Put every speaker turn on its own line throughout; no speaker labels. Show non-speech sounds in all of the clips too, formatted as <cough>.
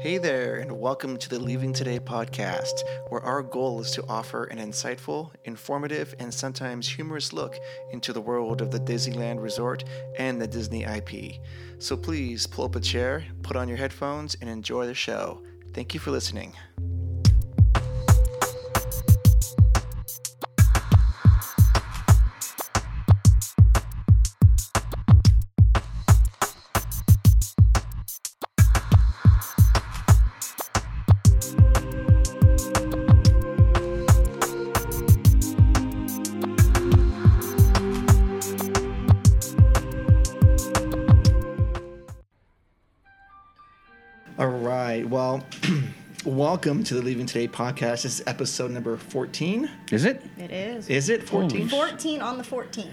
Hey there, and welcome to the Leaving Today podcast, where our goal is to offer an insightful, informative, and sometimes humorous look into the world of the Disneyland Resort and the Disney IP. So please pull up a chair, put on your headphones, and enjoy the show. Thank you for listening. All right, well, <clears throat> welcome to the Leaving Today podcast. This is episode number 14.
Is Oh, it?
It is.
Is it 14?
14 on the 14th.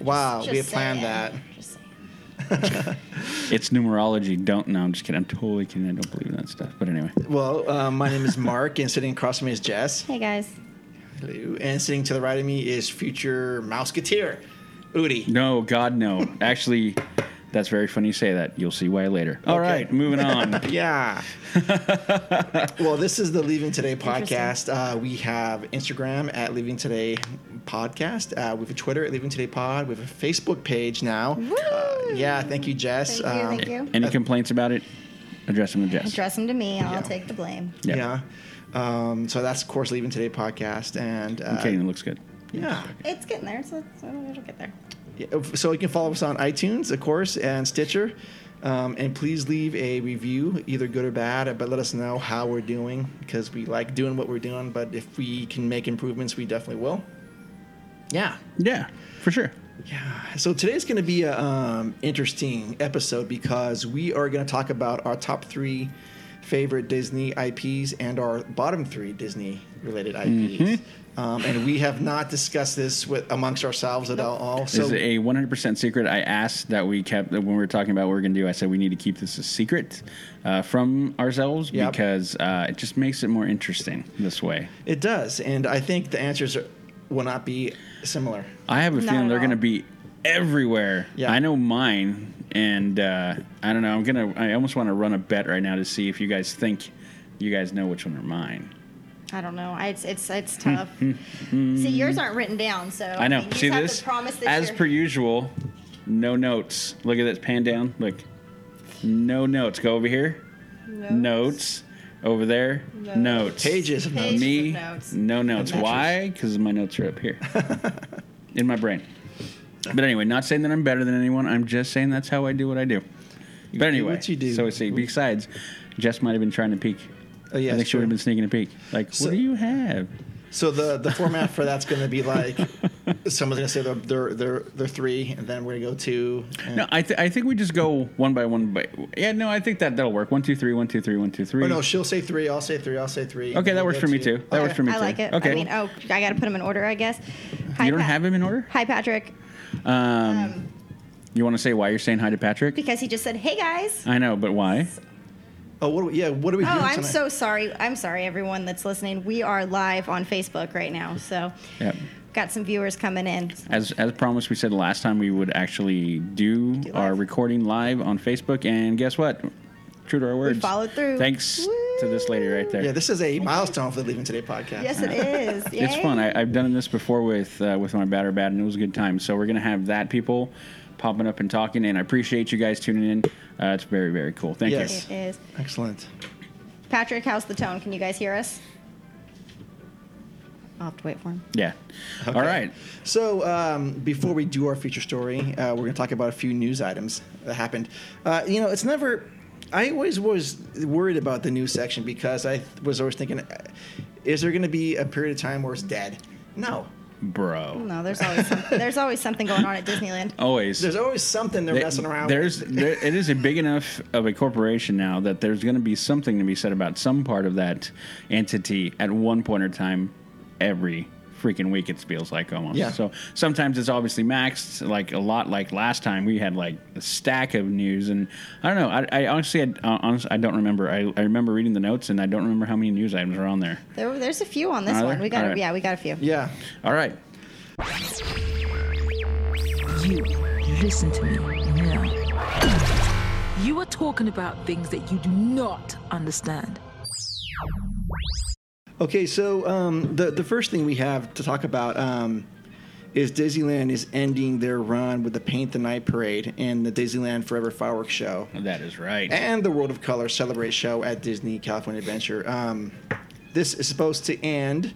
Wow, we had
Just
planned
saying.
that.
Just saying.
It's numerology. Don't know. I'm just kidding. I'm totally kidding. I don't believe in that stuff. But anyway,
Well, uh, my name is Mark, and sitting across from me is Jess.
Hey guys.
Hello. And sitting to the right of me is future Mouseketeer, Udi.
no, God, no. Actually, that's very funny you say that. You'll see why later. All
Okay.
right, moving on.
Yeah. <laughs> well, this is the Leaving Today podcast. Uh, we have Instagram at Leaving Today Podcast. Uh, we have a Twitter at Leaving Today Pod. We have a Facebook page now.
Woo!
Uh, yeah, thank you, Jess. Um,
Thank you, thank you.
Any complaints about it? Address them to Jess.
Address them to me. I'll
Yeah.
take the blame.
Yeah.
Yeah. Um, so that's, of course, Leaving Today Podcast. And uh,
Okay, it looks good.
yeah.
It's getting there. So it's, it'll get there.
Yeah, So you can follow us on iTunes, of course, and Stitcher. Um, and please leave a review, either good or bad, but let us know how we're doing because we like doing what we're doing. But if we can make improvements, we definitely will. Yeah.
Yeah, for sure.
Yeah. So today's going to be an um, interesting episode because we are going to talk about our top three favorite Disney IPs and our bottom three Disney related IPs. Um, and we have not discussed this with amongst ourselves at all.
This
So
is a 100% secret. I asked that we kept that when we were talking about what we're going to do. I said we need to keep this a secret uh, from ourselves
Yep.
because uh, it just makes it more interesting this way.
It does, and I think the answers are, will not be similar.
I have a
Not
feeling
at
they're
all.
going to be everywhere.
Yeah.
I know mine, and uh, I don't know. I'm gonna. I almost want to run a bet right now to see if you guys think you guys know which one are mine.
I don't know. I, it's it's it's tough. See, yours aren't written down, so
Hmm. I know.
mean, you
see
just have
this?
To promise that
As
you're-
per usual, no notes. Look at this pan down. Look, no notes. Go over here. Notes. Over there.
Notes.
Notes.
Pages of notes.
Pages.
Me.
of notes.
No notes.
Matches.
Why? Because my notes are
<laughs>
up here in my brain. But anyway, not saying that I'm better than anyone. I'm just saying that's how I do what I do. But
do
anyway,
what you do.
so I see. Besides, Jess might have been trying to peek.
Oh, yeah,
I think
it's
she would have
true.
been sneaking a peek. Like,
So-
what do you have?
So the the format for that's going to be like <laughs> someone's going to say they're, they're they're they're three, and then we're going to go two. And,
No, I, th- I think we just go one by one. By yeah, no, I think that that'll work. One, two, three, one, two, three, one, two, three.
or Oh, no, she'll say three. I'll say three. I'll say three. and
okay,
then
that
we'll
works
go
for me
two.
too. That
Okay.
works for me
I like
too.
it.
Okay,
I mean, oh, I got to put them in order, I guess. Hi,
you don't
Pat-
have him in order.
Hi, Patrick.
Um,
Um,
you want to say why you're saying hi to Patrick?
because he just said, "Hey guys."
I know, but why?
Oh, what? Are we, yeah. What are we
Oh,
doing
I'm
tonight?
so sorry. I'm sorry, everyone that's listening. We are live on Facebook right now, so
Yeah.
got some viewers coming in.
As as promised, we said last time we would actually do,
Do
our
live.
recording live on Facebook, and guess what? True to our words,
followed through.
Thanks to this lady right there.
Yeah, this is
<laughs>
a milestone for the Leaving Today podcast.
Yes, it is.
<laughs> it's
Yay.
fun. I, I've done this before with uh, with my batter bat, and it was a good time. So we're gonna have that people popping up and talking, and I appreciate you guys tuning in. Uh, it's very very cool. Thank
Yes.
It is.
Excellent.
Patrick, how's the tone? Can you guys hear us? I'll have to wait for him.
you. Yeah. All
Okay.
right.
So um, before we do our feature story, uh, we're going to talk about a few news items that happened. Uh, you know, it's never. I always was worried about the news section because I was always thinking, uh, is there going to be a period of time where it's dead? No.
bro.
No, there's always
<laughs>
some, there's always something going on at Disneyland.
Always.
There's always something they're
They-
messing around.
There's
with.
there, it is a big enough of a corporation now that there's going to be something to be said about some part of that entity at one point or time every freaking week it feels like almost
Yeah.
so sometimes it's obviously maxed like a lot like last time we had like a stack of news and i don't know i, I honestly I, honestly I don't remember I, I remember reading the notes and i don't remember how many news items are on there
There, there's a few on this
Are there?
one. We got a,
Alright.
yeah, we got a few.
Yeah.
all right
You listen to me now. You are talking about things that you do not understand.
Okay, so um, the the first thing we have to talk about um, is Disneyland is ending their run with the Paint the Night Parade and the Disneyland Forever Fireworks Show
That is right.
and the World of Color Celebrate Show at Disney California Adventure. Um, this is supposed to end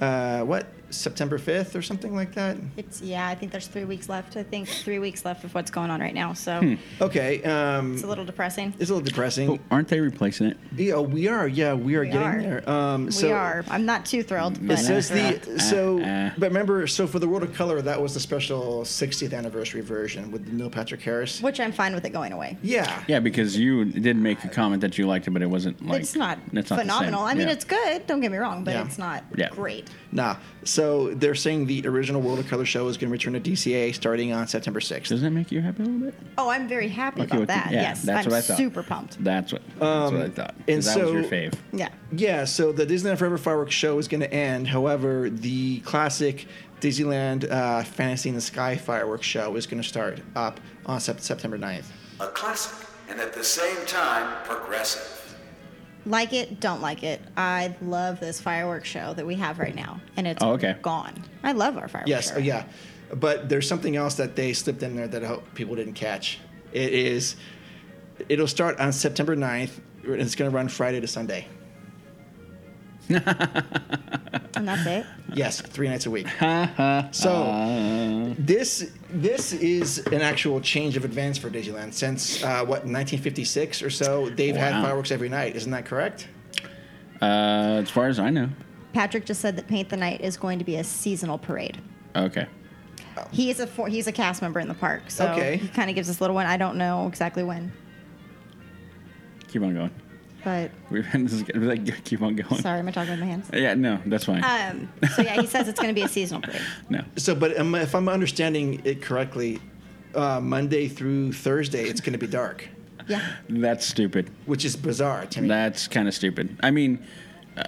uh, what September fifth or something like that.
It's yeah. I think there's three weeks left. I think three weeks left of what's going on right now. So
Hmm.
Okay, um,
it's a little depressing.
it's a little depressing.
Oh, aren't they replacing it?
Yeah, we are. Yeah, we are
We
getting
are.
there. Um, so
we are. I'm not too thrilled. But
It says
uh,
the so,
<laughs> uh.
but remember, so for the World of Color, that was the special 60th anniversary version with Neil Patrick Harris.
which I'm fine with it going away.
Yeah,
Yeah, because you did make a comment that you liked it, but it wasn't like
it's not
it's the same.
phenomenal. I mean,
Yeah.
it's good. Don't get me wrong, but
Yeah.
it's not
Yeah.
great.
Nah. So they're saying the original World of Color show is going to return to DCA starting on September 6th.
Doesn't that make you happy a little bit?
Oh, I'm very happy
Okay,
about
with the-
that.
yeah,
yes,
that's
I'm
what I thought.
super pumped.
That's what. That's what I thought. 'Cause
Um, and
that was your
so-
fave.
Yeah.
Yeah, so the Disneyland Forever Fireworks show is going to end. However, the classic Disneyland uh, Fantasy in the Sky fireworks show is going to start up on sep- September 9th.
a classic, and at the same time, progressive.
Like it, don't like it. I love this fireworks show that we have right now, and it's
Oh, okay.
gone. I love our fireworks.
Yes,
show.
oh, yeah. But there's something else that they slipped in there that I hope people didn't catch. It is, it'll start on September 9th, and it's going to run Friday to Sunday.
and that's it.
Yes, three nights a
<laughs>
week. so this this is an actual change of advance for Disneyland since uh, what 1956 or so they've had
Wow.
fireworks every night. Isn't that correct?
Uh, as far as I know,
Patrick just said that Paint the Night is going to be a seasonal parade.
okay.
He is a for, he's a cast member in the park, so
Oh. Okay.
he kind of gives us a little one. I don't know exactly when,
Keep on going. <laughs>
but
We've this is good. Like, <laughs> keep on going.
sorry, am I talking with
<laughs>
my hands?
Yeah, no, that's fine.
Um, so yeah, he says it's going to be a seasonal parade.
no.
So, but um, if I'm understanding it correctly, uh, Monday through Thursday it's going to be dark,
Yeah,
That's stupid.
which is bizarre to me.
That's kind of stupid. I mean, uh,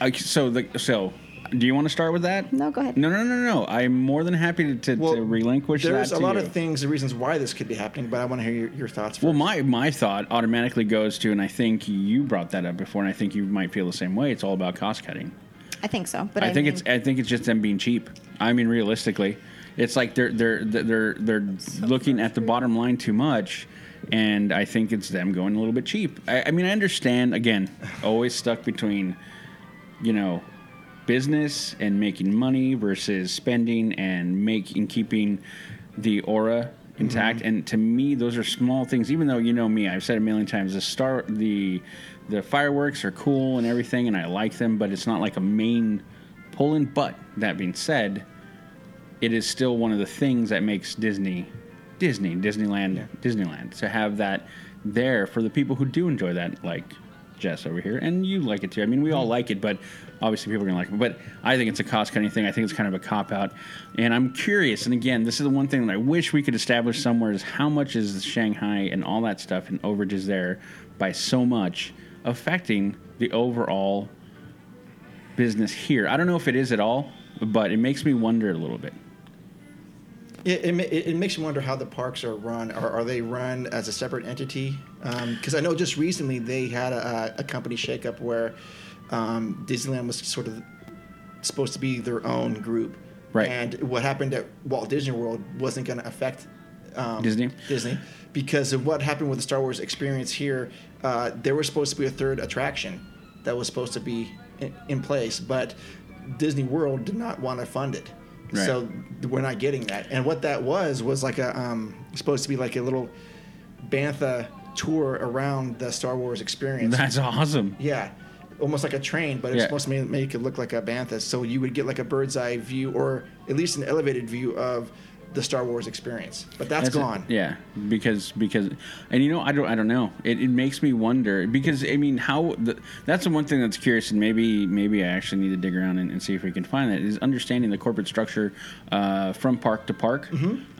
I- so the so. Do you want to start with that?
No, go ahead.
No, no, no, no. I'm more than happy to, to, to relinquish that.
there's a
to
lot
you.
of things, the reasons why this could be happening, but I want to hear your, your thoughts. First.
Well, my my thought automatically goes to, and I think you brought that up before, and I think you might feel the same way. It's all about cost cutting.
I think so. But
I,
I,
think
mean,
it's I think it's just them being cheap. I mean, realistically, it's like they're they're they're they're looking at the bottom line too much, and I think it's them going a little bit cheap. I, I mean, I understand. Again, always stuck between, you know, business and making money versus spending and making keeping the aura intact. And to me, those are small things. Even though you know me, I've said a million times the star the the fireworks are cool and everything, and I like them, but it's not like a main pull-in. But that being said, it is still one of the things that makes Disney, Disney, Disneyland, Disneyland. To have that there for the people who do enjoy that, like Jess over here, and you like it too. I mean, we all like it, but obviously people are gonna like it. But I think it's a cost-cutting thing. I think it's kind of a cop-out, and I'm curious. And again, this is the one thing that I wish we could establish somewhere is how much is Shanghai and all that stuff and overages there by so much affecting the overall business here. I don't know if it is at all, but it makes me wonder a little bit.
It, it, ma- it it makes me wonder how the parks are run. Are, are they run as a separate entity? Because I know just recently they had a, a company shakeup where um, Disneyland was sort of supposed to be their own group.
Right.
And what happened at Walt Disney World wasn't going to affect um,
Disney?
Disney because of what happened with the Star Wars experience here. Uh, there was supposed to be a third attraction that was supposed to be in, in place, but Disney World did not want to fund it.
Right.
So we're not getting that. And what that was was like a um, supposed to be like a little bantha tour around the Star Wars experience.
That's awesome.
yeah. Almost like a train, but it's
Yeah.
supposed to ma- make it look like a bantha. So you would get like a bird's eye view, or at least an elevated view of the Star Wars experience. But that's
That's it.
gone.
Yeah, because because, and you know, I don't I don't know. It, it makes me wonder because I mean, how the, that's the one thing that's curious, and maybe maybe I actually need to dig around and, and see if we can find that is understanding the corporate structure uh, from park to park,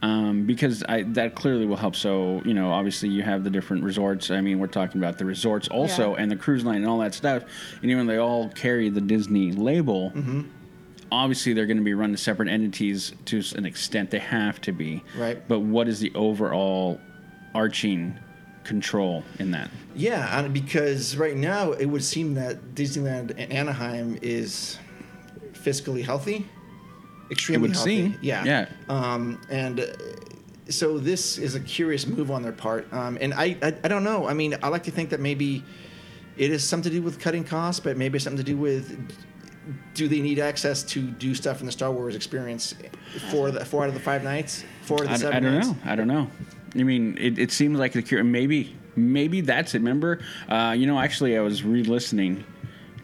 um, because I, that clearly will help. So you know, obviously you have the different resorts. I mean, we're talking about the resorts also and the cruise line and all that stuff, and even though they all carry the Disney label. Obviously, they're going to be run as separate entities to an extent. They have to be
Right.
but what is the overall arching control in that.
Yeah, and because right now it would seem that Disneyland in Anaheim is fiscally healthy,
It
extremely
would
healthy.
seem.
Yeah,
Yeah.
Um, and uh, so this is a curious move on their part. Um, and I, I, I don't know. I mean, I like to think that maybe it is something to do with cutting costs, but maybe it's something to do with do they need access to do stuff in the Star Wars experience for the four out of the five nights, four out of the
I,
seven
I don't
nights?
know. I don't know. I mean, it, it seems like the cure. Maybe, maybe that's it. Remember, uh, you know, actually, I was re-listening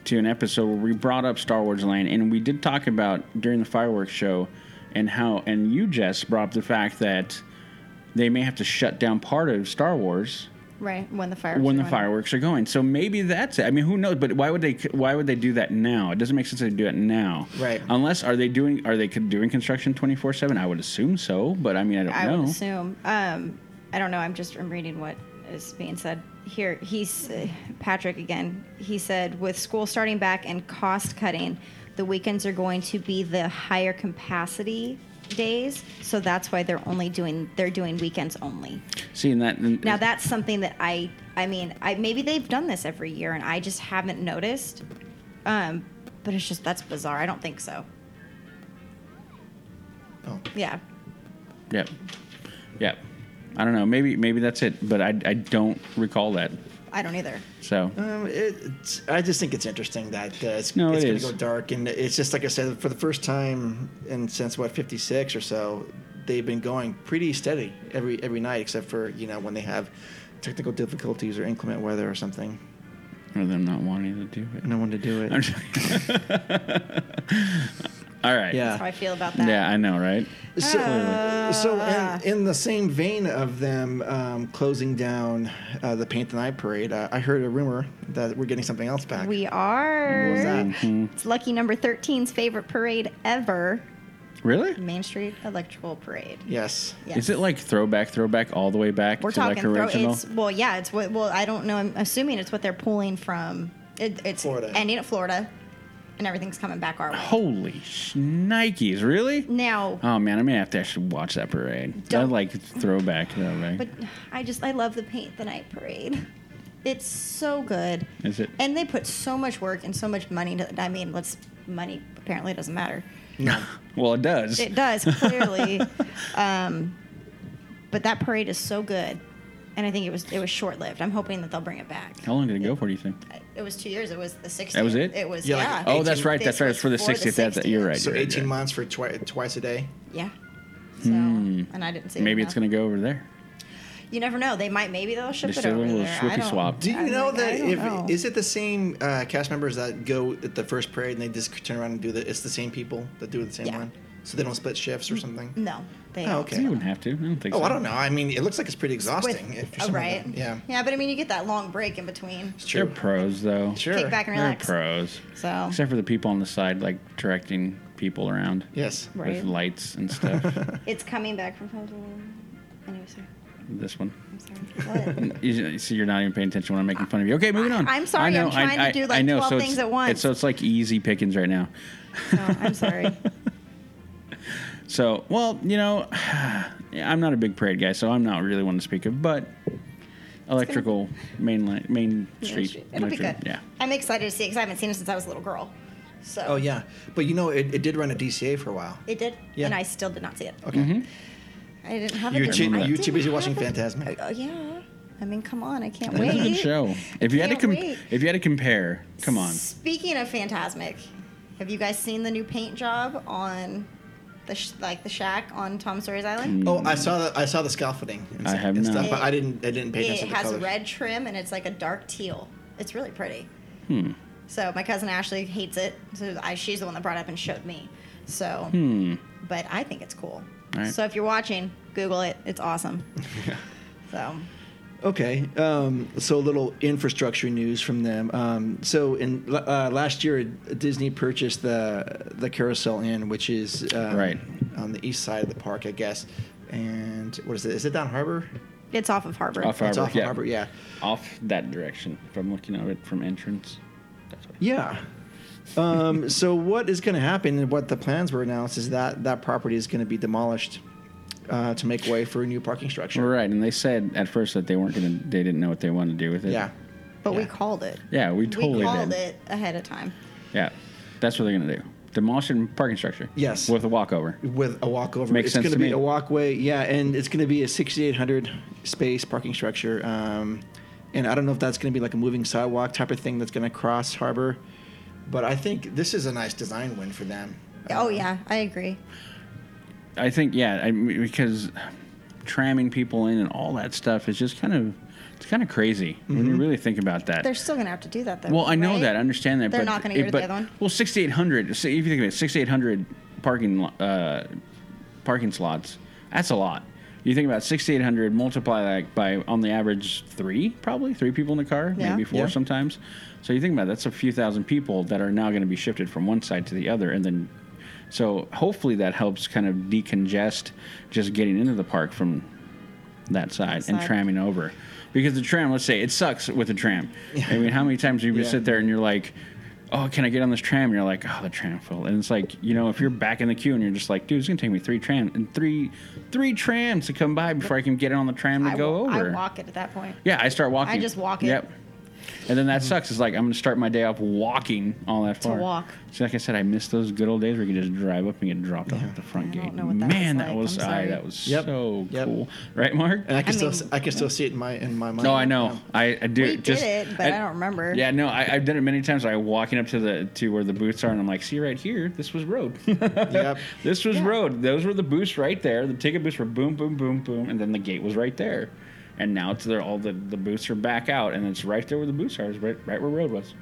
to an episode where we brought up Star Wars Land, and we did talk about during the fireworks show, and how, and you, Jess, brought up the fact that they may have to shut down part of Star Wars
right when the fireworks.
when
are
the
going off.
fireworks are going. So maybe that's it. I mean, who knows? But why would they? Why would they do that now? It doesn't make sense to do it now,
Right.
Unless are they doing are they doing construction twenty four seven? I would assume so, but I mean, I don't
I
know.
would assume. Um, I don't know. I'm just I'm reading what is being said here. He's uh, Patrick again. He said with school starting back and cost cutting, the weekends are going to be the higher capacity days. So that's why they're only doing they're doing weekends only.
Seeing that
Now that's something that I I mean I maybe they've done this every year and I just haven't noticed. Um, but it's just that's bizarre. I don't think so.
Oh.
Yeah.
Yep. Yep. I don't know. Maybe maybe that's it, but I, I don't recall that.
I don't either.
So
Um, it, it's, I just think it's interesting that uh, it's,
No,
it's
it
going
is.
to go dark, and it's just like I said, for the first time in since what fifty six or so, they've been going pretty steady every every night, except for you know when they have technical difficulties or inclement weather or something,
or them not wanting to do it.
no one to do
<laughs>
it.
I'm just- All right.
Yeah.
That's how I feel about that.
Yeah, I know, right?
So, so
Ah.
in, in the same vein of them um, closing down uh, the Paint the Night parade, uh, I heard a rumor that we're getting something else back.
We are.
What was
Uh,
that?
Mm-hmm.
It's lucky number 13's favorite parade ever
Really?
Main Street Electrical Parade.
Yes.
Yes.
Is it like throwback, throwback all the way back
We're
to
talking
like
throw.
original?
It's, well, yeah, it's what. Well, I don't know. I'm assuming it's what they're pulling from. It, it's
Florida.
ending at Florida, and everything's coming back our way.
Holy shnikes, really?
Now,
Oh man, I may have to actually watch that parade. I
Don't-
like throwback throwback.
but I just I love the Paint the Night Parade. It's so good.
Is it?
And they put so much work and so much money. To, I mean, let's money apparently doesn't matter.
well, it <laughs> does.
It does clearly, um, but that parade is so good, and I think it was it was short lived. I'm hoping that they'll bring it back.
How long did it go for? Do you think?
It was two years. It was the 60th.
That was it?
It was
Yeah,
yeah.
like
Oh, that's right.
This
That's right.
was
It's for the 60th. That's, you're right.
So
you're right,
eighteen
you're right.
months for twi- twice a day.
Yeah. So, and I didn't see.
Hmm. Maybe it's going to go over there.
to. You never know. They might. Maybe they'll ship
Just do
it
a
over
little
there. I
swippy
don't-
swap.
Do you
I'm
know
like,
that
I don't
if
know.
is it the same uh, cast members that go at the first parade and they just turn around and do the? It's the same people that do the same
Yeah.
one, so they don't split shifts or something.
No, they.
Oh,
don't.
okay.
You wouldn't have to. I don't think
Oh,
so.
I don't know. I mean, it looks like it's pretty
With,
exhausting. if- for
oh,
some of
right.
them. Yeah.
Yeah, but I mean, you get that long break in between.
It's
They're
true.
pros, though.
Sure.
Kick back and
They're
relax. Oh.
pros.
So.
Except for the people on the side, like directing people around
Yes.
Right.
with lights
<laughs>
and stuff.
It's coming back from Festival. Anyway, sorry.
this one.
I'm sorry. What?
You, see, you're not even paying attention when I'm making fun of you. Okay, moving on.
I'm sorry,
I know,
I'm trying to
I,
do,
I-
like,
I know,
12
so
things
it's-
at once.
it's- so it's like easy pickings right now.
No, I'm sorry.
So, well, you know, <sighs> I'm not a big parade guy, so I'm not really one to speak of, but electrical main line, main <laughs> street.
It'll be good.
electric- Yeah.
I'm excited to see it because I haven't seen it since I was a little girl. So.
Oh yeah, but you know, it, it did run a DCA for a while.
It did.
Yeah.
And I still did not see it.
Okay.
Mm-hmm.
I didn't have
You're
it.
too-
I
you're too
didn't
busy watching
have it.
Fantasmic.
Oh yeah. I mean, come on, I can't
It
<laughs> wait.
<laughs> was a good show. If you had to
Can't
com-
wait.
if you had to compare, come on.
Speaking of Fantasmic, have you guys seen the new paint job on the sh- like the shack on Tom Sawyer's
Mm.
Island?
Oh, I saw the I saw the scaffolding. And,
I
s-
have
and
not.
stuff, but I didn't I didn't pay
It
attention to the
has
colors.
red trim and it's like a dark teal. It's really pretty. Hmm. So my cousin Ashley hates it. So I, she's the one that brought it up and showed me. So, but I think it's cool.
Hmm. All right.
So if you're watching, Google it.
<laughs>
It's awesome. So
Okay, um, so a little infrastructure news from them. Um, so in uh, last year, Disney purchased the the Carousel Inn, which is um,
Right.
on the east side of the park, I guess. And what is it? Is it down Harbor?
it's off of Harvard.
Off
it's
Harbor,
off of
yeah.
Harbor, yeah,
Off that direction from looking at it from entrance.
yeah. Um, <laughs> so what is going to happen and what the plans were announced is that that property is going to be demolished uh, to make way for a new parking structure.
Right, and they said at first that they weren't gonna, they didn't know what they wanted to do with it.
Yeah.
But we
Yeah.
called it.
yeah, we totally
we called
did.
it ahead of time.
Yeah, that's what they're gonna do. Demolish a parking structure.
Yes.
with a walkover.
With a walkover,
Makes
it's
sense
going
to
be
me.
a walkway. Yeah, and it's going to be a 6,800 space parking structure. Um, and I don't know if that's going to be like a moving sidewalk type of thing that's going to cross harbor, but I think this is a nice design win for them. Um,
Oh yeah, I agree.
I think yeah, I, mean, because tramming people in and all that stuff is just kind of it's kind of crazy when you really think about that.
They're still gonna have to do that though.
well, I know
right?
that, I understand that.
They're
but
not gonna
it-
get rid of
but-
the other one.
Well, sixty eight hundred. So if you think of it, sixty eight hundred parking lo- uh, parking slots. That's a lot. You think about sixty eight hundred. Multiply that by on the average three, probably three people in the car,
Yeah.
maybe four
Yeah.
sometimes. So you think about it, that's a few thousand people that are now going to be shifted from one side to the other, and then so hopefully that helps kind of decongest just getting into the park from that side and
side.
tramming over. Because the tram, let's say it sucks with the tram. I mean, how many times do you
Yeah.
sit there and you're like, oh, can I get on this tram? And you're like, oh, the tram full. And it's like, you know, if you're back in the queue and you're just like, dude, it's gonna take me three tram and three three trams to come by before I can get on the tram to
I
go
wa-
over.
I walk it at that point.
Yeah, I start walking.
I just walk it. Mm-hmm.
Yep. And then that sucks. It's like I'm gonna start my day off walking all that far.
walk.
So like I said, I miss those good old days where you could just drive up and get dropped off at the front
I don't
gate.
know what that
Man,
was
that
like.
was
I'm
I,
sorry.
that was
Yep.
so
Yep.
cool, right, Mark?
And I can
I
still
mean-
I can still see it in my in my mind.
No, I know.
Yeah.
I, I do.
We
just,
did it, but I don't remember.
Yeah, no, I, I've done it many times. I walking up to the to where the booths are, and I'm like, see right here, this was road.
Yep.
<laughs> This was
Yeah.
road. Those were the booths right there. The ticket booths were boom, boom, boom, boom, and then the gate was right there. And now it's there. All the the booths are back out, and it's right there where the booths are. It's right right where road
<laughs>
was.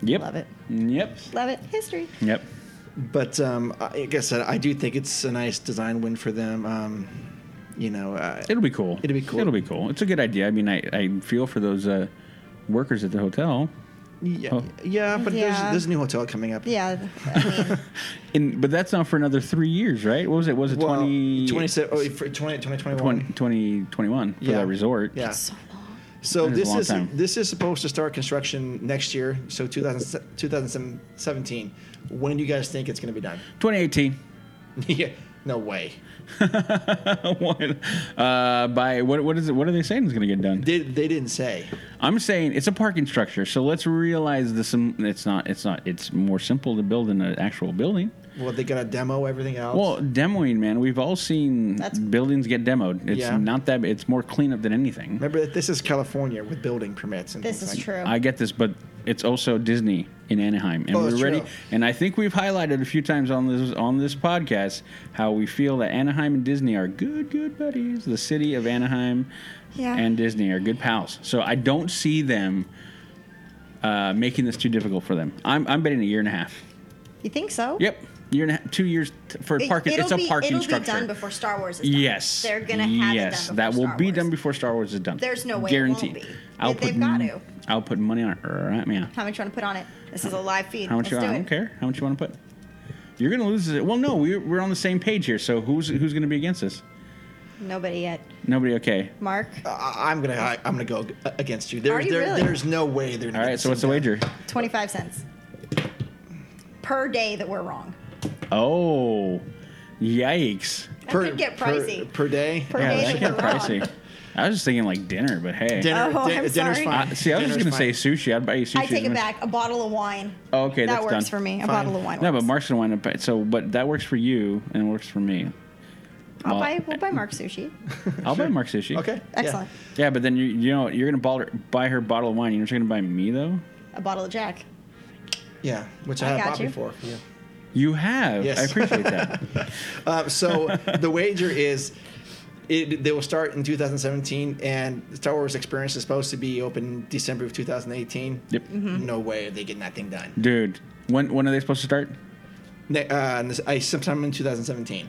yep.
Love it.
Yep.
Love it. History.
Yep.
But um, I I guess I, I do think it's a nice design win for them. Um, you know, uh,
It'll be cool.
It'll be cool.
It'll be cool. It's a good idea. I mean, I, I feel for those uh, workers at the hotel.
yeah,
Oh.
yeah, but There's,
Yeah.
there's a new hotel coming up.
Yeah. I mean, <laughs>
And, but that's not for another three years, right? What was it? Was it
Well,
20,
27 oh, for 20, 2021.
20, 2021 for
Yeah.
that resort?
Yeah.
so long.
So
That is a
this
long
is
time.
this is supposed to start construction next year, so 2000, 2017. When do you guys think it's going to be done? <laughs>
<laughs> 2018.
yeah, no way.
What? uh, by what? What is it? What are they saying is going to get done?
They, they didn't say.
I'm saying it's a parking structure. So let's realize this. um, It's not. It's not. It's more simple to build than an actual building.
Well, they got to demo everything else.
Well, demoing, man. We've all seen
That's-
buildings get demoed. It's
Yeah.
not that. It's more cleanup than anything.
remember that this is California with building permits and
This
things
is
like-
true.
I get this, but it's also Disney in Anaheim, and
Oh,
we're
that's
ready.
true.
And I think we've highlighted a few times on this on this podcast how we feel that Anaheim and Disney are good, good buddies. The city of Anaheim
Yeah.
and Disney are good pals. So I don't see them uh, making this too difficult for them. I'm, I'm betting a year and a half.
you think so?
Yep, year and a half, two years t- for
It-
parking.
it'll
It's a
be-
parking
it'll
structure.
be done before Star Wars is done.
Yes,
They're gonna have
yes,
it done. before
that will
Star
be
Wars.
done before Star Wars is done.
There's no way it won't
guaranteed.
be.
I'll
They- they've
put-
got to.
I'll put money on it right now.
How much you want to put on it? This is a live feed.
How much you?
Let's do
I
it.
don't care. How much you want to put? You're gonna lose it. Well, no, we're, we're on the same page here. So who's who's gonna be against us?
Nobody yet.
Nobody. Okay.
Mark.
I, I'm gonna I, I'm gonna go a- against you. There's
you
there,
really?
there's no way they're. gonna
All
get
right.
this
So what's the
thing done.
wager?
25 cents per day that we're wrong.
Oh, yikes!
That could get pricey.
per, per day.
Per
Yeah,
day
that
that
got
we're wrong.
pricey. I was just thinking like dinner, but hey.
Dinner,
Oh,
di-
I'm
dinner's
sorry.
fine.
Uh, see, I was
Dinner's
just gonna say
fine.
sushi. I'd buy you sushi.
I take
as
it
much-
back. A bottle of wine.
Oh, okay,
that
that's
works
done.
for me. A
Fine.
bottle of wine.
No,
works.
but Mark's gonna wind up. So, but that works for you and it works for me.
I'll
Well,
buy. We'll buy
<laughs>
Mark sushi.
I'll buy Mark sushi.
Okay.
Excellent.
Yeah, but then you you know you're gonna buy her, buy her a bottle of wine. You're not gonna buy me though.
A bottle of Jack.
Yeah, yeah which
I
I, have
got
bought
you.
before. Yeah.
You have.
Yes.
I appreciate
<laughs>
that.
Uh, so the wager is. It, they will start in 2017, and Star Wars Experience is supposed to be open December of 2018.
Yep.
Mm-hmm.
No way are they getting that thing done.
Dude, when when are they supposed to start?
Ne- uh, and this- I, sometime in 2017.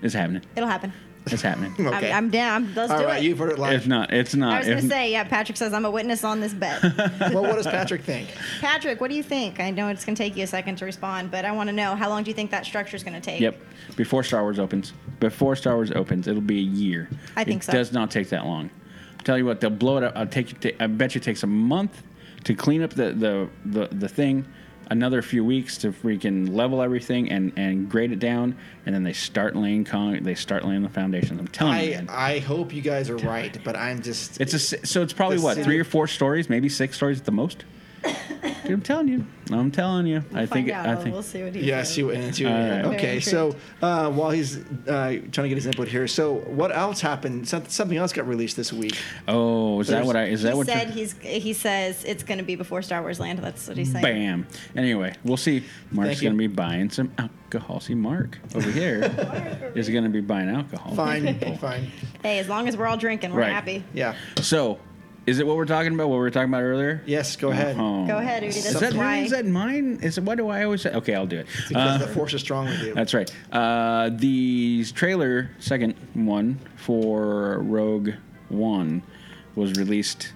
It's happening.
It'll happen.
<laughs>
It's happening.
Okay.
I'm, I'm down. Let's
All
do
right,
it.
you've heard it
If
live.
not, it's not.
I was gonna
Uh, If-
say, yeah. Patrick says I'm a witness on
<laughs>
this bet.
well, what does Patrick think?
Patrick, what do you think? I know it's gonna take you a second to respond, but I want to know how long do you think that structure's gonna take?
Yep. Before Star Wars opens. Before Star Wars opens, it'll be a year.
I think
it
so.
does not take that long. I'll tell you what, they'll blow it up. I'll take you. I bet you it takes a month to clean up the the the, the thing. another few weeks to freaking level everything and, and grade it down, and then they start laying con- they start laying the foundations. I'm telling you,
I
man.
I hope you guys are right, but I'm just
It's a si- so it's probably
The
what
city-
three or four stories, maybe six stories at the most. Dude, I'm telling you, I'm telling you. I
Find
think
out.
I
We'll-
think
We'll see what he
yeah,
says.
see what and see what.
All right.
Okay,
Very
so uh, while he's uh, trying to get his input here, so what else happened? Some- Something else got released this week.
Oh, is that what I is that
he
what? you're-
said he's he says it's going to be before Star Wars Land. That's what he's saying.
Bam. Anyway, we'll see. Mark's
Thank you.
going to be buying some alcohol. See, Mark over
<laughs>
here is going to be buying alcohol.
Fine, fine.
Hey, as long as we're all drinking, we're
Right.
happy.
Yeah.
<laughs> So, is it what we're talking about? What we were talking about earlier?
Yes, go ahead.
Oh.
Go ahead, Udi. That's
Is that,
why.
mine? is that mine? Is it, what do I always say? Okay, I'll do it. Uh,
Because the force is strong with you.
That's right. Uh, the trailer, second one for Rogue One, was released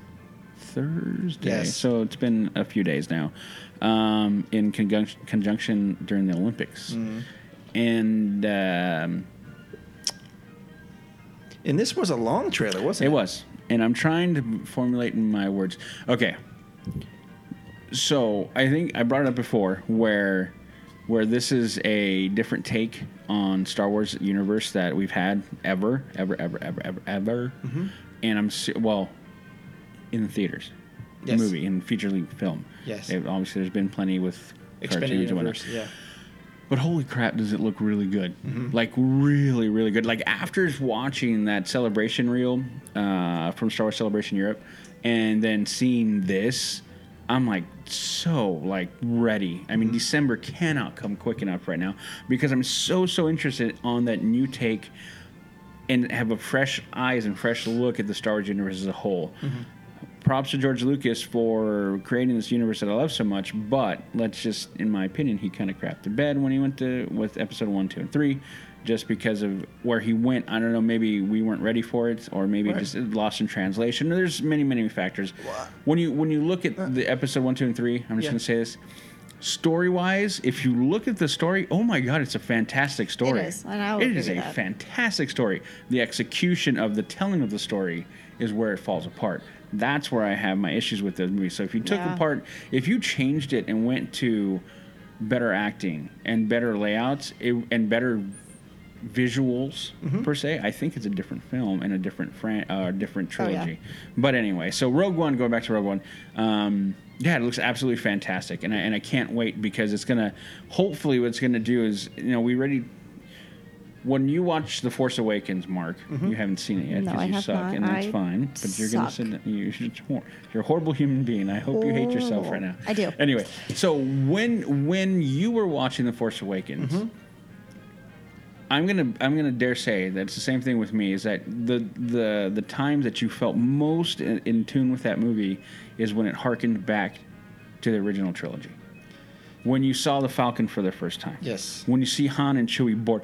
Thursday.
Yes.
So it's been a few days now, um, in conjunction, conjunction during the Olympics.
Mm-hmm.
And um,
And this was a long trailer, wasn't
it
it?
was. And I'm trying to formulate in my words. Okay. So I think I brought it up before, where where this is a different take on Star Wars universe that we've had ever, ever, ever, ever, ever, ever.
Mm-hmm.
And I'm se- well in the theaters,
Yes.
movie in feature length film.
Yes.
It- obviously, there's been plenty with
Expanded
cartoons and whatnot.
universe. Yeah.
But holy crap, does it look really good? Like really, really good. Like after watching that celebration reel uh, from Star Wars Celebration Europe, and then seeing this, I'm like so like ready. I mean, December cannot come quick enough right now because I'm so so interested on that new take and have a fresh eyes and fresh look at the Star Wars universe as a whole.
Mm-hmm.
Props to George Lucas for creating this universe that I love so much, but let's just, in my opinion, he kind of crapped the bed when he went to with Episode One, Two, and Three, just because of where he went. I don't know, maybe we weren't ready for it, or maybe just lost in translation. There's many, many factors. When you when you look at the Episode One, Two, and Three, I'm just
Yeah.
going to say this. Story wise, if you look at the story, oh my god, it's a fantastic story.
is, and I will
it
agree
is a
with that.
fantastic story. The execution of the telling of the story is where it falls apart. That's where I have my issues with those movies. So if you took
Yeah.
apart, if you changed it and went to better acting and better layouts it, and better visuals
Mm-hmm.
per se, I think it's a different film and a different fran- uh, different
Oh,
trilogy.
yeah.
But anyway, so Rogue One, going back to Rogue One, um, yeah, it looks absolutely fantastic, and I, and I can't wait because it's gonna. Hopefully, what it's gonna do is, you know, we already. When you watch The Force Awakens, Mark, you haven't seen it yet
Mm-hmm. No,
because
I
you
have
suck,
not.
and that's
I
fine. But you're gonna
suck.
sit. down- You, you're a horrible human being. I hope you hate yourself right now.
Oh, I do.
Anyway, so when when you were watching The Force Awakens.
Mm-hmm.
I'm gonna I'm gonna dare say that it's the same thing with me is that the the the times that you felt most in, in tune with that movie is when it harkened back to the original trilogy. When you saw the Falcon for the first time.
Yes.
When you see Han and Chewie board.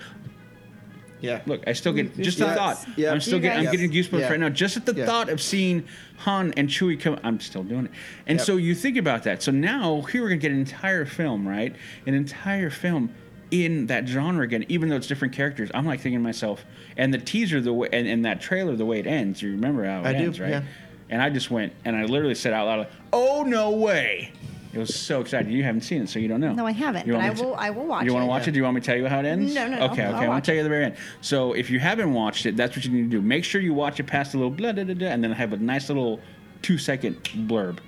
Yeah.
Look, I still get just the
Yes.
thought.
Mm, Yeah.
I'm still
You
getting I'm
guys-
getting goosebumps
Yeah.
right now just at the
Yeah.
thought of seeing Han and Chewie come. I'm still doing it, and
Yep.
so you think about that. So now here we're gonna get an entire film, right? An entire film in that genre again, even though it's different characters. I'm like thinking to myself, and the teaser, the way, and, and that trailer, the way it ends. You remember how it
I do,
ends, right?
yeah.
And I just went and I literally said out loud, like, "Oh no way!" It was so exciting. You haven't seen it, so you don't know.
No, I haven't,
You want
but
me
I will- I will watch
You want to
it.
watch it? Do you want me to tell you how it ends?
No, no, no.
Okay, okay.
I'll
I want
watch
to tell you at the very end. So if you haven't watched it, that's what you need to do. Make sure you watch it past the little blah, da, da, da, and then have a nice little two second blurb.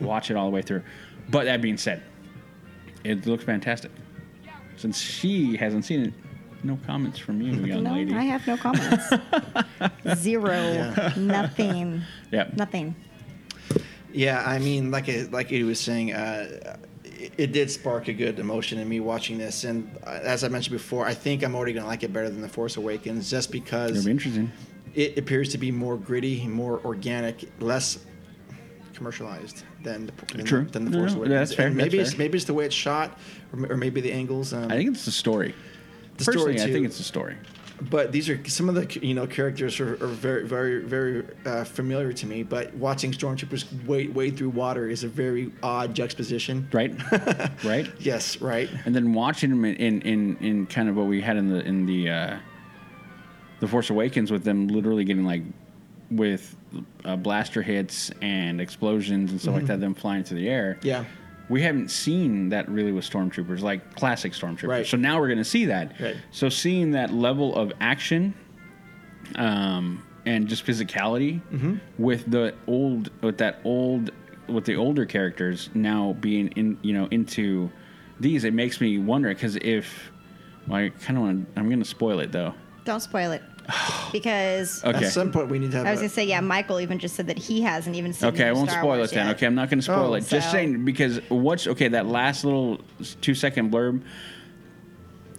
Watch it all the way through. But that being said, it looks fantastic. Since she hasn't seen it, no comments from you, young
No,
lady.
I have no comments.
<laughs>
Zero. Nothing.
Yep.
Nothing.
Yeah, I mean, like it, like he was saying, uh, it, it did spark a good emotion in me watching this. And uh, as I mentioned before, I think I'm already going to like it better than The Force Awakens, just
It'll
because
be interesting.
it appears to be more gritty, more organic, less commercialized than the, than,
True.
than the
No,
Force
no,
Awakens.
that's fair,
And maybe
that's
it's
fair.
maybe it's the way it's shot, or, or maybe the angles. Um,
I think it's the story.
The story,
Personally, I
too.
think it's the story.
but these are some of the you know characters are, are very very very uh, familiar to me. But watching stormtroopers wade wade through water is a very odd juxtaposition. <laughs>
Right? right?
Yes, right.
and then watching them in, in, in, in kind of what we had in the in the uh, the Force Awakens with them literally getting like with uh, blaster hits and explosions and stuff like that, them flying through the air.
Yeah.
we haven't seen that really with stormtroopers, like classic stormtroopers.
Right.
So now we're going to see that.
Right.
So seeing that level of action um, and just physicality
Mm-hmm.
with the old, with that old, with the older characters now being in, you know, into these, it makes me wonder because if well, I kind of want, I'm going to spoil it though.
Don't
<sighs>
spoil it. Because
Okay.
At some point, we need to have.
I was
a-
going to say, yeah, Michael even just said that he hasn't even seen
Okay,
the
I
new
won't
Star
spoil
Wars
it then.
yet.
Okay, I'm not going to spoil
Oh.
it. Just
So-
saying because what's okay that last little two second blurb.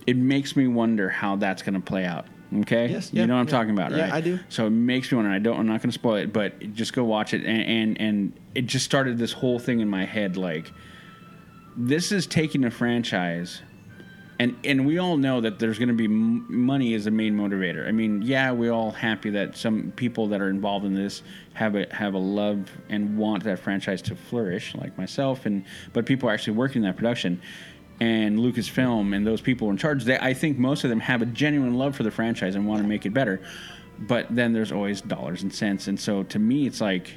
It makes me wonder how that's going to play out. Okay,
Yes,
you
yeah,
know what I'm
yeah.
talking about,
Yeah,
right?
I do.
So it makes me wonder. I don't. I'm not going to spoil it, but just go watch it. And, and and it just started this whole thing in my head. Like this is taking a franchise and and we all know that there's going to be m- money as the main motivator. I mean, yeah, we're all happy that some people that are involved in this have a have a love and want that franchise to flourish, like myself, and but people are actually working in that production. And Lucasfilm and those people in charge, they, I think most of them have a genuine love for the franchise and want to make it better. But then there's always dollars and cents, and so to me, it's like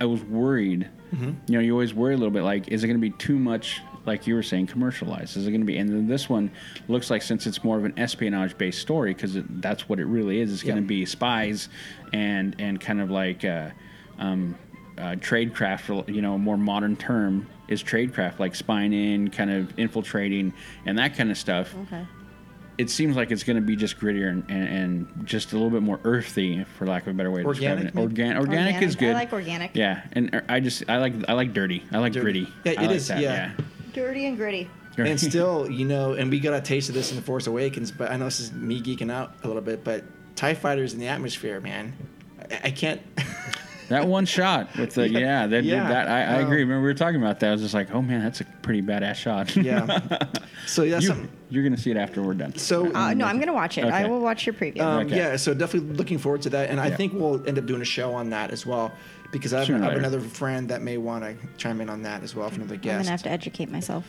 I was worried. You know, you always worry a little bit. Like, is it going to be too much? Like you were saying, commercialized. Is it going to be? And then this one looks like since it's more of an espionage-based story, because that's what it really is. It's going to be spies and and kind of like uh, um, uh, tradecraft. or, You know, a more modern term is tradecraft, like spying in, kind of infiltrating, and that kind of stuff
Okay.
it seems like it's going to be just grittier and, and, and just a little bit more earthy, for lack of a better way to
Organic,
describe it. Organ- organic,
Organic.
is
I
good.
like organic.
Yeah, and uh, I just I like I like dirty. I like
Dirty.
gritty.
Yeah,
I
it
like
is, yeah.
Dirty and gritty.
<laughs>
and still, you know, and we got a taste of this in The Force Awakens, but I know this is me geeking out a little bit, but TIE fighters in the atmosphere, man. I, I can't. <laughs>
that one shot with the yeah, that
Yeah,
that I, I
no.
agree. Remember we were talking about that. I was just like, oh man, that's a pretty badass shot. <laughs>
yeah. So that's
you,
something.
you're gonna see it after we're done.
So
Uh, no, I'm going to watch it. I
Mm, Okay.
will watch your preview.
Um,
Okay.
Yeah, so definitely looking forward to that, and I
Yeah.
think we'll end up doing a show on that as well because I have,
Sooner
I
or
have
later.
another friend that may want to chime in on that as well for another
I'm going to have
guest.
to educate myself.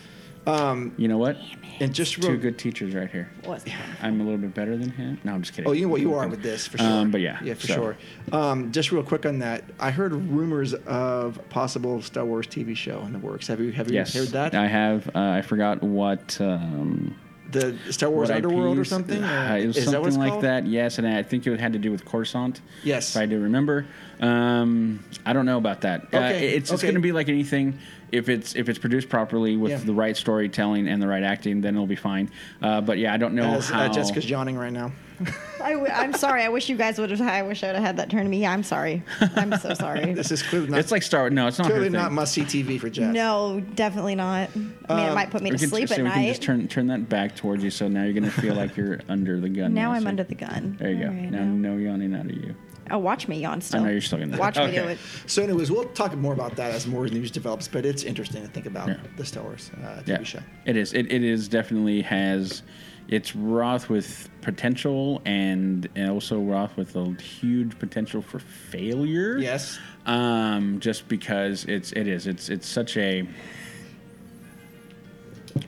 you know what?
And just real,
Two good teachers right here.
What's
I'm a little bit better than him. No, I'm just kidding.
Oh, you know what you are with this for sure.
Um, but yeah,
yeah, for
so.
sure. Um, just real quick on that, I heard rumors of possible Star Wars TV show in the works. Have you have you
Yes,
heard that?
I have. Uh, I forgot what. Um,
the Star Wars
what
Underworld or
IPs?
something?
Uh,
Or
it was
is
something
that what it's
like
called?
that. Yes, and I think it had to do with Coruscant.
Yes.
if I do remember. Um, I don't know about that. Uh,
Okay,
it's it's
okay.
going to be like anything. If it's if it's produced properly with
Yeah.
the right storytelling and the right acting, then it'll be fine. Uh, but yeah, I don't know
As,
how.
uh, Jessica's yawning right now.
<laughs> I w- I'm sorry. I wish you guys would have. I wish I would have had that turn to me. I'm sorry. I'm so
<laughs>
sorry.
This is clearly not
it's like Star. Wars. No, it's not. her
clearly
thing.
not must see TV for Jess.
no, definitely not. I mean, it might put me
Um, We
to
can,
sleep
so
at
we can
night.
just turn turn that back towards you. So now you're going to feel like you're <laughs> under the gun.
now I'm
so-
under the gun.
There you go.
All right,
now,
now-
no yawning out of you.
Oh, watch me yawn still.
I know you're still gonna do
Watch
it.
me do
Okay.
it.
So, anyways, we'll talk more about that as more news develops. But it's interesting to think about
Yeah.
the Star Wars uh, TV
yeah,
show.
It is. It, it is definitely has. It's wrought with potential and, and also wrought with a huge potential for failure.
Yes.
Um, just because it's it is it's it's such a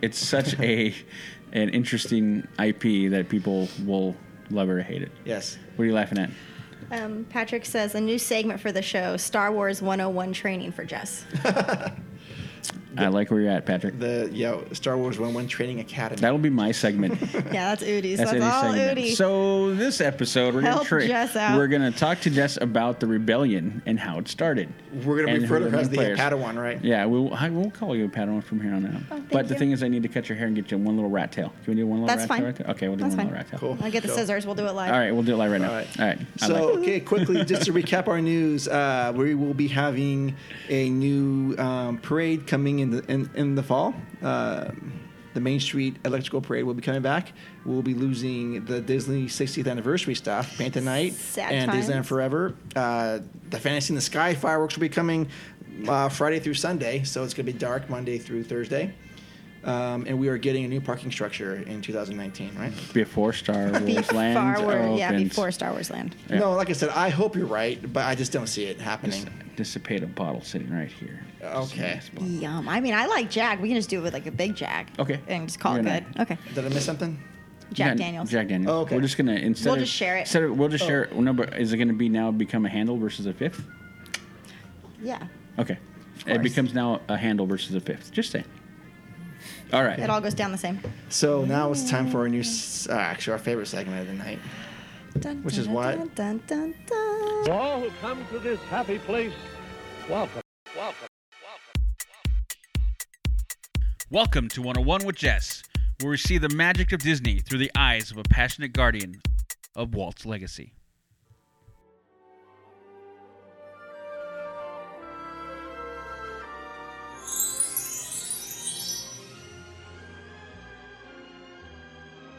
it's such
<laughs>
a an interesting IP that people will love or hate it.
Yes.
What are you laughing at?
Um, Patrick says a new segment for the show: Star Wars 101 training for
<laughs>
Jess.
I like where you're at, Patrick.
The yeah Star Wars One One Training Academy.
That'll be my segment.
<laughs>
yeah, that's Udi's. That's,
Eddie's
all
segment.
Udi.
So this episode, we're gonna
Help
tra-
Jess out.
we're gonna talk to Jess about the rebellion and how it started.
We're gonna
And
refer
who
to
the
her as
main
the
players.
Padawan, right?
Yeah, we'll I will call you a Padawan from here on out.
Oh, thank
but the
you.
thing is, I need to cut your hair and get you one little rat tail. Can we do one little
That's
rat
fine.
tail? Right there? Okay, we'll do
That's
one
fine.
little rat tail.
Cool.
I'll get the
Cool.
scissors. We'll do it live.
All right, we'll do it live right now.
All
All
right.
right. I
So,
like it.
okay,
<laughs>
quickly, just to recap our news, uh, we will be having a new um, parade coming in the in, in the fall. Uh, the Main Street Electrical Parade will be coming back. We'll be losing the Disney 60th anniversary stuff, Paint the Night,
Sad
and
times.
Disneyland Forever. Uh, the Fantasy in the Sky fireworks will be coming uh, Friday through Sunday, so it's going to be dark Monday through Thursday. Um, and we are getting a new parking structure in 2019, right?
before Star Wars
<laughs> Before,
lands opens,
yeah, before Star Wars Land.
Yeah.
No, like I said, I hope you're right, but I just don't see it happening.
Just dissipate a bottle sitting right here. Just
Okay.
a nice bottle.
Yum. I mean, I like Jag. We can just do it with like a big Jag.
Okay.
And just call
You're gonna-
it good. Okay.
Did I miss something?
Jack
Yeah,
Daniels.
Jack Daniels.
Oh, okay. Oh.
We're just gonna instead.
We'll
of-
just share it.
Instead of, we'll just share it. No, but is it gonna be now become a handle versus a fifth?
Yeah.
Okay. It becomes now a handle versus a fifth. Just saying. All right.
It all goes down the same.
So now it's time for our new, s- uh, actually our favorite segment of the night.
Dun,
Which
dun,
is what?
Dun, dun, dun, dun.
all who come to this happy place, welcome, welcome.
Welcome to 101 with Jess, where we see the magic of Disney through the eyes of a passionate guardian of Walt's legacy.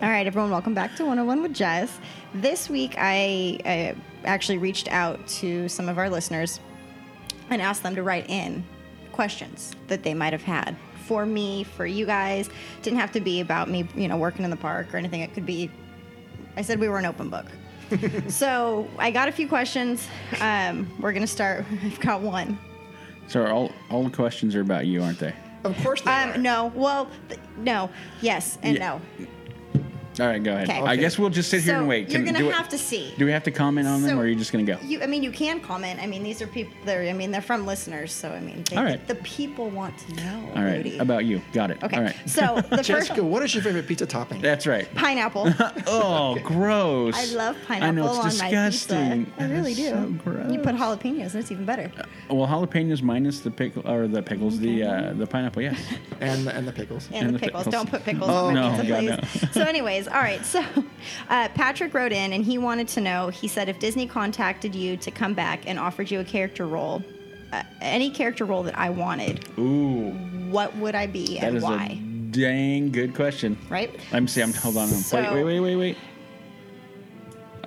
All right, everyone, welcome back to 101 with Jess. This week, I, I actually reached out to some of our listeners and asked them to write in questions that they might have had for me, for you guys. Didn't have to be about me, you know, working in the park or anything. It could be, I said we were an open
<laughs>
book. so I got a few questions. Um, we're going to start. <laughs> I've got one.
So all all the questions are about you, aren't they?
Of course they are.
Um, no, well, th- no, yes, and
Yeah.
no.
All right, go ahead.
Okay.
I guess we'll just sit here
So
and wait.
you're gonna
do we-
have to see.
Do we have to comment on them,
So
or are you just gonna go?
You, I mean, you can comment. I mean, these are people. They're, I mean, they're from listeners, so I mean, they,
All right.
the people want to know.
all right,
Rudy.
about you. Got it.
okay.
All right. <laughs>
So the first
Jessica, what is your favorite pizza topping?
That's right. <laughs>
<laughs> pineapple.
Oh, gross.
I love pineapple
I know it's
on my
disgusting.
pizza. I really do.
That's So gross.
You put jalapenos, and it's even better.
Well, jalapenos minus the pickle or the pickles, the uh, the pineapple.
<laughs>
Yes.
And and the pickles.
And
and, the
the
pickles.
pickles.
Don't put pickles
Oh,
on my
no,
pizza,
God, <laughs>
please. so, anyways, all right. So, uh, Patrick wrote in and he wanted to know. He said if Disney contacted you to come back and offered you a character role, uh, any character role that I wanted,
Ooh,
what would I be
that
and
is
why?
a dang good question.
Right?
I'm see. I'm hold on. wait,
So-
wait, wait, wait, wait.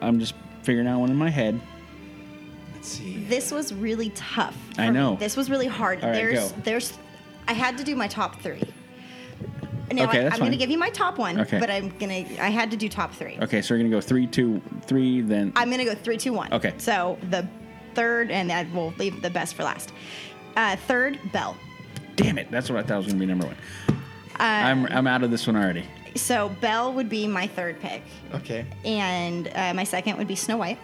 I'm just figuring out one in my head.
Let's see.
This was really tough. for
I
me.
know.
This was really hard.
All right,
there's
go.
there's I had to do my top 3. Now,
Okay,
I,
that's
I'm going
fine.
to give you my top one,
Okay.
but I'm going to I had to do top 3.
Okay, so we're gonna go three, two, three. Then
I'm gonna go three, two, one.
Okay.
So the third, and that will leave the best for last. Uh, third, Bell.
damn it, that's what I thought was gonna be number one.
Uh,
I'm I'm out of this one already.
So Bell would be my third pick,
Okay.
and uh, my second would be Snow White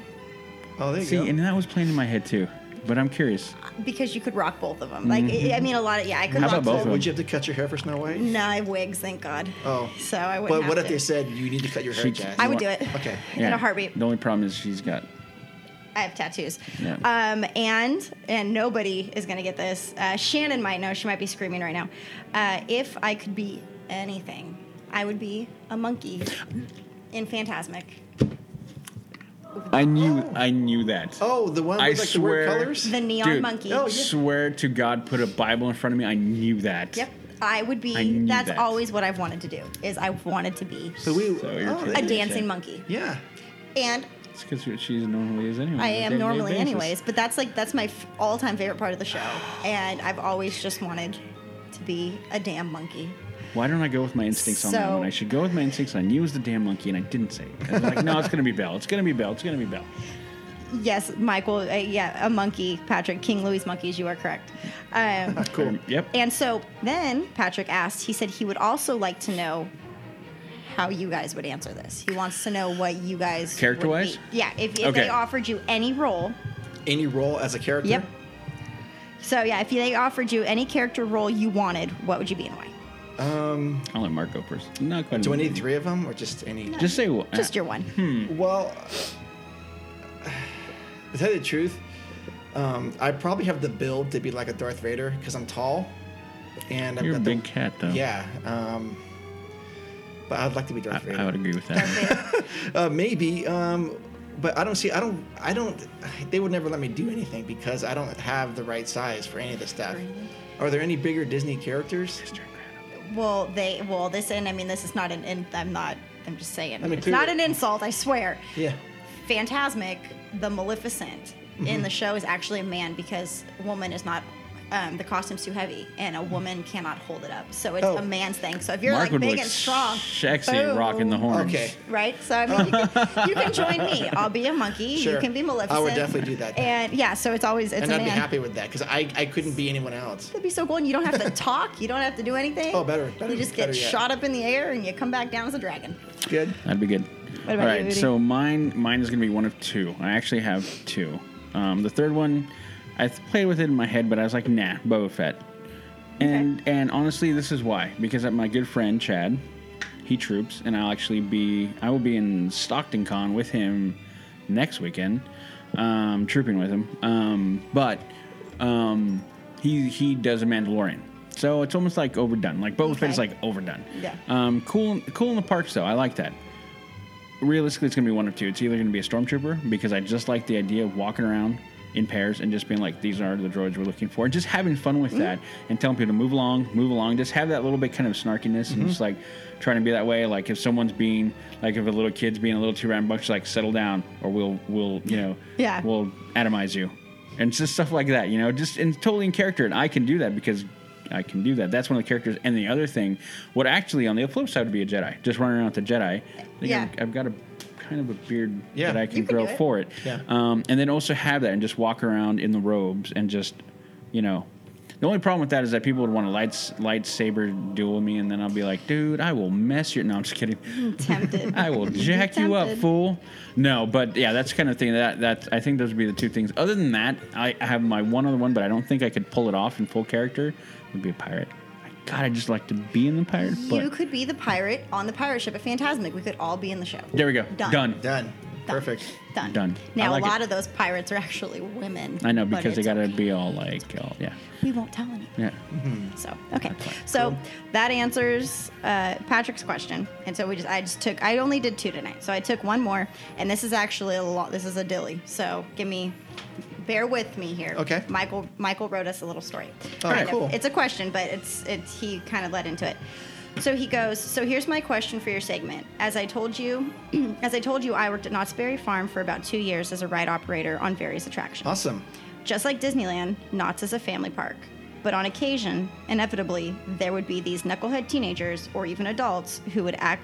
Oh, there you
See,
go.
and that was playing in my head too. But I'm curious.
because you could rock both of them. Like I I mean, a lot of yeah, I could
Mm-hmm. How about
rock
both of
both.
them?
Would you have to cut your hair for Snow White?
No, I have wigs, thank God.
Oh.
So I would.
But what if they said you need to cut your hair,
She-
Jess?
I would do it.
Okay.
<laughs> In
Yeah.
a heartbeat.
The only problem is she's got.
I have tattoos.
Yeah.
Um, and and nobody is gonna get this. Uh, Shannon might know. She might be screaming right now. Uh, if I could be anything, I would be a monkey in Phantasmic.
I knew. I knew that.
Oh, the one with
I
like the weird
swear-
colors.
The neon
Dude.
monkey.
Oh, yeah.
Swear to God, put a Bible in front of me. I knew that.
Yep. I would be.
I knew
that's
that.
always what I've wanted to do. Is I wanted to be
So we.
So you're
oh,
kidding.
there-
a
dance-
dancing monkey,
Yeah.
and
It's because she's normally is anyway.
I
on a
am
day-to-day
normally,
basis.
anyways. But that's like that's my f- all-time favorite part of the show, and I've always just wanted to be a damn monkey.
Why don't I go with my instincts on that
So-
one? I should go with my instincts. I knew it was the damn monkey, and I didn't say it. I was like, no, it's gonna be Belle. It's gonna be Belle. It's gonna be Belle.
Yes, Michael. Uh, yeah, a monkey, Patrick. King Louis monkeys. You are correct. Um,
<laughs> Cool. Yep.
and so then Patrick asked. He said he would also like to know how you guys would answer this. He wants to know what you guys would
Character-wise?
be- Yeah, if, if
Okay.
they offered you any role.
Any role as a character.
Yep. So yeah, if they offered you any character role you wanted, what would you be and why?
Ah.
Um,
I'll let Mark go first. Not quite.
do I need three of them or just any?
Just say what.
Just your one.
Hmm.
Well, <sighs> to tell you the truth, um, I probably have the build to be like a Darth Vader because I'm tall, and I've
You're a
got the-
big cat, though.
Yeah. Um, but I'd like to be
I,
Darth Vader.
I would agree with that.
Uh, maybe. Um, but I don't see. I don't. I don't. They would never let me do anything because I don't have the right size for any of the stuff. Are there any bigger Disney characters?
Well, they well this and I mean this is not an. In, I'm not. I'm just saying.
I mean,
it's not an
clearly-
insult. I swear.
Yeah.
Phantasmic, the Maleficent
Mm-hmm.
in the show is actually a man because a woman is not. Um, the costume's too heavy, and a woman cannot hold it up. So it's
Oh.
a man's thing. So if you're
Mark
like
would
big
look
and strong,
sexy,
boom,
rocking the horns.
Okay.
Right. So I mean, you
<laughs>
can, you can join me. I'll be a monkey. You
Sure.
can be
I would
Maleficent.
definitely do that.
And yeah, so it's always it's
And
a
I'd
man.
be happy with that because I, I couldn't be anyone else.
That'd be so cool. And you
<laughs>
don't have to talk. You don't have to do anything.
Oh, better, better,
you just get
better yet.
shot up in the air and you come back down as a dragon.
Good.
That'd be good.
What about
All
you,
right,
Rudy?
so mine mine is gonna be one of two. I actually have two. Um, the third one I th- played with it in my head, but I was like, nah, Boba Fett. And and honestly, this is why because my good friend Chad, he troops, and I'll actually be I will be in Stockton Con with him next weekend, um, trooping with him. Um, but um, he he does a Mandalorian, so it's almost like overdone. Like Boba Fett is
Okay.
like overdone.
Yeah.
Um, cool cool in the parts though. I like that realistically, it's going to be one of two. It's either going to be a stormtrooper because I just like the idea of walking around in pairs and just being like, these are the droids we're looking for, and just having fun with that and telling people to move along, move along. Just have that little bit kind of snarkiness and just like trying to be that way. Like if someone's being like if a little kid's being a little too rambunctious, like settle down or we'll we'll you know
Yeah.
we'll atomize you. And it's just stuff like that, you know, just and totally in character. And I can do that because I can do that. That's one of the characters. And the other thing, what actually on the flip side would be a Jedi, just running around with the Jedi. I think
Yeah.
I've- I've got a kind of a beard
Yeah.
that I
You
can
can
grow
do it.
for it.
Yeah.
Um, and then also have that and just walk around in the robes and just, you know. The only problem with that is that people would want to lights lightsaber duel me, and then I'll be like, "Dude, I will mess your." No, I'm just kidding. <laughs>
Tempted.
I
<laughs>
will jack you up,
Tempted.
fool. No, but yeah, that's the kind of thing that that I think those would be the two things. Other than that, I I have my one other one, but I don't think I could pull it off in full character. Would be a pirate. God, I just like to be in the pirate. But
you could be the pirate on the pirate ship at Phantasmic. We could all be in the show.
there we go.
Done.
Done.
Done. Perfect.
Done.
Done. I
Now
like
a lot
it.
of those pirates are actually women.
I know
but
because they
it's
gotta
okay.
be all like, all, yeah,
We won't tell anyone.
yeah.
So okay, so that answers uh, Patrick's question, and so we just I just took I only did two tonight, so I took one more, and this is actually a lot. This is a dilly, so give me, bear with me here.
Okay.
Michael Michael wrote us a little story.
All right,
Kind of.
cool.
It's a question, but it's it's he kind of led into it. So he goes. So here's my question for your segment. As I told you, <clears throat> as I told you, I worked at Knott's Berry Farm for about two years as a ride operator on various attractions.
Awesome.
Just like Disneyland, Knott's is a family park. But on occasion, inevitably, there would be these knucklehead teenagers or even adults who would act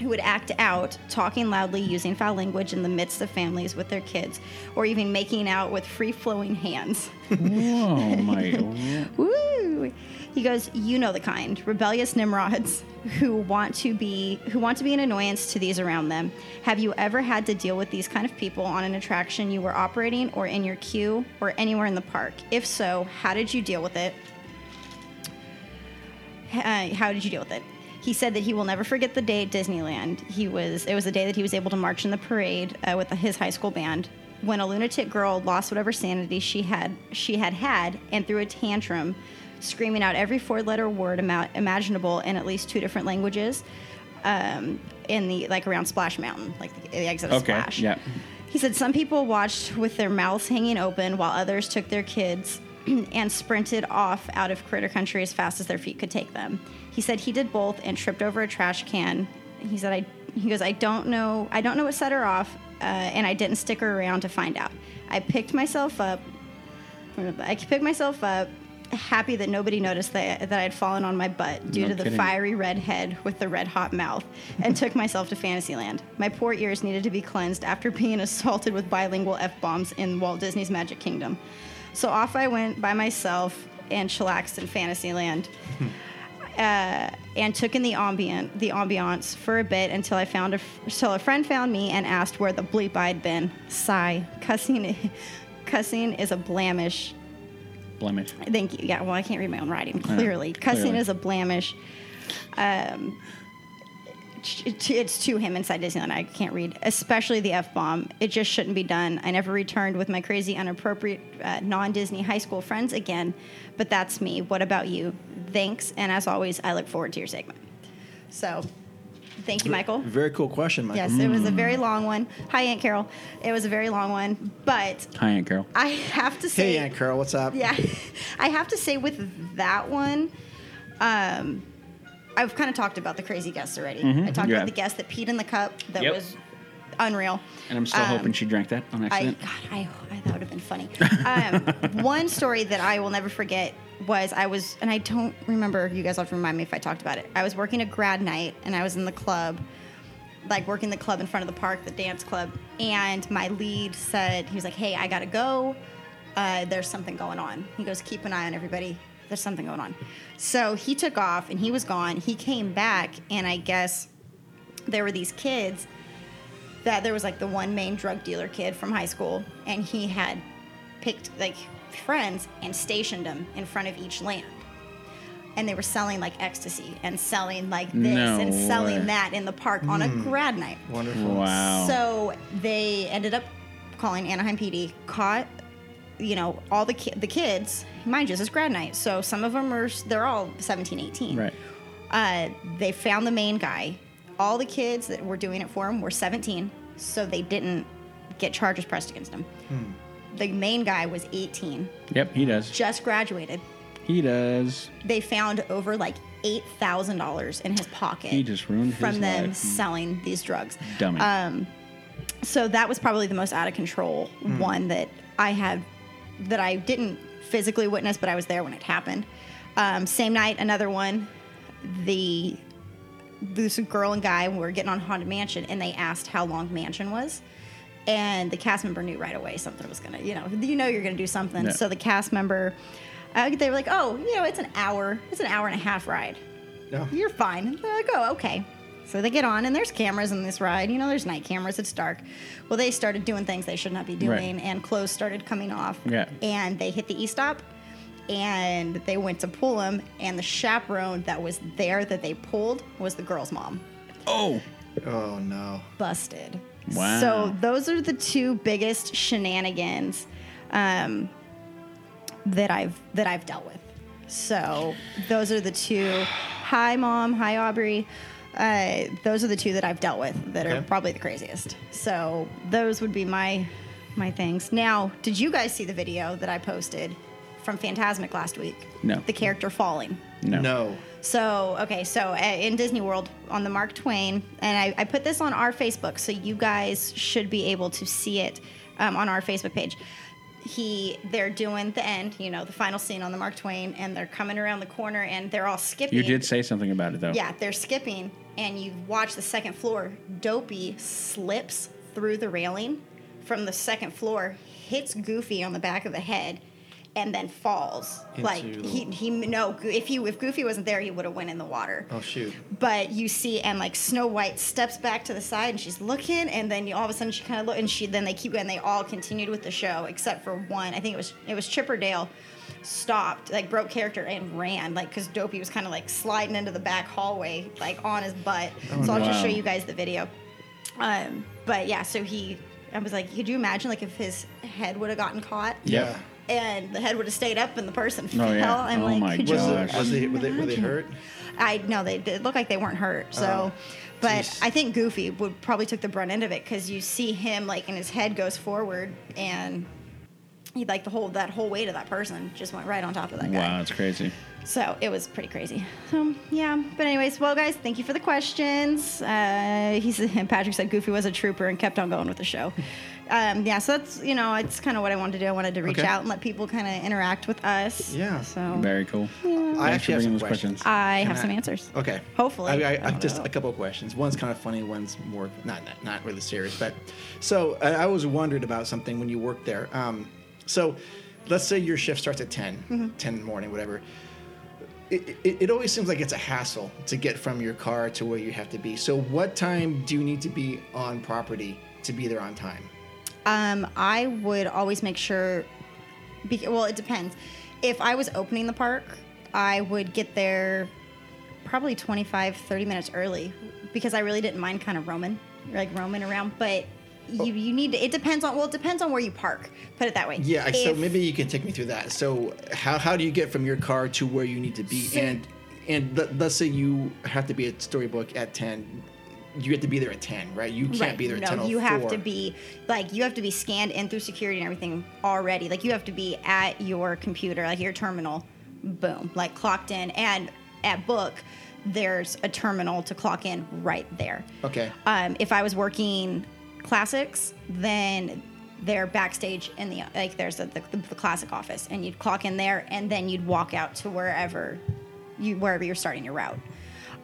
who would act out, talking loudly, using foul language in the midst of families with their kids, or even making out with free-flowing hands.
Whoa, Oh my! <laughs>
Woo! He goes, you know the kind, rebellious nimrods who want to be who want to be an annoyance to these around them. Have you ever had to deal with these kind of people on an attraction you were operating or in your queue or anywhere in the park? If so, how did you deal with it? uh, how did you deal with it? He said that he will never forget the day at Disneyland. He was it was the day that he was able to march in the parade uh, with his high school band when a lunatic girl lost whatever sanity she had she had had and threw a tantrum, screaming out every four-letter word ima- imaginable in at least two different languages, um, in the like around Splash Mountain, like the, the exit of
Okay,
Splash.
yeah.
He said some people watched with their mouths hanging open while others took their kids <clears throat> and sprinted off out of critter country as fast as their feet could take them. He said he did both and tripped over a trash can. He said I he goes I don't know I don't know what set her off uh, and I didn't stick her around to find out. I picked myself up I picked myself up, happy that nobody noticed that, that I had fallen on my butt due
No
to the
kidding.
fiery red head with the red hot mouth, and
<laughs>
took myself to Fantasyland. My poor ears needed to be cleansed after being assaulted with bilingual f bombs in Walt Disney's Magic Kingdom. So off I went by myself and chillaxed in Fantasyland and took in the ambient the ambiance for a bit until I found a until a friend found me and asked where the bleep I'd been. Sigh, cussing, <laughs> cussing is a blemish.
Blemish.
Thank you. Yeah. Well, I can't read my own writing. Clearly, cussing
clearly.
is a blemish. Um, it- it's to him inside Disneyland. I can't read, especially the f bomb. It just shouldn't be done. I never returned with my crazy, inappropriate, uh, non-Disney high school friends again. But that's me. What about you? Thanks, and as always, I look forward to your segment. So, thank you, Michael.
Very cool question, Michael.
Yes, it was a very long one. Hi, Aunt Carol. It was a very long one, but
Hi, Aunt Carol.
I have to say,
Hey, Aunt Carol, what's up?
yeah, <laughs> I have to say with that one, um, I've kind of talked about the crazy guests already. I talked
you
about
have.
the guest that peed in the cup that
Yep.
was unreal.
And I'm still
Um,
hoping she drank that on
I
accident.
God, I, I that would have been funny. Um, one story that I will never forget was I was, and I don't remember. You guys have to remind me if I talked about it. I was working a grad night, and I was in the club, like working the club in front of the park, the dance club. And my lead said he was like, "Hey, I gotta go. Uh, there's something going on." He goes, "Keep an eye on everybody. There's something going on." So he took off, and he was gone. He came back, and I guess there were these kids that there was like the one main drug dealer kid from high school, and he had picked like friends and stationed them in front of each lamp. And they were selling like ecstasy and selling like this
No
and selling
way.
that in the park on a grad night.
Wow.
So they ended up calling Anaheim PD, caught, you know, all the ki- the kids. Mind you, this is grad night, so some of them are they're all 17, 18.
right.
Uh, they found the main guy. All the kids that were doing it for him were 17, so they didn't get charges pressed against him. The main guy was 18,
Yep, he does.
just graduated.
He does.
They found over like eight thousand dollars in his pocket.
He just ruined his
from them
life. hmm.
selling these drugs.
Dummy.
Um, so that was probably the most out of control one that I had that I didn't physically witness, but I was there when it happened. Um, same night, another one. The this girl and guy were getting on Haunted Mansion, and they asked how long Mansion was, and the cast member knew right away something was gonna, you know, you know you're gonna do something.
Yeah.
So the cast member, uh, they were like, oh, you know, it's an hour, it's an hour and a half ride
Yeah.
you're fine. And they're like, oh, okay. So they get on, and there's cameras in this ride. You know, there's night cameras. It's dark. Well, they started doing things they should not be doing, and clothes started coming off.
Yeah.
And they hit the e stop, and they went to pull him, and the chaperone that was there that they pulled was the girl's mom.
oh,
Oh no.
Busted.
Wow.
So those are the two biggest shenanigans um, that I've that I've dealt with. So those are the two. Hi, mom. Hi, Aubrey. Uh, those are the two that I've dealt with that are
Okay.
probably the craziest. So those would be my my things. Now, did you guys see the video that I posted from Phantasmic last week?
No.
The character falling.
no.
No.
So, okay, so uh, in Disney World on the Mark Twain, and I, I put this on our Facebook, so you guys should be able to see it um, on our Facebook page. He, they're doing the end, you know, the final scene on the Mark Twain, and they're coming around the corner and they're all skipping.
You did say something about it, though.
Yeah, they're skipping, and you watch the second floor. Dopey slips through the railing from the second floor, hits Goofy on the back of the head, and then falls. like
the-
he, he no, Go- if he if Goofy wasn't there, he would have went in the water.
Oh shoot.
But you see, and like Snow White steps back to the side, and she's looking, and then you, all of a sudden she kind of look, and she then they keep going. They all continued with the show except for one. I think it was it was Chipperdale stopped, like broke character and ran, like because Dopey was kind of like sliding into the back hallway, like on his butt. so I'll just show
Oh, Wow.
you guys the video. Um, but yeah, so he, I was like, could you imagine like if his head would have gotten caught?
Yep.
And the head would have stayed up, and the person fell.
Oh, yeah.
I'm
Oh,
like,
my
could you
Was,
Gosh.
it, was they, were, they, were they hurt?
I no, they it looked like they weren't hurt. So,
Oh,
but I think Goofy would probably took the brunt end of it because you see him like, and his head goes forward, and he like the whole that whole weight of that person just went right on top of that guy.
Wow, that's crazy.
So it was pretty crazy. So yeah, but anyways, well guys, thank you for the questions. Uh, he said <laughs> Patrick said Goofy was a trooper and kept on going with the show. Um, yeah, so that's you know it's kind of what I wanted to do. I wanted to reach
Okay.
out and let people kind of interact with us.
Yeah.
So
Very cool.
I
Thanks for
actually have
bringing
some
those
questions.
questions.
I
Can
have
I-
some answers.
Okay.
Hopefully.
I, I,
I
I
don't
just
know.
a couple of questions. One's kind of funny. One's more not not, not really serious. But so I, I always wondered about something when you worked there. Um, so let's say your shift starts at 10,
Mm-hmm.
10 in the morning, whatever. It, it, it always seems like it's a hassle to get from your car to where you have to be. So what time do you need to be on property to be there on time?
Um, I would always make sure. Be, well, it depends. If I was opening the park, I would get there probably 25, 30 minutes early because I really didn't mind kind of roaming, like roaming around. But
Oh.
you, you need to, it depends on, well, it depends on where you park. Put it that way.
Yeah. so
If-
maybe you can take me through that. So how, how do you get from your car to where you need to be?
So-
and and let, let's say you have to be at Storybook at ten. You have to be there at ten, right? You can't
Right.
be there at ten. oh
No, you have to be like you have to be scanned in through security and everything already. Like you have to be at your computer, like your terminal, boom, like clocked in. And at book, there's a terminal to clock in right there.
Okay.
Um, if I was working classics, then they're backstage in the like there's a, the, the classic office, and you'd clock in there, and then you'd walk out to wherever you wherever you're starting your route.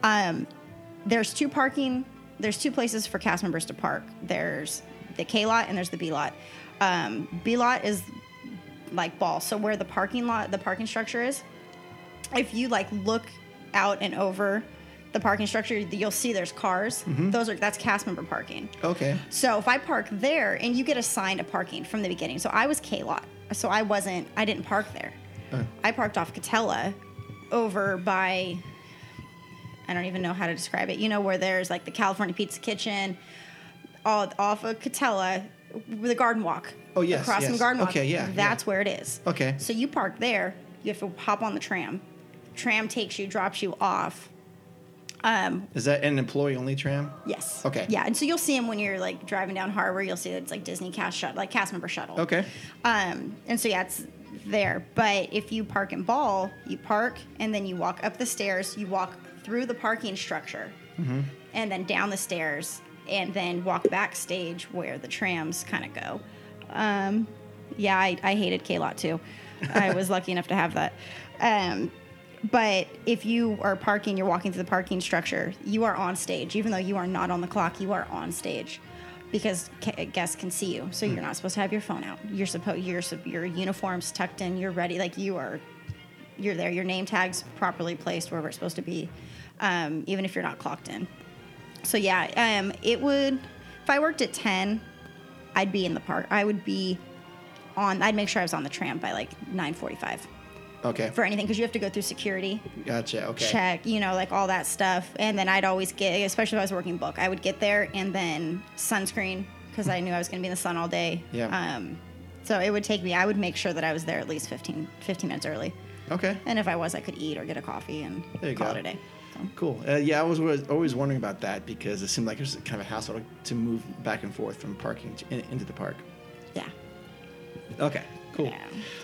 Um, there's two parking. There's two places for cast members to park. There's the K lot and there's the B lot. Um, B lot is like ball, so where the parking lot, the parking structure is. If you like look out and over the parking structure, you'll see there's cars. Those are that's cast member parking.
okay.
So if I park there and you get assigned a parking from the beginning. So I was K lot. so I wasn't. I didn't park there.
Uh.
I parked off Catella, over by. I don't even know how to describe it. You know where there's like the California Pizza Kitchen, all off of Catella, with the Garden Walk.
Oh, yes,
across from
yes.
Garden Walk.
Okay, yeah,
That's
yeah.
where it is.
Okay.
So you park there. You have to hop on the tram. Tram takes you, drops you off. Um,
Is that an employee only tram?
Yes.
Okay.
Yeah, and so you'll see them when you're like driving down Harbor. You'll see that it's like Disney cast shuttle, like cast member shuttle.
Okay.
Um, and so yeah, it's there. But if you park in Ball, you park and then you walk up the stairs. You walk through the parking structure,
Mm-hmm.
and then down the stairs, and then walk backstage where the trams kind of go. Um, yeah, I, I hated K Lot too. I was lucky enough to have that. Um, but if you are parking, you're walking through the parking structure, you are on stage. Even though you are not on the clock, you are on stage because ca- guests can see you. So you're not supposed to have your phone out. You're supposed your sup- your uniforms tucked in. You're ready. Like you are, you're there. Your name tags properly placed wherever it's supposed to be, um, even if you're not clocked in. So yeah, um, it would. If I worked at ten, I'd be in the park. I would be on. I'd make sure I was on the tram by like nine forty-five
Okay.
for anything because you have to go through security
Gotcha. Okay.
check, you know, like all that stuff. And then I'd always get, especially if I was working book, I would get there and then sunscreen because I knew I was going to be in the sun all day.
Yeah.
Um, so it would take me, I would make sure that I was there at least 15, 15 minutes early.
Okay.
And if I was, I could eat or get a coffee and
There you
call
go.
it a day. So,
Cool. Uh, yeah, I was always- always wondering about that because it seemed like it was kind of a hassle to move back and forth from parking to, in, into the park.
yeah.
Okay. Cool.
Yeah.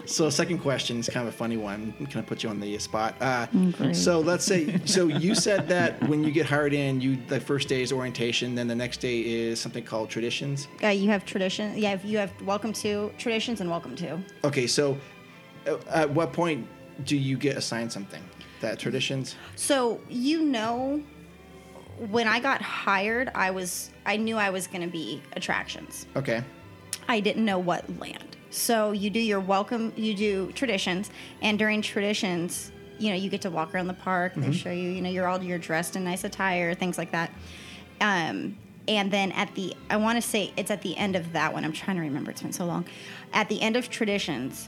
So, second question is kind of a funny one. Kind of put you on the spot. Uh, so, let's say, so you said that when you get hired in, you the first day is orientation, then the next day is something called traditions.
Uh, you have tradition. Yeah, you have welcome to traditions and welcome to.
Okay, so uh, at what point do you get assigned something? That traditions?
So you know, when I got hired, I was I knew I was going to be attractions.
Okay.
I didn't know what land. So you do your welcome, you do traditions, and during traditions, you know, you get to walk around the park. They show you, you know, you're all you're dressed in nice attire, things like that. Um, and then at the, I want to say it's at the end of that one. I'm trying to remember. It's been so long. At the end of traditions,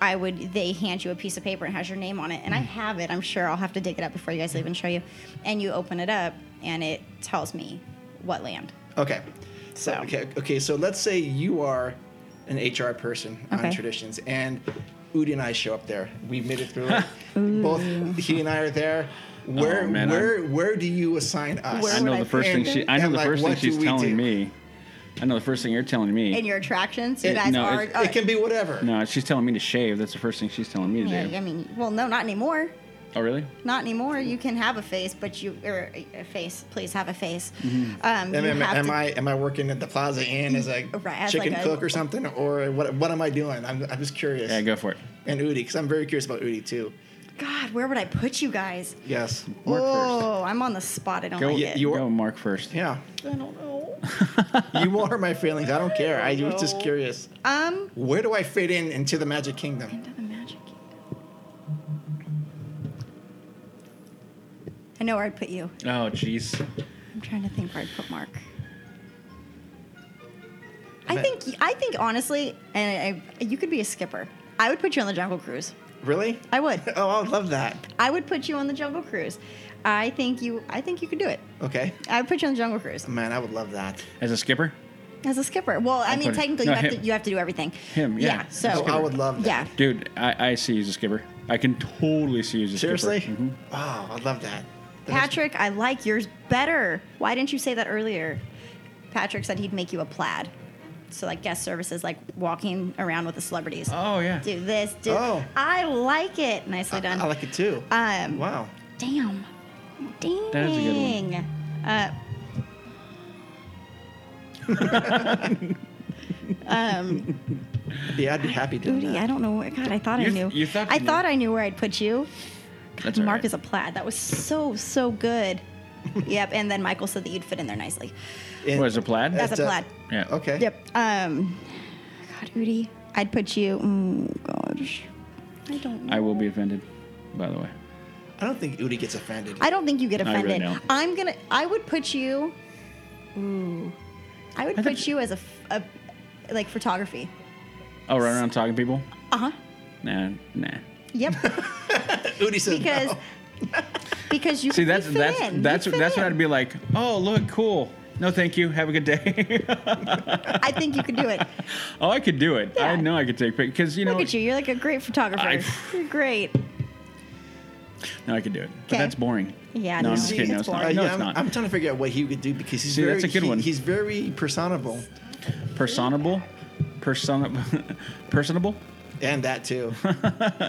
I would they hand you a piece of paper and it has your name on it, and I have it. I'm sure I'll have to dig it up before you guys leave and show you. And you open it up, and it tells me what land.
Okay. So,
So-
okay, okay, so let's say you are an HR person on
Okay.
traditions and Udi and I show up there. We've made it
<laughs>
through it. Both he and I are there. Where
Oh, man,
where where do you assign us?
Where
I
would
know
I
the first thing
find them?
she. I know
And,
the
like,
first thing
what do
she's
we do?
telling me. I know the first thing you're telling
And
me.
your attractions, you
It-
guys
no,
are.
it's-
It can be whatever.
No, she's telling me to shave. That's the first thing she's telling me to
Yeah,
do.
I mean, well, no, not anymore.
Oh, really?
Not anymore. You can have a face, but you or a face. Please have a face. Um,
Mm-hmm. Am,
you
am-
have
am
to-
I am I working at the Plaza Inn as a
Right, as
chicken
like a-
cook or something, or what? What am I doing? I'm, I'm just curious.
Yeah, go for it.
And Udi, because I'm very curious about Udi too.
God, where would I put you guys?
Yes.
Mark first.
Oh, I'm on the spot. I don't
Go,
like
yeah,
it.
you-
go Mark first.
Yeah. I don't know. you are my feelings. I don't care.
<laughs>
I was just curious.
um,
Where do I fit in into the Magic Kingdom?
into the Magic Kingdom. I know where I'd put you.
Oh, jeez.
I'm trying to think where I'd put Mark. I
Bet.
think I think honestly, and I, you could be a skipper. I would put you on the Jungle Cruise.
Really?
I would.
<laughs> Oh, I would love that.
I would put you on the Jungle Cruise. I think you. I think you could do it.
Okay.
I would put you on the Jungle Cruise
Man, I would love that.
As a skipper?
as a skipper. Well, I,
I'd
mean,
put-
technically,
no,
you have
him.
to you have to do everything.
Him, yeah.
so
Oh, I would love
Yeah.
that.
Dude, I, I see you as a skipper. I can totally see you as a
Seriously?
skipper. Mm-hmm.
Oh, I'd love that. That makes-
Patrick, I like yours better. Why didn't you say that earlier? Patrick said he'd make you a plaid. So like guest services, like walking around with the celebrities.
Oh, yeah.
Do this. Do.
Oh.
I like it. Nicely done.
I like it too.
Um,
wow.
Damn. Dang.
That is a good one.
Uh,
Yeah, I'd be happy doing
Booty,
that.
I don't know. where- God, I thought I
You th-
knew.
you thought
I
you
thought
knew.
I knew where I'd put you.
That's all
Mark
right.
is a plaid. That was so so
<laughs>
good. yep. And then Michael said that you'd fit in there nicely
And-
What, as a plaid?
as a
That's a-
plaid.
yeah.
Okay.
Yep. Um. God, Udi, I'd put you. Mm, gosh, I don't. Know.
I will be offended, by the way.
I don't think Udi gets offended. <laughs>
I don't think you get
I really
offended.
don't.
I'm gonna. I would put you. Ooh. I would
I
put
thought-
you as a, f- a- like photography.
Oh, run around talking to people?
Uh huh.
Nah, nah. <laughs>
Yep.
Udi says
Because.
no.
Because you
See,
you
that's
fit
that's
in. You
that's
fit
that's what
in.
I'd be like. Oh, look, cool. No, thank you. Have a good day. <laughs>
I think you could do it.
oh, I could do it. I
Yeah.
know I could take pictures because you know.
Look at you. You're like a great photographer.
I-
You're great.
No, I could do it. But
Okay.
that's boring.
Yeah,
no,
no,
I'm just kidding. No,
it's
it's not.
boring.
No,
yeah,
it's
I'm,
not.
I'm trying to figure out what he would do because he's
See,
very
that's a good
he-
one.
He's very personable,
personable, persona, <laughs> personable,
and that
<laughs>
too.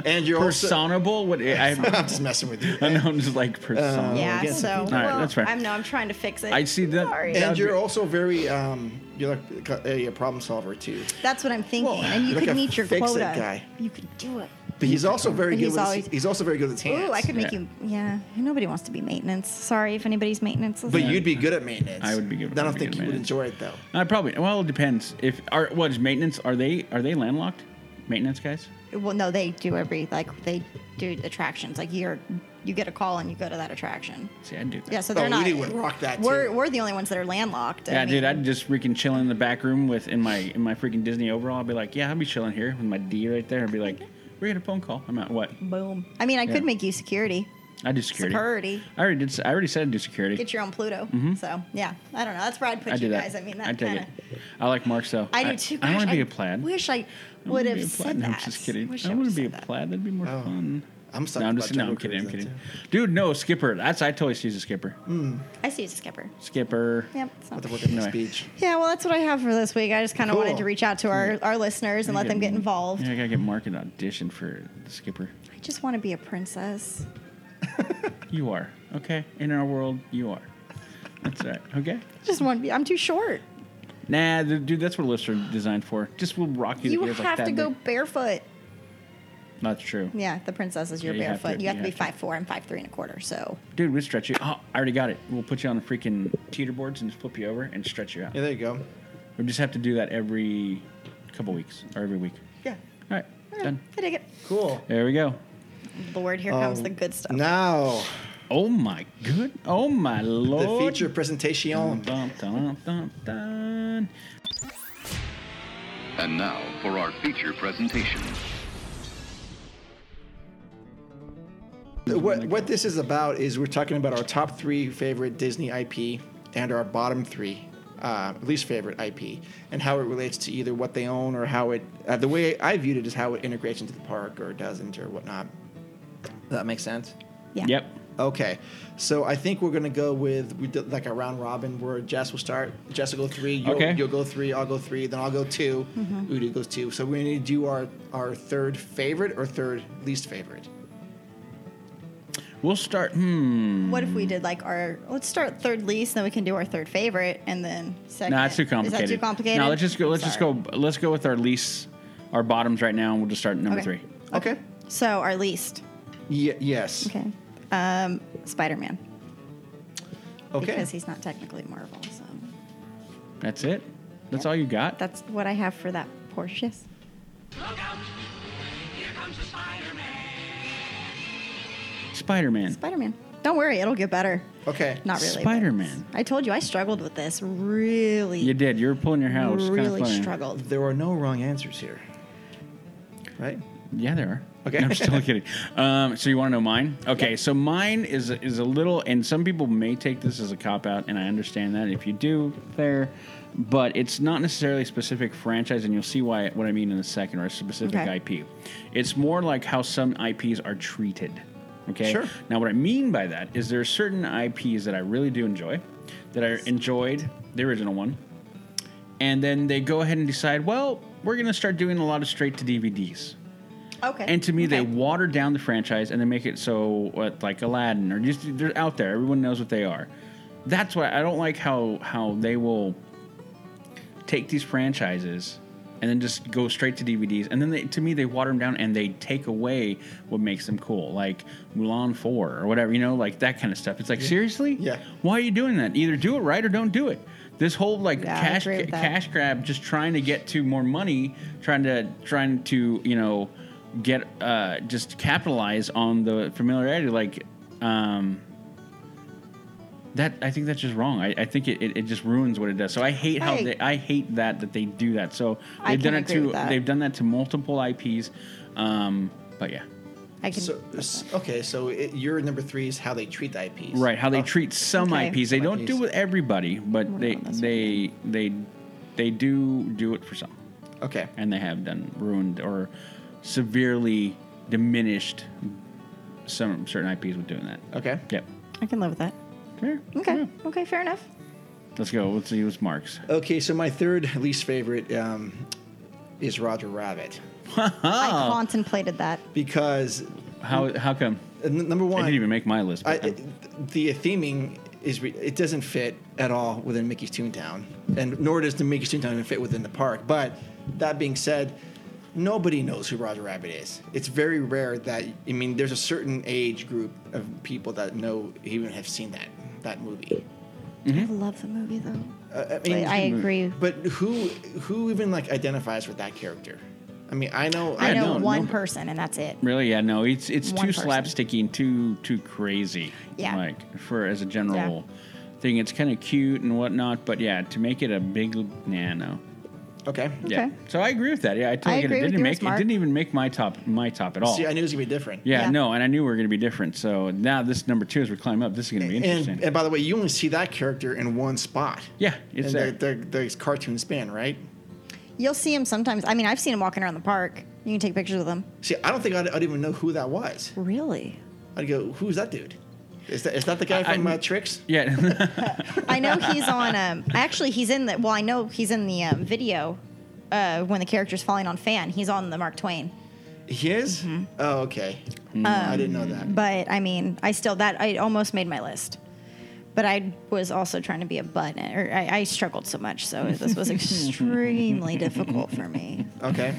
and you're also.
personable. What I,
<laughs>
<laughs>
I'm just messing with you.
I know, I'm just
<laughs>
like personable.
Uh, Yeah.
again,
So.
All right,
well,
that's fair.
I'm no. I'm trying to fix it.
I see that-
Sorry.
that-
And you're also very um, you're like a, a problem solver too.
that's what I'm thinking.
Well,
and you
like
could
a
meet your
fix-it
quota.
guy.
You could do it.
But he's also very
And
good.
he's
with
always-
his, he's also very good with his hands.
Ooh, I could make
Yeah.
you. Yeah. Nobody wants to be maintenance. Sorry if anybody's maintenance.
But
listening.
you'd be good at maintenance.
I would be good-
I don't
I'd be
think
good
you
at
would
maintenance.
enjoy it though.
I probably. Well, it depends. If are what is maintenance? Are they are they landlocked? Maintenance guys.
Well, no, they do every like they do attractions. Like you're, you get a call and you go to that attraction.
See, I'd do that.
Yeah, so
Oh,
they're not.
Woody would rock that,
We're
too.
we're the only ones that are landlocked. I
Yeah, dude,
mean,
I'd just freaking chill in the back room with in my in my freaking Disney overall. I'd be like, yeah, I'll be chilling here with my D right there, and be like, we get a phone call. I'm at what?
boom. I mean, I
Yeah.
could make you security,
I do security.
security.
I already did. I already said I do security.
Get your own Pluto. So yeah, I don't know. That's where I'd put
Mm-hmm. I do
you
that.
guys. I mean,
I
that
take
kind
it.
of.
I like Marks though.
I do too.
I, want
Gosh,
to be a plaid.
Wish I
I
would
wanna
have
be a plaid.
said
No,
that.
I'm just kidding.
Wish
I
would've
want to be a
said that.
plaid. That'd be more fun.
I'm stuck
No, I'm
about
just no. I'm
Jungle
kidding. I'm
Cruise,
kidding.
though, too.
Dude, no skipper. That's I totally see a skipper.
Mm. I see you, Skipper.
Skipper.
Yep.
What the
So.
work of my
Anyway.
speech.
Yeah, well, that's what I have for this week. I just kind of wanted
Cool.
to reach out to our, our listeners and let them get involved.
Yeah, I gotta get Mark an audition for the skipper.
I just want to be a princess.
You are okay in our world. You are. That's all right. Okay.
Just want to be. I'm too short.
Nah, th- dude, that's what lifts are designed for. Just will rock you.
You
the ears
have
like that
to go
big.
barefoot.
That's true,
Yeah, the princess is your
Yeah, you have
barefoot.
to-
you have
you
to be
have to.
five four and five three and a quarter. So
dude. We stretch you. Oh, I already got it. We'll put you on the freaking teeter boards and just flip you over and stretch you out.
Yeah, there you go.
We just have to do that every couple weeks or every week.
Yeah.
All right, done.
I dig it.
Cool.
There we go.
Lord, here comes the good stuff.
Now
Oh my good. Oh my
the
lord.
feature presentation.
Dun, dun, dun, dun, dun.
And now for our feature presentation.
What what this is about is we're talking about our top three favorite Disney IP and our bottom three uh, least favorite IP and how it relates to either what they own or how it uh, the way I viewed it is how it integrates into the park or doesn't or whatnot. Does that make sense?
Yeah.
Yep.
Okay, so I think we're gonna go with we did like a round robin where Jess will start. Jess will go three. You'll,
Okay.
you'll go three. I'll go three. Then I'll go 2
Mm-hmm.
Udo goes two. So we're gonna do our our third favorite or third least favorite.
We'll start. Hmm.
What if we did like our? Let's start third least, then we can do our third favorite, and then second.
No, nah, it's too complicated.
Is that too complicated?
No, let's just go. Let's just
Sorry.
go. Let's go with our least, our bottoms right now, and we'll just start at number
Okay.
three.
Okay.
So our least.
Ye- yes.
Okay. Um, Spider Man.
Okay.
Because he's not technically Marvel, so
That's it. That's all you got.
that's what I have for that Porsche. Yes.
Spider Man.
Spider Man. Don't worry, it'll get better.
okay.
Not really. but
Spider-Man.
I told you I struggled with this. Really.
You did. You were pulling your hair, which is kind of
really
funny.
struggled.
There are no wrong answers here. Right?
Yeah, there are.
Okay.
No, I'm still kidding. Um, so you want to know mine? Okay, so mine is is a little, and some people may take this as a cop out, and I understand that if you do, there, but it's not necessarily a specific franchise, and you'll see why what I mean in a second, or a specific
Okay.
IP. It's more like how some IPs are treated. Okay.
Sure.
Now, what I mean by that is there are certain IPs that I really do enjoy, that I enjoyed the original one, and then they go ahead and decide, well, we're going to start doing a lot of straight to DVDs.
Okay.
And to me, they
Okay.
water down the franchise and they make it so what, like Aladdin or just they're out there. Everyone knows what they are. That's why I don't like how how they will take these franchises and then just go straight to DVDs. And then they, to me, they water them down and they take away what makes them cool, like Mulan Four or whatever. You know, like that kind of stuff. It's like seriously,
Yeah.
Why are you doing that? Either do it right or don't do it. This whole like
Yeah, I
cash
agree with that.
cash grab, just trying to get to more money, trying to trying to you know get uh, just capitalize on the familiarity. Like, um, That I think that's just wrong. I, I think it, it, it just ruins what it does. So I hate how
Right.
they, I hate that that they do that. So they've
I can
done it
agree
to
with that.
they've done that to multiple IPs. Um, but yeah,
I can.
So, s- okay, so it, your number three is how they treat the IPs.
right. How they
Oh,
treat some
Okay.
IPs, they
Some
don't do
IPs.
with everybody, but
Well,
they
that's
they they they do do it for some,
Okay.
and they have done ruined or severely diminished some certain IPs with doing that.
Okay.
Yep.
I can live with that.
Fair.
Okay.
Yeah.
Okay. Fair enough.
Let's go. Let's see what's Mark's.
Okay, so my third least favorite um, is Roger Rabbit
Oh.
I contemplated that.
because uh,
How how come?
n- number
I
one,
didn't even make my list.
I,
but-
it, the uh, theming is re- it doesn't fit at all within Mickey's Toontown, and nor does the Mickey's Toontown even fit within the park. But that being said, nobody knows who Roger Rabbit is. It's very rare that I mean, there's a certain age group of people that know even have seen that that movie.
I love the movie though.
Uh, I
I,
mean,
I agree.
but who who even like identifies with that character? I mean, I know
I know
no,
one
no.
person, and that's it.
Really? Yeah, no. It's it's
One
too
person.
slapsticky and too too crazy.
Yeah.
Like for as a general thing, it's kind of cute and whatnot, but yeah, to make it a big nah, no.
Okay.
Yeah.
Okay.
So I agree with that. Yeah, I totally
I
get it.
agree
It
with
didn't
yours,
make
Mark.
it didn't even make my top my top at all.
See, I knew it was gonna be different.
yeah,
Yeah.
no, and I knew we were going to be different. So now this number two, as we climb up, this is going to be interesting.
And, and by the way, you only see that character in one spot.
yeah, it's
in
there.
the, the, the cartoon span, right?
You'll see him sometimes. I mean, I've seen him walking around the park. You can take pictures with him.
See, I don't think I'd, I'd even know who that was.
Really?
I'd go, who's that dude? Is that, is that the guy
I-
from uh, Tricks?
yeah, <laughs>
I know he's on. Um, actually, he's in the. Well, I know he's in the um, video uh, when the character's falling on Fan. He's on the Mark Twain.
He is? Oh, okay. I didn't know that.
But I mean, I still that I almost made my list. But I was also trying to be a butt, or I, I struggled so much, so
<laughs>
this was extremely difficult for me.
Okay.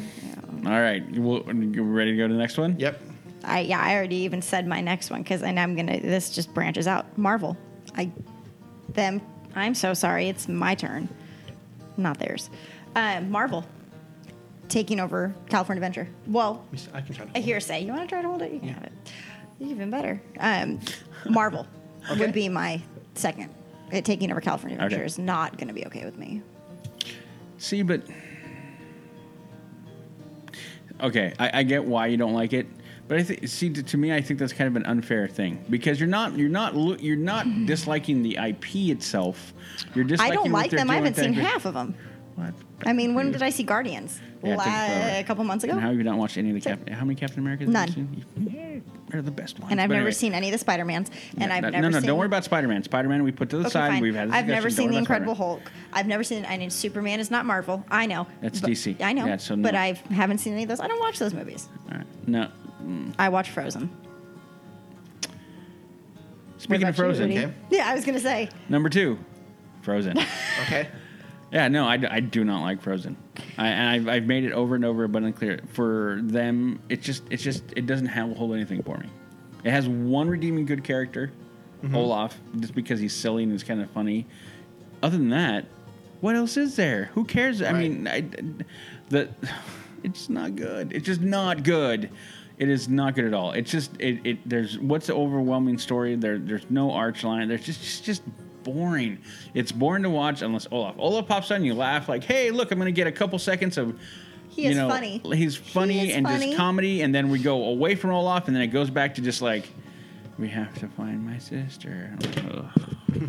all right. Well, you ready to go to the next one?
Yep.
I yeah, I already even said my next one because and I'm gonna this just branches out. Marvel, I them. I'm so sorry. It's my turn, not theirs. Uh, Marvel taking over California Adventure. Well,
I can try to.
a hearsay. You want to try to hold it? You can have it. Even better. Um, Marvel would be my second. It taking over California Adventure
Okay.
is not going to be okay with me.
See, but okay, I, I get why you don't like it, but I think see to, to me, I think that's kind of an unfair thing because you're not you're not lo- you're
<laughs>
not disliking the IP itself. You're
I
disliking.
don't
what
like
they're
them. I
doing
haven't
with
seen
that-
half of them.
What?
I mean, when did I see Guardians?
Yeah, it took
La-
forever.
a couple months ago.
And how have you not watched any of the Captain? How many Captain Americas? have you
None.
seen? They're the best ones.
and I've
But
never
anyway.
seen any of the Spider Mans, and
Yeah,
I've
that-
never
no, no.
seen,
Don't worry about Spider-Man. Spider-Man, we put to the
Okay,
side.
fine.
We've had. this
I've never
discussion.
seen
Don't
the
worry about
Incredible
Spider-Man.
Hulk. I've never seen. I mean, Superman is not Marvel. I know.
That's
But-
DC.
I know.
Yeah, so
But
no.
I haven't seen any of those. I don't watch those movies.
All right. No.
I watch Frozen.
Speaking of
about you,
Frozen,
Woody?
Okay.
Yeah, I was gonna say.
number two,
<laughs>
Frozen.
Okay.
Yeah, no, I, d- I do not like Frozen. I, and I've, I've made it over and over abundantly clear. For them, it's just it's just it doesn't have, hold anything for me. It has one redeeming good character,
Mm-hmm.
Olaf, just because he's silly and is kind of funny. Other than that, what else is there? Who cares? I mean, I, the it's not good. It's just not good. It is not good at all. It's just it, it there's what's the overwhelming story? There there's no arch line. There's just just just boring. It's boring to watch unless Olaf. Olaf pops on, you laugh like, hey, look, I'm gonna get a couple seconds of
He
you
is
know,
funny.
He's funny
He is
and
funny.
just comedy, and then we go away from Olaf, and then it goes back to just like, we have to find
<laughs>
my sister. Ugh.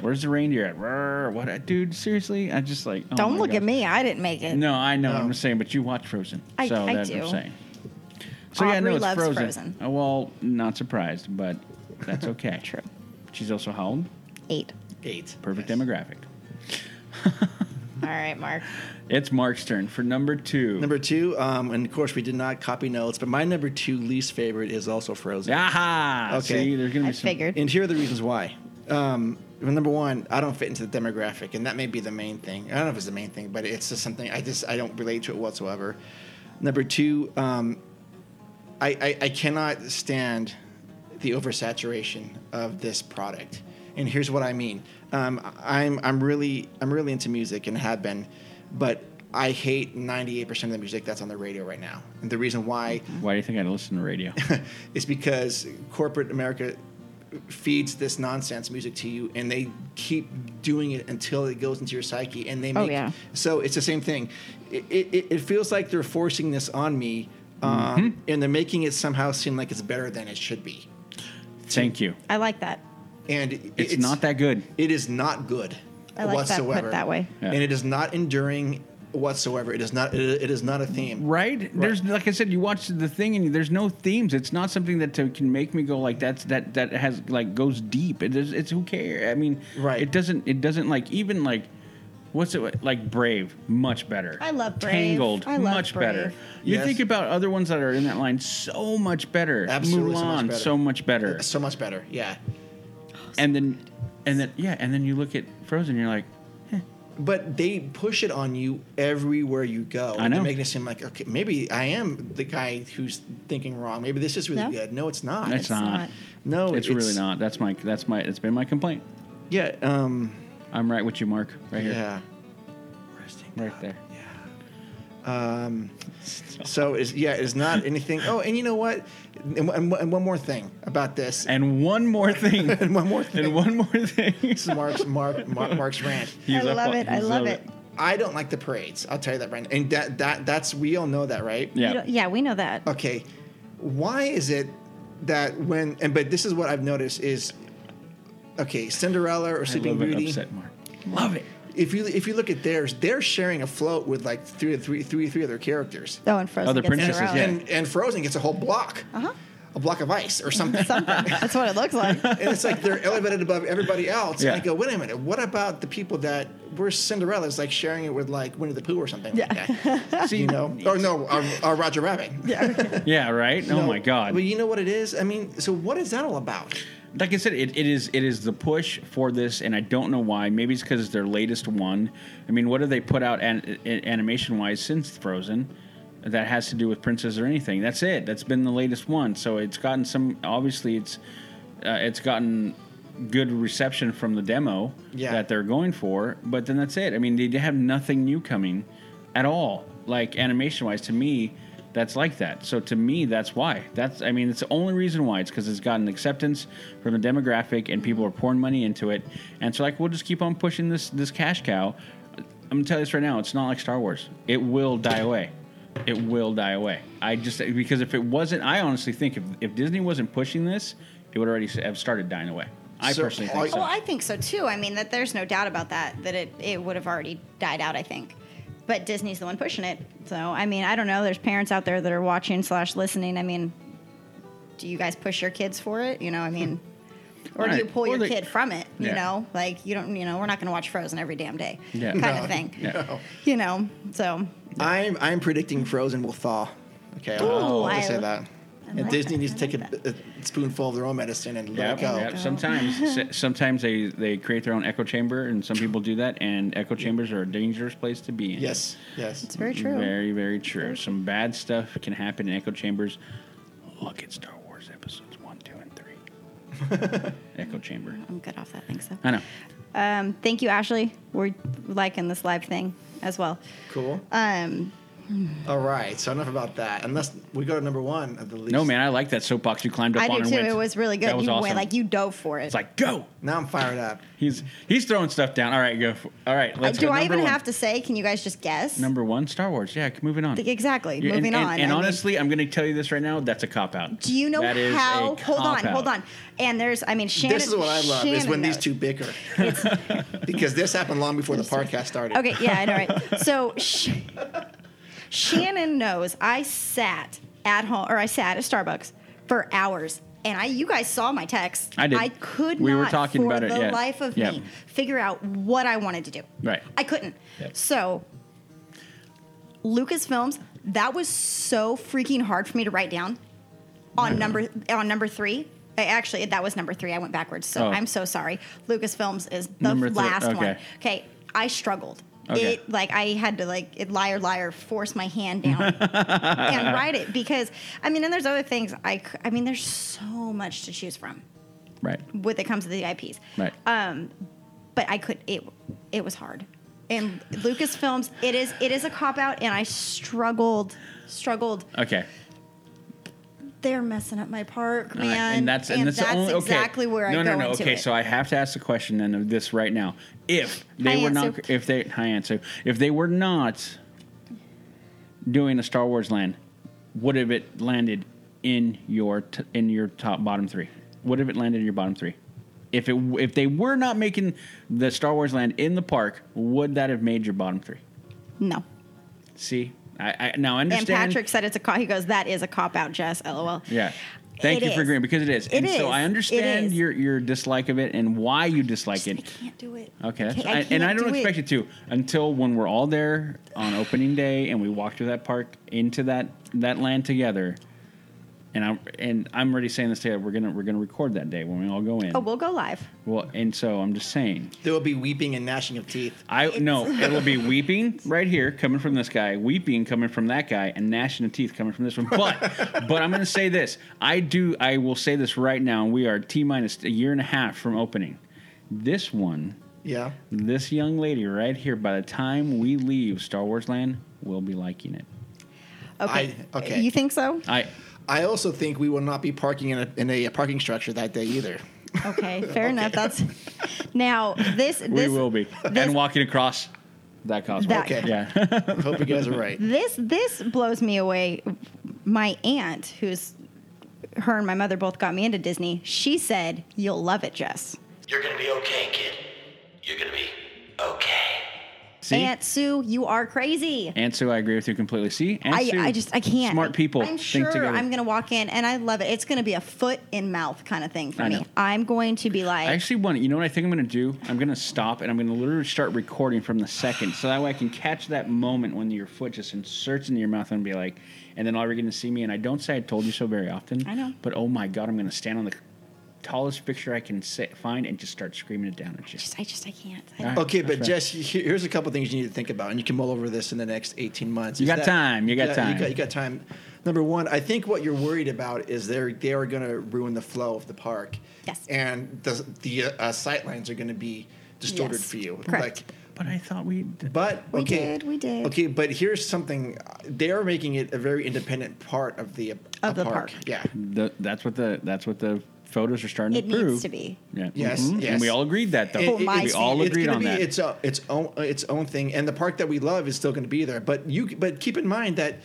Where's the reindeer at? Rrr, what, a- dude? Seriously? I just like. oh
Don't
my
look at
gosh.
me. I didn't make it.
No, I know.
No.
I'm just saying, but you watch Frozen,
I-
so
I
that's what
do.
I'm saying. So yeah,
Aubrey
no, it's
loves
Frozen.
Frozen.
Oh, well, not surprised, but
<laughs>
that's okay.
True.
She's also how old?
Eight.
Eight.
Perfect
Yes.
demographic.
All right, Mark.
It's Mark's turn for number two.
Number two, um, and of course we did not copy notes, but my number two least favorite is also Frozen.
Aha!
Okay.
See, there's gonna be
I
some-
figured.
And here are the reasons why. Um, well, number one, I don't fit into the demographic, and that may be the main thing. I don't know if it's the main thing, but it's just something I just I don't relate to it whatsoever. Number two, um, I, I I cannot stand the oversaturation of this product, and here's what I mean. Um, I'm I'm really I'm really into music and have been, but I hate 98% of the music that's on the radio right now. And the reason why
Why do you think I listen to radio?
is because corporate America feeds this nonsense music to you, and they keep doing it until it goes into your psyche, and they
Oh,
make.
yeah.
So it's the same thing. It, it, it feels like they're forcing this on me, um,
Mm-hmm.
and they're making it somehow seem like it's better than it should be.
Thank you.
I like that.
And
It's, not that good.
It is not good
I like that put
whatsoever.
that way.
Yeah.
And it is not enduring whatsoever. It is not. It, it is not a theme.
Right? There's like I said, you watch the thing and there's no themes. It's not something that to, can make me go like that's that that has like goes deep. It is it's who cares. I mean,
Right.
It doesn't it doesn't like even like what's it like Brave much better.
I love Brave.
Tangled
I love
much better.
Brave.
You
Yes.
think about other ones that are in that line so much better.
Absolutely so much
Mulan
better.
so much better.
So much better. Yeah.
and then and then yeah, and then you look at Frozen you're like
But they push it on you everywhere you go.
I know.
They're making it seem like okay, maybe I am the guy who's thinking wrong. Maybe this is really
No.
good. No, it's not.
it's, not.
not.
No,
It's, really not. That's my that's my it's been my complaint.
Yeah. Um.
I'm right with you, Mark. Right here.
Yeah. Resting
Right
God.
there.
Um, So is yeah, it's not anything. Oh, and you know what? And, and, and one more thing about this.
And
<laughs>
one more thing.
And one more thing.
And one more thing. <laughs>
this is Mark's Mark, Mark Mark's rant.
He's
I
up
love
on-
it. I
he's
love
up
it.
I don't like the parades. I'll tell you that right now. And that that that's we all know that, right?
You
Yeah. Uh,
don't- Yeah, we know that.
Okay. Why is it that when and but this is what I've noticed is okay, Cinderella or
I
Sleeping
love it.
Beauty. <laughs>
Upset Mark. Love it.
If you if you look at theirs, they're sharing a float with like three three three three other characters.
Oh, and Frozen
Other
gets
princesses,
Cinderella.
yeah.
And and Frozen gets a whole block. Uh-huh. A block of ice <laughs> or something.
That's what it
<laughs>
looks like.
and it's like they're elevated above everybody else.
Yeah.
And I go, wait a minute, what about the people that were Cinderella's, like sharing it with like Winnie the Pooh or something like that? you <laughs> know, or no, or, or Roger Rabbit. Yeah.
<laughs> Yeah, right? Oh my god.
But you know what it is? I mean, so what is that all about?
like I said, it, it is it is the push for this, and I don't know why. Maybe it's because it's their latest one. I mean, what do they put out an, animation wise since Frozen? That has to do with princess or anything. That's it. That's been the latest one. So it's gotten some. Obviously, it's uh, it's gotten good reception from the demo
Yeah.
that they're going for. But then that's it. I mean, they have nothing new coming at all. Like animation wise, to me, that's like that. So to me, that's why. That's I mean, it's the only reason why. It's because it's gotten acceptance from the demographic, and people are pouring money into it. And so like, we'll just keep on pushing this this cash cow. I'm gonna tell you this right now. It's not like Star Wars. It will die away. It will die away. I just because if it wasn't, I honestly think if, if Disney wasn't pushing this, it would already have started dying away. I
So
personally
are-
think so.
<laughs> Well, I think so too. I mean, that there's no doubt about that. That it it would have already died out. I think, but Disney's the one pushing it. So I mean, I don't know. There's parents out there that are watching slash listening. I mean, do you guys push your kids for it? You know, I mean, or do you
Hmm. Right.
pull
Or
your
they-
kid from it? You
Yeah.
know, like you don't. You know, we're not going to watch Frozen every damn day,
Yeah.
kind
No.
of thing.
No.
You know, so
I'm I'm predicting Frozen will thaw. Okay, I'll,
Ooh,
I'll just
I-
say that. and
like
Disney
that.
needs
I
to take
like
a, a spoonful of their own medicine and let
Yep,
it go.
yep.
<laughs>
Sometimes, s- sometimes they they create their own echo chamber, and some people do that. And echo chambers are a dangerous place to be in.
Yes, yes.
it's very true.
very very true. Some bad stuff can happen in echo chambers. Look at Star Wars episodes one, two, and three.
<laughs>
echo chamber.
I'm good off that. Thanks. So.
I know.
Um, thank you, Ashley. We're liking this live thing as well.
Cool.
Um,
All right. So enough about that. Unless we go to number one of the least.
No man, I like that soapbox you climbed up
I
on.
do
and
too.
went.
It was really good.
That was
you
awesome.
went like you dove for it.
it's like go.
Now I'm fired up.
He's he's throwing stuff down. All right, go. For, all right, let's
Uh, do
go.
I
Number
even
one.
have to say? Can you guys just guess?
Number one, Star Wars. Yeah, moving on.
exactly.
Yeah, and-
Moving
and,
on.
And,
I mean-
honestly, I'm going to tell you this right now. That's a cop out.
do you know
That is a
how? Hold on,
cop-out.
hold on. And there's, I mean, Shannon.
This is what I love is
Shannon
when these
knows.
two bicker. <laughs> because this happened long before the podcast started.
Okay, yeah, I know,
<laughs>
right? So sh- Shannon knows I sat at home, or I sat at Starbucks for hours. And I, you guys saw my text.
I did.
I could
We
not,
were talking
for
about it,
the
yeah.
life of
Yeah.
me, figure out what I wanted to do.
Right.
I couldn't.
Yeah.
So, Lucasfilms. That was so freaking hard for me to write down on number on number three. Uh, Actually, that was number three. I went backwards, so
Oh.
I'm so sorry. Lucasfilms is the
Number three,
last one.
okay.
Okay, I struggled.
Okay.
It like I had to like it, liar liar force my hand
<laughs>
down and write it because I mean, and there's other things I c- I mean, there's so much to choose from
Right.
when it comes to the IPs.
Right.
Uh, but I could it it was hard. And Lucasfilms, it is it is a cop out, and I struggled struggled
okay.
they're messing up my park,
All
man.
right, and that's and, that's, the only, okay.
exactly where
no,
I
no,
go
no.
into
okay,
it.
so I have to ask the question then of this right now. If they
Hi,
were not,
Ansu.
if they, hi Ansu, if they were not doing a Star Wars land, would have it landed in your t- in your top bottom three? Would have it landed in your bottom three? If it w- if they were not making the Star Wars land in the park, would that have made your bottom three?
no.
See, I, I now I
And
understand.
Patrick said it's a cop. He goes, "That is a cop out, Jess." LOL.
Yeah. Thank
It
you for
is.
agreeing because it is.
It
and
is.
so I
It
understand
is.
your your dislike of it and why you dislike
Just, I
it.
can't do it.
Okay,
I
that's,
can't- I
I, and I
can't
don't
do
expect you to until when we're all there on opening day and we walk through that park into that that land together. And I'm and I'm already saying this today. We're gonna we're gonna record that day when we all go in.
Oh, we'll go live.
well, and so I'm just saying.
There will be weeping and gnashing of teeth.
I
<laughs>
no, it'll be weeping right here coming from this guy, weeping coming from that guy, and gnashing of teeth coming from this one.
<laughs>
But but I'm going to say this. I do. I will say this right now, and we are t minus a year and a half from opening. This one,
Yeah.
this young lady right here. By the time we leave Star Wars Land, will be liking it.
Okay.
I- okay.
You think so?
I
I also think we will not be parking in a, in a parking structure that day either.
Okay. Fair enough. That's <laughs> now this. this
we will be
this-
and walking across that causeway.
That- Okay.
Yeah. <laughs>
Hope you guys are right.
this this blows me away. My aunt, who's her and my mother both got me into Disney, she said, "You'll love it, Jess."
You're gonna be okay, kid. You're gonna be okay.
See.
Aunt Sue, you are crazy.
and so I agree with you completely. See, Aunt
I,
Sue,
I just I can't.
Smart people
I'm
think
sure
together.
I'm gonna walk in and I love it. It's gonna be a foot in mouth kind of thing for
I
me.
know.
I'm going to be like,
I actually want to, you know what I think I'm going to do? I'm going to stop and I'm going to literally start recording from the second so that way I can catch that moment when your foot just inserts into your mouth and be like, and then all you're going to see me. And I don't say I told you so very often.
I know.
But oh my God, I'm going to stand on the tallest picture I can sit, find and just start screaming it down at you.
just, I just I can't. I
All right,
Okay, but
that's right.
Jess, he- here's a couple things you need to think about, and you can mull over this in the next 18 months.
You
Is
got time, you got
yeah,
time.
You got, you got time. Number one, I think what you're worried about is they're they are going to ruin the flow of the park.
Yes.
And the the uh, sight lines are going to be distorted
Yes,
for you.
correct.
But I thought we.
But okay,
We did, we did.
Okay, but here's something: they are making it a very independent part of the uh,
Of the park.
Yeah,
The, that's what the that's what the photos are starting
It
to prove.
needs to be.
Yeah.
Yes,
Mhm.
yes.
And we all agreed that though.
It-
For my
we all
sake.
it's
agreed
gonna
on
be
that.
Its, o- its own its own thing, and the park that we love is still going to be there. But you, but keep in mind that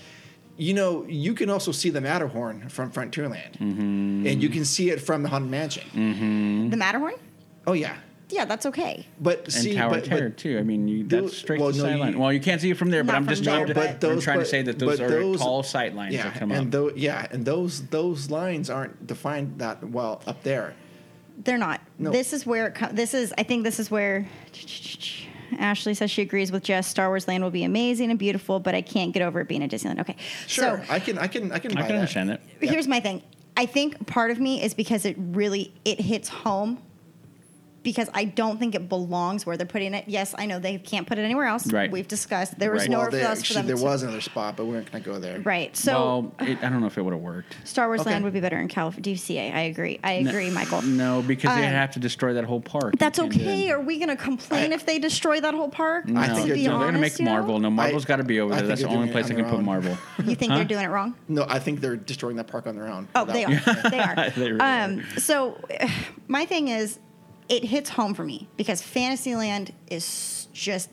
you know you can also see the Matterhorn from Frontierland,
Mm-hmm.
and you can see it from the Haunted Mansion.
The Matterhorn?
Oh yeah,
Yeah, that's okay.
but
and
see,
Tower
but,
of Terror
but,
too. I mean, you,
Do-
that's straight
well,
to
no,
sight line.
you-
Well, you can't see it from there, but
Not
I'm
from
just
there,
trying, to,
but
I'm
those-
trying to
but-
say that those
but
are
those-
tall sight lines
yeah,
that come
and
up.
tho- yeah, and those those lines aren't defined that well up there.
They're not.
No.
This is where it co- this is. I think this is where Ashley says she agrees with Jess. Star Wars Land will be amazing and beautiful, but I can't get over it being a Disneyland. Okay,
Sure,
So
I can I can I can buy
I can
that.
understand that.
here's my thing. I think part of me is because it really it hits home because I don't think it belongs where they're putting it. Yes, I know they can't put it anywhere else.
Right.
We've discussed there was
Right.
Well,
nowhere
there,
else for
actually,
them.
there
to-
was another spot, but we weren't going to go there.
right. So
well, it, I don't know if it would have worked.
Star Wars
Okay.
Land would be better in California. DCA. I agree. I agree, Michael.
No, because they'd
Um,
have to destroy that whole park.
That's
You can't do
okay.
that.
Are we going to complain
I-
if they destroy that whole park?
No,
I think
to
they're
be
doing-
no, they're gonna
honest,
make
you know?
Marvel. No, Marvel's got to be over
I
there.
think
That's the
they're
only
doing it
place
on
they can
their
put
own.
<laughs>
Marvel.
You think they're doing it wrong?
No, I think they're destroying that park on their own.
Oh, they are. They are.
<laughs> They really
um, So, <sighs> my thing is, it hits home for me because Fantasyland is just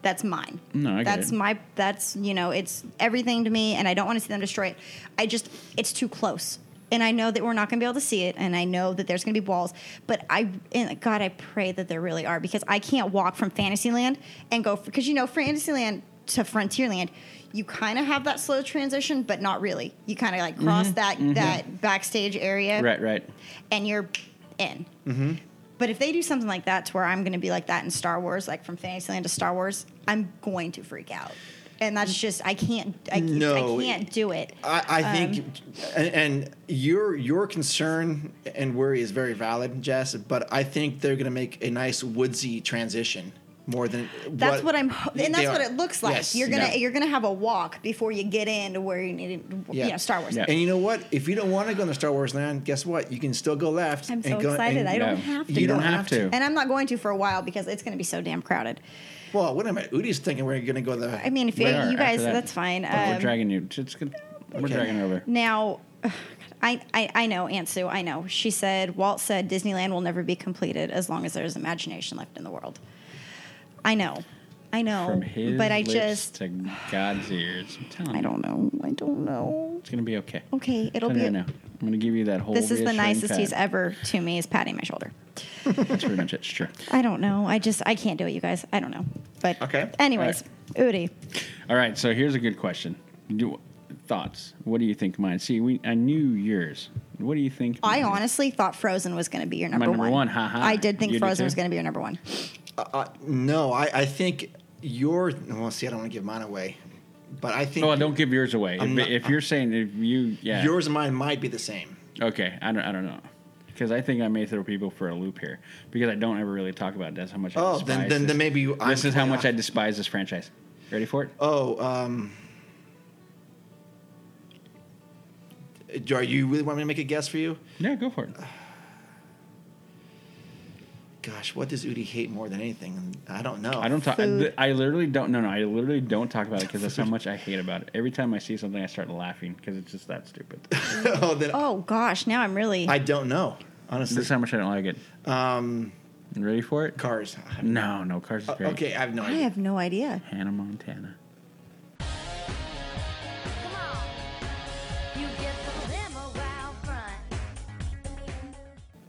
that's mine.
No, I get
that's
it.
my that's you know it's everything to me, and I don't want to see them destroy it. I just it's too close, and I know that we're not going to be able to see it, and I know that there's going to be walls, but I and God, I pray that there really are because I can't walk from Fantasyland and go because you know Fantasyland to Frontierland. You kind of have that slow transition, but not really. You kind of like cross that that backstage area,
Right, right.
and you're in.
Mm-hmm.
But if they do something like that to where I'm going to be like that in Star Wars, like from Fantasyland to Star Wars, I'm going to freak out. And that's just I can't I,
Mm. No. Uh,
I can't do it.
I, I
Um,
think, and, and your your concern and worry is very valid, Jess. But I think they're going to make a nice woodsy transition more than
That's what, I'm ho- and
they
that's what
are.
it looks like.
Yes.
you're gonna
Yeah.
you're gonna have a walk before you get into where you need to,
Yeah.
you know, Star Wars.
Yeah.
And you know what? If you don't want to go into Star Wars land, guess what? You can still go left.
I'm so
and go,
excited.
and-
I don't
Yeah.
have to.
You
go.
don't have to.
And I'm not going to for a while because it's gonna be so damn crowded.
Well, wait a minute. Udi's thinking we're going to go the.
I mean, if you,
We are after
you guys,
that.
that's fine.
But we're
Um,
dragging you. It's good. We're dragging you over.
now, <sighs> I, I, I know, Aunt Sue, I know. She said, Walt said Disneyland will never be completed as long as there's imagination left in the world. I know. I know.
From his
but I
lips
just,
to God's ears. I'm telling
I
you,
don't know. I don't know.
It's gonna be okay.
Okay, it'll
Tell you
be.
right now. I'm gonna give you that whole.
This is the
reassuring
nicest
pat.
he's ever to me is patting my shoulder.
That's pretty much it. Sure.
I don't know. I just, I can't do it, you guys. I don't know. But,
Okay.
anyways, Udi.
All right. So here's a good question. Do, thoughts? What do you think? Mine. See, we I knew yours. What do you think? mine
I
is?
honestly thought Frozen was going to be your number,
number one, ha ha.
I did think
You did
Frozen
too?
was going to be your number one.
No, I, I think your. Well, see, I don't want to give mine away, but I think
Oh, don't give yours away. If,
I'm not-
if you're saying if you yeah
yours and mine might be the same.
okay, I don't I don't know because I think I may throw people for a loop here because I don't ever really talk about this how much. I
Oh,
despise
then then,
this.
then maybe you- I'm
this is how
way
much I
off.
despise this franchise. Ready for it?
Oh, um, are you really want me to make a guess for you?
Yeah, go for it.
Gosh, what does Udi hate more than anything? I don't know.
I don't talk. I,
Food.
th- I literally don't. No, no. I literally don't talk about it because that's how much I hate about it. Every time I see something, I start laughing because it's just
<laughs>
that stupid.
<laughs> oh, then
Oh, gosh. Now I'm really.
I don't know. Honestly,
This is how much I don't like it.
um,
You ready for it?
cars.
No, no. Cars is
Uh,
great.
Okay, I have no
I
idea.
have no idea.
Hannah Montana.
You get the limo out front.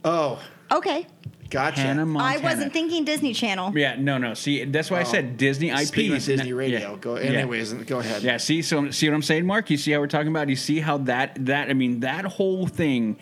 Oh,
Okay.
gotcha. Um,
Hannah Montana.
I wasn't thinking Disney Channel.
Yeah, no, no. See, that's why I said Disney IP.
Oh. Speaking of Disney Radio, go anyways. Go ahead.
Yeah, see, so see what I'm saying, Mark. You see how we're talking about? You see how that that I mean that whole thing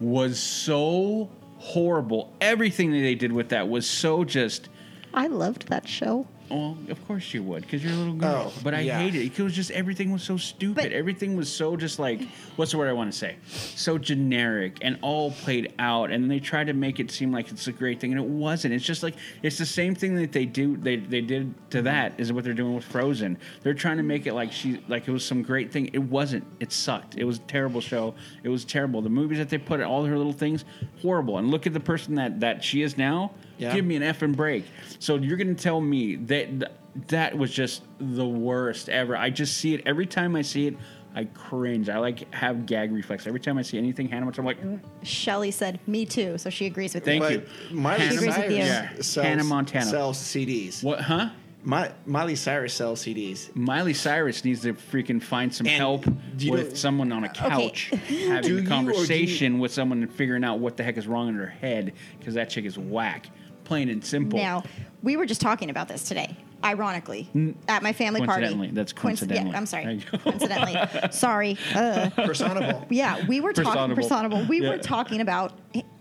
was so horrible. Everything that they did with that was so just.
I loved that show.
Well, of course you would, because you're a little girl.
Oh,
but I
yeah.
hate it. It was just everything was so stupid.
But-
everything was so just like what's the word I want to say? So generic and all played out. And they tried to make it seem like it's a great thing, and it wasn't. It's just like it's the same thing that they do. They they did to that is what they're doing with Frozen. They're trying to make it like she like it was some great thing. It wasn't. It sucked. It was a terrible show. It was terrible. The movies that they put all her little things horrible. And look at the person that that she is now.
Yeah.
Give me an effing break. So you're gonna tell me that th- that was just the worst ever. I just see it every time I see it. I cringe. I like have gag reflex every time I see anything Hannah Montana. I'm like, "Mm,
Shelley said, me too. So she agrees with
Thank
me.
But
you.
Miley
She agrees
Cyrus
with you. Yeah.
sells,
Hannah Montana.
sells CDs.
what? Huh?
My, Miley Cyrus sells
<laughs>
CDs.
Miley Cyrus needs to freaking find some
And
help
do you
with
know-
someone on
<laughs>
a couch
Do
having
you or
a
do
conversation with someone and figuring out what the heck is wrong in her head because that chick is whack. Plain and simple.
Now, we were just talking about this today, ironically, at my family
Coincidentally,
party.
that's
Coinc-
coincidentally.
yeah, I'm
There
sorry.
you go.
coincidentally. Sorry. Uh,
Personable.
yeah, we were talking
Personable.
personable. We
Yeah. Mm-hmm.
were talking about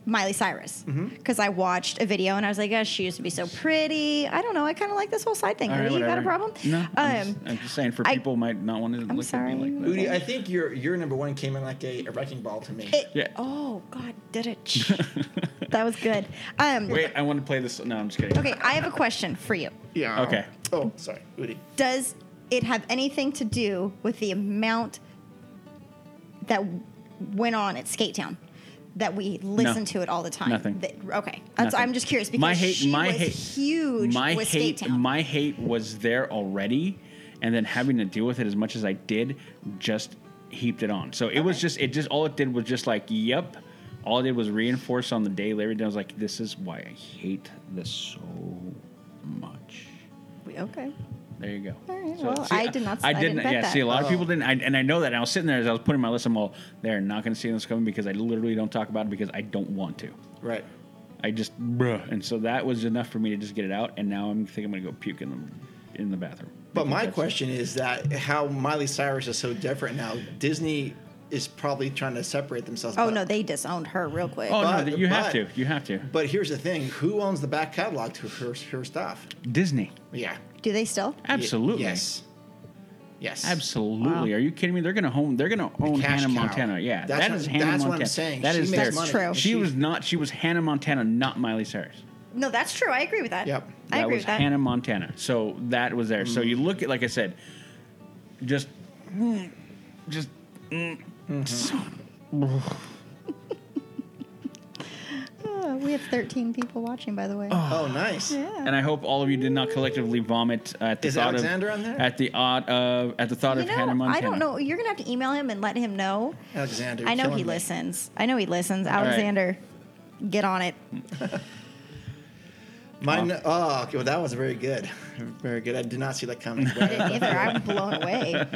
Miley Cyrus because I watched a video and I was like, "Oh, she used to be so pretty." I don't know. I kind of like this whole side thing.
All right,
Really? you got a
whatever.
problem?
No, I'm,
Um,
just, I'm just saying for
I-
people who might not want to look
sorry.
at me like that.
Udi, I think your your number one came in like a, a wrecking ball to me.
It-
Yeah.
Oh God,
<laughs>
did it? that was good. Um,
Wait, I want to play this. No, I'm just kidding.
okay, I have a question for you.
yeah.
Okay.
Oh, sorry, Udi.
Does it have anything to do with the amount that went on at Skate Town? That we listen to it all the time.
Nothing.
That- okay, That's,
Nothing.
I'm just curious because
my hate,
she
my
was
hate,
huge
My
with
hate,
Skate Town.
my hate was there already, and then having to deal with it as much as I did, just heaped it on. So it was just, it just all it did was just like, yep. All it did was reinforce on the day later. And I was like, this is why I hate this so much.
okay.
There you go.
All right, well, I did not- I didn't
didn't.
bet
yeah.
that. Oh.
See, a lot of people didn't. I, and I know that. I was sitting there as I was putting my list. I'm all, they're not going to see this coming because I literally don't talk about it because I don't want to.
Right.
I just, bruh. And so that was enough for me to just get it out. And now I'm think I'm going to go puke in the in the bathroom.
But my
Because-
question is that how Miley Cyrus is so different now. Disney is probably trying to separate themselves.
Oh
but-
no, they disowned her real quick.
Oh no,
But-
that you have
but-
to. You have to.
But here's the thing: who owns the back catalog to her her stuff?
Disney.
Yeah.
Do they still?
Absolutely.
Yes. Yes.
Absolutely. Are you kidding me? They're gonna home. They're gonna own
cash
Hannah
cow.
Montana. Yeah,
That's
that
what-
is Hannah
that's what I'm
Montana.
saying.
That
She
is
makes
theirs.
money. True.
She
She-
was not. She was Hannah Montana, not Miley Cyrus.
No, that's true. I agree with that.
Yep.
I
that
agree
was
with that.
Hannah Montana. So that was there. So you
Mm.
look at, like I said, just, mm, just.
Uh, we have 13 people watching, by the way.
Oh, nice.
yeah.
And I hope all of you did not collectively vomit at the
Is
thought
Alexander
of
on there?
at the odd of at the thought
you
of
know,
Hannah Montana.
I don't know. You're gonna have to email him and let him know.
Alexander.
I know
killing
he
me.
listens. I know he listens.
right.
Alexander, get
<laughs>
on it.
Mine. Oh, okay, well, that was very good. <laughs> Very good. I did not see that coming.
<laughs> I didn't either. I'm blown away.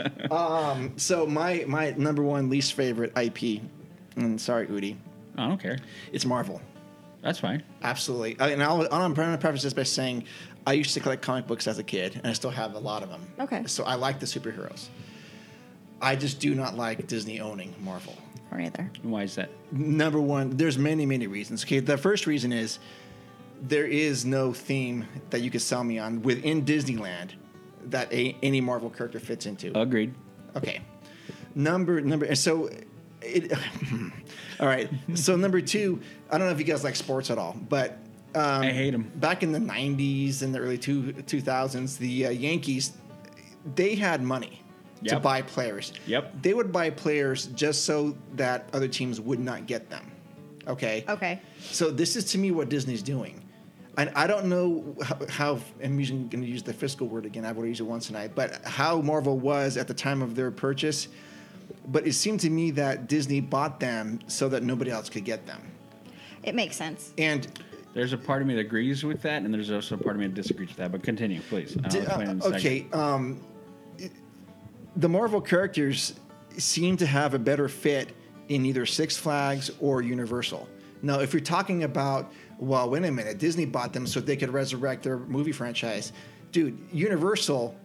so my my number one least favorite IP, and sorry, Udi,
I don't care.
it's Marvel.
That's fine.
Absolutely. I- And I'll, I'm going to preface this by saying I used to collect comic books as a kid, and I still have a lot of them.
Okay.
So I like the superheroes. I just do not like Disney owning Marvel.
Or neither.
Why is that?
Number one, there's many, many reasons. Okay, the first reason is there is no theme that you could sell me on within Disneyland that a, any Marvel character fits into.
Agreed.
Okay. Number number and so it <laughs> All right. So number 2, I don't know if you guys like sports at all, but um,
I hate 'em.
Back in the 90s and the early two, 2000s, the uh, Yankees they had money to
Yep.
buy players.
Yep.
They would buy players just so that other teams would not get them. Okay?
Okay.
So this is to me what Disney's doing. And I don't know how, how I'm using going to use the fiscal word again. I've already used it once tonight, but how Marvel was at the time of their purchase. But it seemed to me that Disney bought them so that nobody else could get them.
It makes sense.
And
There's a part of me that agrees with that, and there's also a part of me that disagrees with that. But continue, please. I
d-
wanna plan in
uh,
a second.
okay, um, the Marvel characters seem to have a better fit in either Six Flags or Universal. Now, if you're talking about, well, wait a minute, Disney bought them so they could resurrect their movie franchise, dude, Universal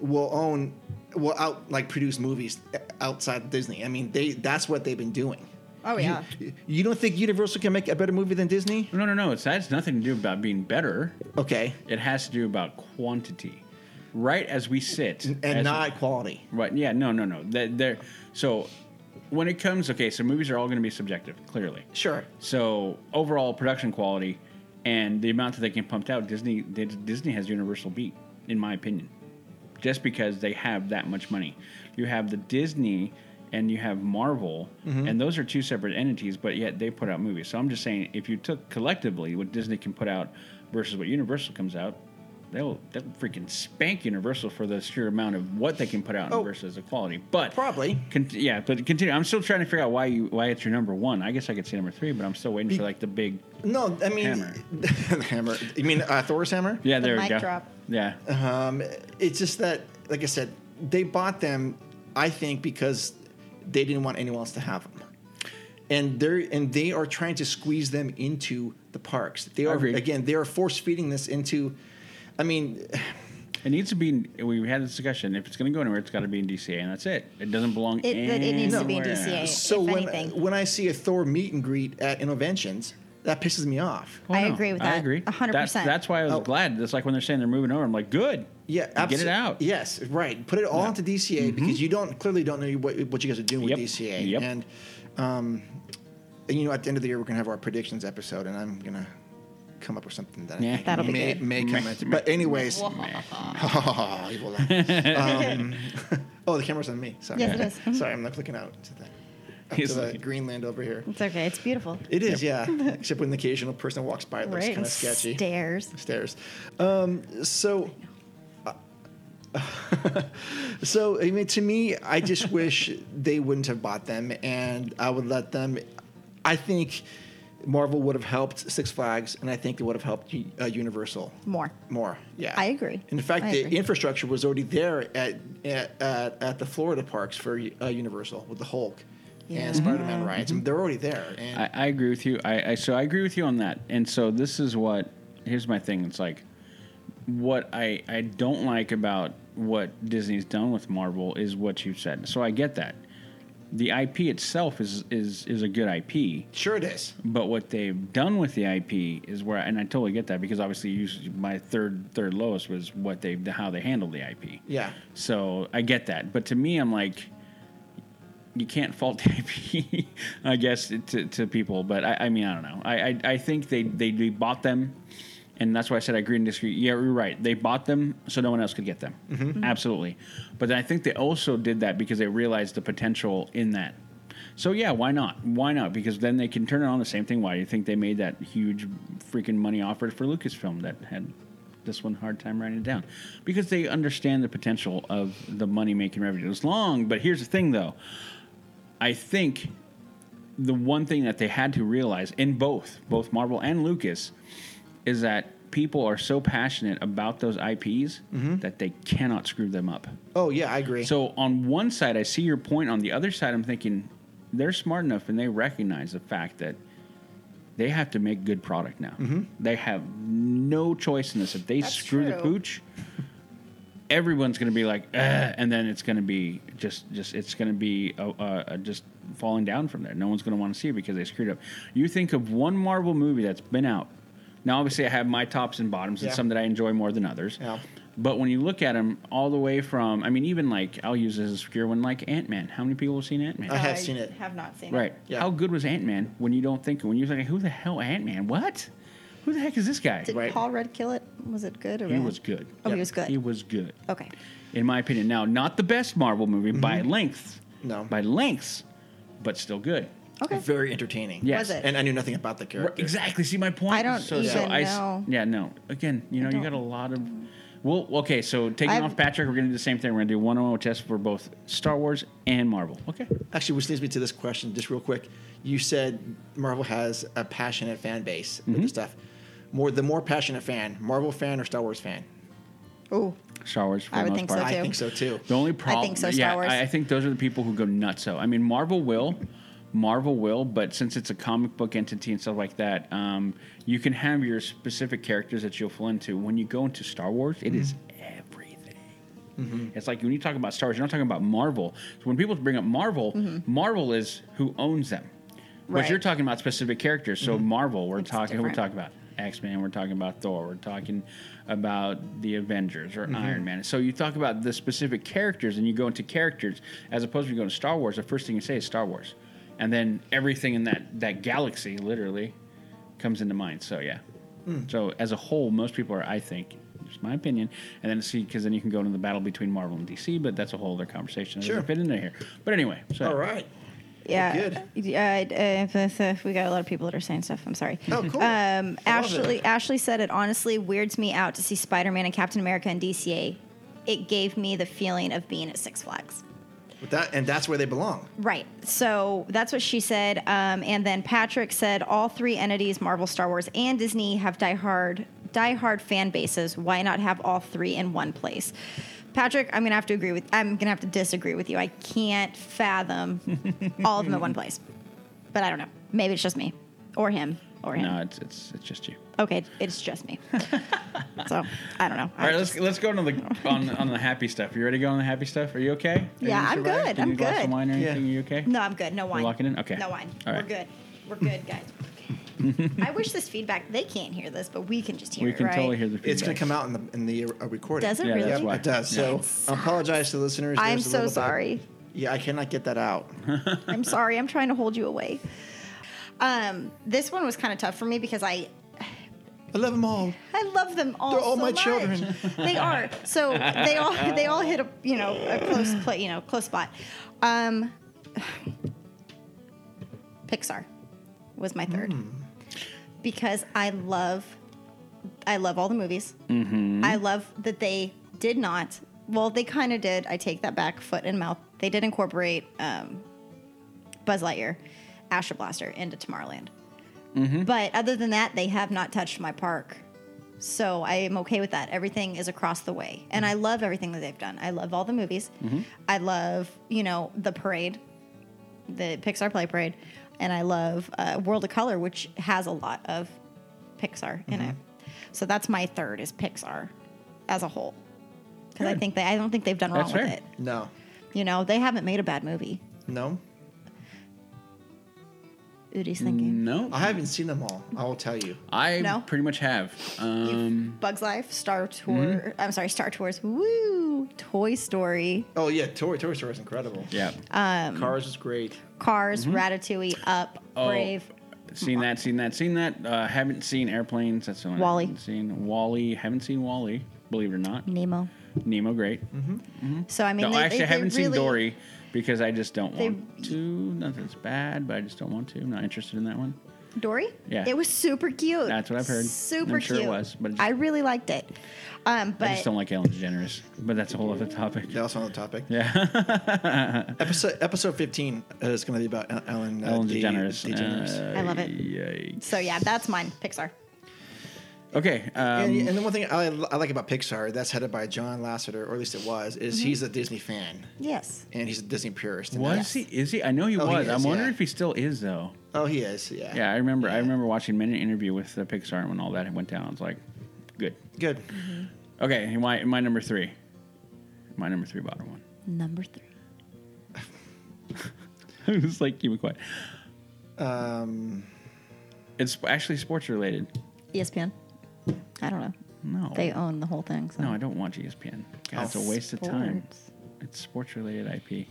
will own, will out like produce movies outside Disney. I mean, they that's what they've been doing.
Oh yeah.
You, you don't think Universal can make a better movie than Disney?
No, no, no. It's that's nothing to do about being better.
Okay,
It has to do about quantity. Right as we sit,
and
as-
not quality.
Right. Yeah. No. No. No. They're, they're so when it comes. Okay. So movies are all going to be subjective, clearly.
Sure.
So overall production quality and the amount that they can pump out, Disney they- Disney has Universal beat, in my opinion, just because they have that much money. You have the Disney and you have Marvel,
Mm-hmm.
and those are two separate entities, but yet they put out movies. So I'm just saying, if you took collectively what Disney can put out versus what Universal comes out. They'll, they'll freaking spank Universal for the sheer amount of what they can put out
Oh.
versus the quality. But
Probably.
Con- yeah, but continue. I'm still trying to figure out why you why it's your number one. I guess I could say number three, but I'm still waiting for like the big.
No, I mean
Hammer.
<laughs> the hammer. You mean uh, Thor's hammer?
Yeah,
The
there we
mic
go.
drop.
Yeah,
Um, it's just that, like I said, they bought them, I think, because they didn't want anyone else to have them, and they're and they are trying to squeeze them into the parks. They are
Agreed.
again, they are force feeding this into. I mean,
it needs to be. We had this discussion. If it's going to go anywhere, it's got to be in DCA, and that's it. It doesn't belong.
It- that it needs to be in
anywhere
DCA.
else.
so
If
when
anything.
when I see a Thor meet and greet at Innoventions, that pisses me off.
Well,
I
no,
agree with
I
that.
agree.
A hundred
That's-
percent.
That's why I was
Oh.
glad. That's like when they're saying they're moving over. I'm like, good.
Yeah,
Get it
abso-
out. Mm-hmm.
Yes, right. Put it all into DCA because you don't clearly don't know what, what you guys are doing
Yep.
with DCA.
Yep.
And, um, and you know, at the end of the year, we're gonna have our predictions episode, and I'm gonna come up with something that I
Yeah.
think
That'll be
may,
good.
may come into. But anyways, <laughs> evil laugh.
<laughs>
um, <laughs> oh, the camera's on me. Sorry.
Yes, it is.
<laughs>
Mhm.
Sorry, I'm not looking out to the, up
He's
to the
looking-
Greenland over here.
It's okay. It's beautiful.
It is, yeah. Except when the occasional person walks by, it looks kind of sketchy
Stairs.
stairs. Um, so, uh, <laughs> so I mean, to me, I
<laughs>
just wish they wouldn't have bought them, and I would let them. I think Marvel would have helped Six Flags, and I think it would have helped U- uh, Universal
More.
more. Yeah,
I agree.
In fact,
I
the
agree.
infrastructure was already there at at, at, at the Florida parks for uh, Universal with the Hulk.
Yeah. Mm-hmm.
And Spider-Man rides, and they're already there. And
I, I agree with you. I, I so I agree with you on that. And so this is what here's my thing. It's like what I I don't like about what Disney's done with Marvel is what you said. So I get that. The IP itself is is is a good IP,
sure, it is.
but what they've done with the IP is where, and I totally get that because obviously you, my third third lowest was what they how they handled the IP.
Yeah.
So I get that, but to me, I'm like, you can't fault <laughs> the IP, I guess, to, to people. But I, I mean, I don't know. I, I, I think they, they they bought them, and that's why I said I agree and disagree. Yeah, you're right. They bought them so no one else could get them. Absolutely. But then I think they also did that because they realized the potential in that. So yeah, why not? Why not? Because then they can turn it on the same thing. Why do you think they made that huge freaking money offer for Lucasfilm that had this one hard time writing it down? Because they understand the potential of the money making revenue. It's long, but here's the thing though. I think the one thing that they had to realize in both, both Marvel and Lucas, is that people are so passionate about those IPs that they cannot screw them up.
Oh yeah, I agree.
So on one side, I see your point. On the other side, I'm thinking they're smart enough and they recognize the fact that they have to make good product now.
Mm-hmm.
They have no choice in this. If they
That's
screw the
true.
pooch, everyone's going to be like, "Ugh," and then it's going to be just, just it's going to be uh, uh, just falling down from there. No one's going to want to see it because they screwed up. You think of one Marvel movie that's been out. Now, obviously, I have my tops and bottoms, and
Yeah.
some that I enjoy more than others.
Yeah.
But when you look at them all the way from, I mean, even like I'll use this as a obscure one, like Ant Man. How many people have seen Ant Man?
I
Uh-huh.
have seen it.
Have not seen
Right.
it.
Yeah.
How good was Ant Man when you don't think when you're like, who the hell Ant Man? What? Who the heck is this guy?
Did
Right.
Paul Rudd kill it? Was it good or
He
bad?
was good.
Oh, he was good.
He was good.
Okay.
In my opinion, now not the best Marvel movie by
Mm-hmm.
length.
No.
By lengths, but still good.
Okay.
Very entertaining.
Yes.
Was it?
And I knew nothing about the character.
Right, exactly. See my point.
I don't even
I s-
know.
yeah, no. Again, you know, you
don't-
got a lot of. Well, okay. So taking
I've-
off Patrick, we're gonna do the same thing. We're gonna do one on one test for both Star Wars and Marvel. Okay.
Actually, which leads me to this question, just real quick. You said Marvel has a passionate fan base
Mm-hmm.
for this stuff. More the more passionate fan, Marvel fan or Star Wars fan?
Oh,
Star Wars. For
I
the
would
most
think so
part.
I
too.
think so too.
The only problem,
so, Star
yeah,
Wars.
I, I think those are the people who go nuts. So I mean, Marvel will, Marvel will, but since it's a comic book entity and stuff like that, um, you can have your specific characters that you'll fall into. When you go into Star Wars, it is everything. It's like when you talk about Star Wars, you're not talking about Marvel. So when people bring up Marvel, Marvel is who owns them. But
Mm-hmm. Right. Mm-hmm.
you're talking about specific characters. So Marvel, we're
It's
talking we're
different.
talking about X Men, we're talking about Thor, we're talking about the Avengers
Mm-hmm.
or Iron Man. So you talk about the specific characters and you go into characters as opposed to going to Star Wars. The first thing you say is Star Wars, and then everything in that that galaxy literally comes into mind. So yeah.
Hmm.
So as a whole, most people are, I think, just my opinion, and then see because then you can go into the battle between Marvel and DC, but that's a whole other conversation. That
Sure.
doesn't fit into here. But anyway, so
All right.
yeah.
Good.
Yeah. I- I- if- if- we got a lot of people that are saying stuff. I'm sorry.
Oh, cool.
Um,
I love
Ashley,
it.
Ashley said it honestly weirds me out to see Spider Man and Captain America and DCA. It gave me the feeling of being at Six Flags.
With that and that's where they belong.
Right. So that's what she said. Um, and then Patrick said all three entities, Marvel, Star Wars, and Disney, have diehard, diehard fan bases. Why not have all three in one place? Patrick, I'm gonna have to agree with. I'm gonna have to disagree with you. I can't fathom all of them
<laughs>
in one place. But I don't know. Maybe it's just me, or him, or him.
no, it's it's it's just you.
Okay, it's
<laughs>
just me. so I don't know.
All right, let's let's go on to
<laughs>
the on, on the happy stuff. You ready to go on the happy stuff? Are you okay? Are you
Yeah,
gonna
I'm
survive?
good,
Do you
I'm
need a glass of
good.
wine or
Yeah.
anything? Are you okay?
No, I'm good. No wine.
locking in? Okay.
No wine.
All right.
We're good. We're
<laughs>
good, guys. We're good. I wish this feedback. They can't hear this, but we can just hear
We
it.
can
right?
totally hear the. Feedback.
It's going to come out in the in the uh, recording.
Does it
Yeah,
really?
that's
Yeah,
why.
it does. So I apologize to the listeners.
I'm
There's a
so
little bit-
sorry.
yeah, I cannot get that out.
I'm sorry. I'm trying to hold
<laughs>
you away. Um, this one was kind of tough for me because I
I love them all.
I love them all.
They're all
so
my
much.
children.
They are. So they all they all hit a you know a close pla you know close spot. Um, Pixar was my third
Hmm.
because I love I love all the movies. I love that they did not. Well, they kind of did. I take that back. Foot and mouth. They did incorporate um, Buzz Lightyear, Astro Blaster into Tomorrowland. But other than that, they have not touched my park. So I am okay with that. Everything is across the way. And I love everything that they've done. I love all the movies.
Mm-hmm.
I love, you know, the parade, the Pixar Play Parade. And I love uh, World of Color, which has a lot of Pixar in
Mm-hmm.
it. So that's my third is Pixar as a whole. Because I
Good.
think they, I don't think they've done wrong
That's
with
fair.
it.
No.
You know, they haven't made a bad movie.
No.
Udi's thinking.
No,
I haven't seen them all. I will tell you.
I
No.
pretty much have. Um,
Bugs Life, Star Tour.
Mm-hmm.
I'm sorry, Star Tours. Woo! Toy Story,
Oh yeah, Toy Toy Story is incredible.
yeah,
Um,
Cars is great.
Cars, Ratatouille, Up,
Mm-hmm. Oh,
Brave.
seen that, seen that, seen that. Uh, haven't seen airplanes. That's the one. I
Wall-E.
haven't Seen Wally. Haven't seen Wally. Believe it or not,
Nemo.
Nemo. Great.
So I mean,
Mm-hmm.
no,
they,
actually,
Mm-hmm. they,
I haven't
they
seen
really,
Dory because I just don't
They-
want to. Nothing's bad, but I just don't want to. I'm not interested in that one.
Dory?
Yeah.
It was super cute.
That's what I've heard.
Super
I'm sure it
cute.
was, but it just-
I really liked it. Um, but
I just don't like Ellen DeGeneres, but that's a whole other topic.
That was another topic.
Yeah, <laughs>
Episode episode fifteen is going to be about Ellen uh,
Ellen
De-
DeGeneres.
DeGeneres.
Uh,
I love it.
yikes.
So yeah, that's mine. Pixar.
Okay. Um,
and, and the one thing I, I like about Pixar that's headed by John Lasseter, or at least it was, is
Mm-hmm.
he's a Disney fan
Yes.
and he's a Disney purist. and
was
that's-
he? Is he? I know he
Oh, he
was.
is,
I'm wondering
yeah.
if he still is though.
Oh, he is. Yeah.
Yeah, I remember. I remember watching an interview with uh, Pixar when all that went down. I was like, good.
Good.
Mm-hmm. Okay, my my number three. My number three bottom one. <laughs>
Number three.
It was like keep it quiet. It's actually sports related.
ESPN. I don't know.
No.
They own the whole thing. So.
no, I don't watch E ESPN. God, it's a waste of time.
Sports.
It's sports related IP.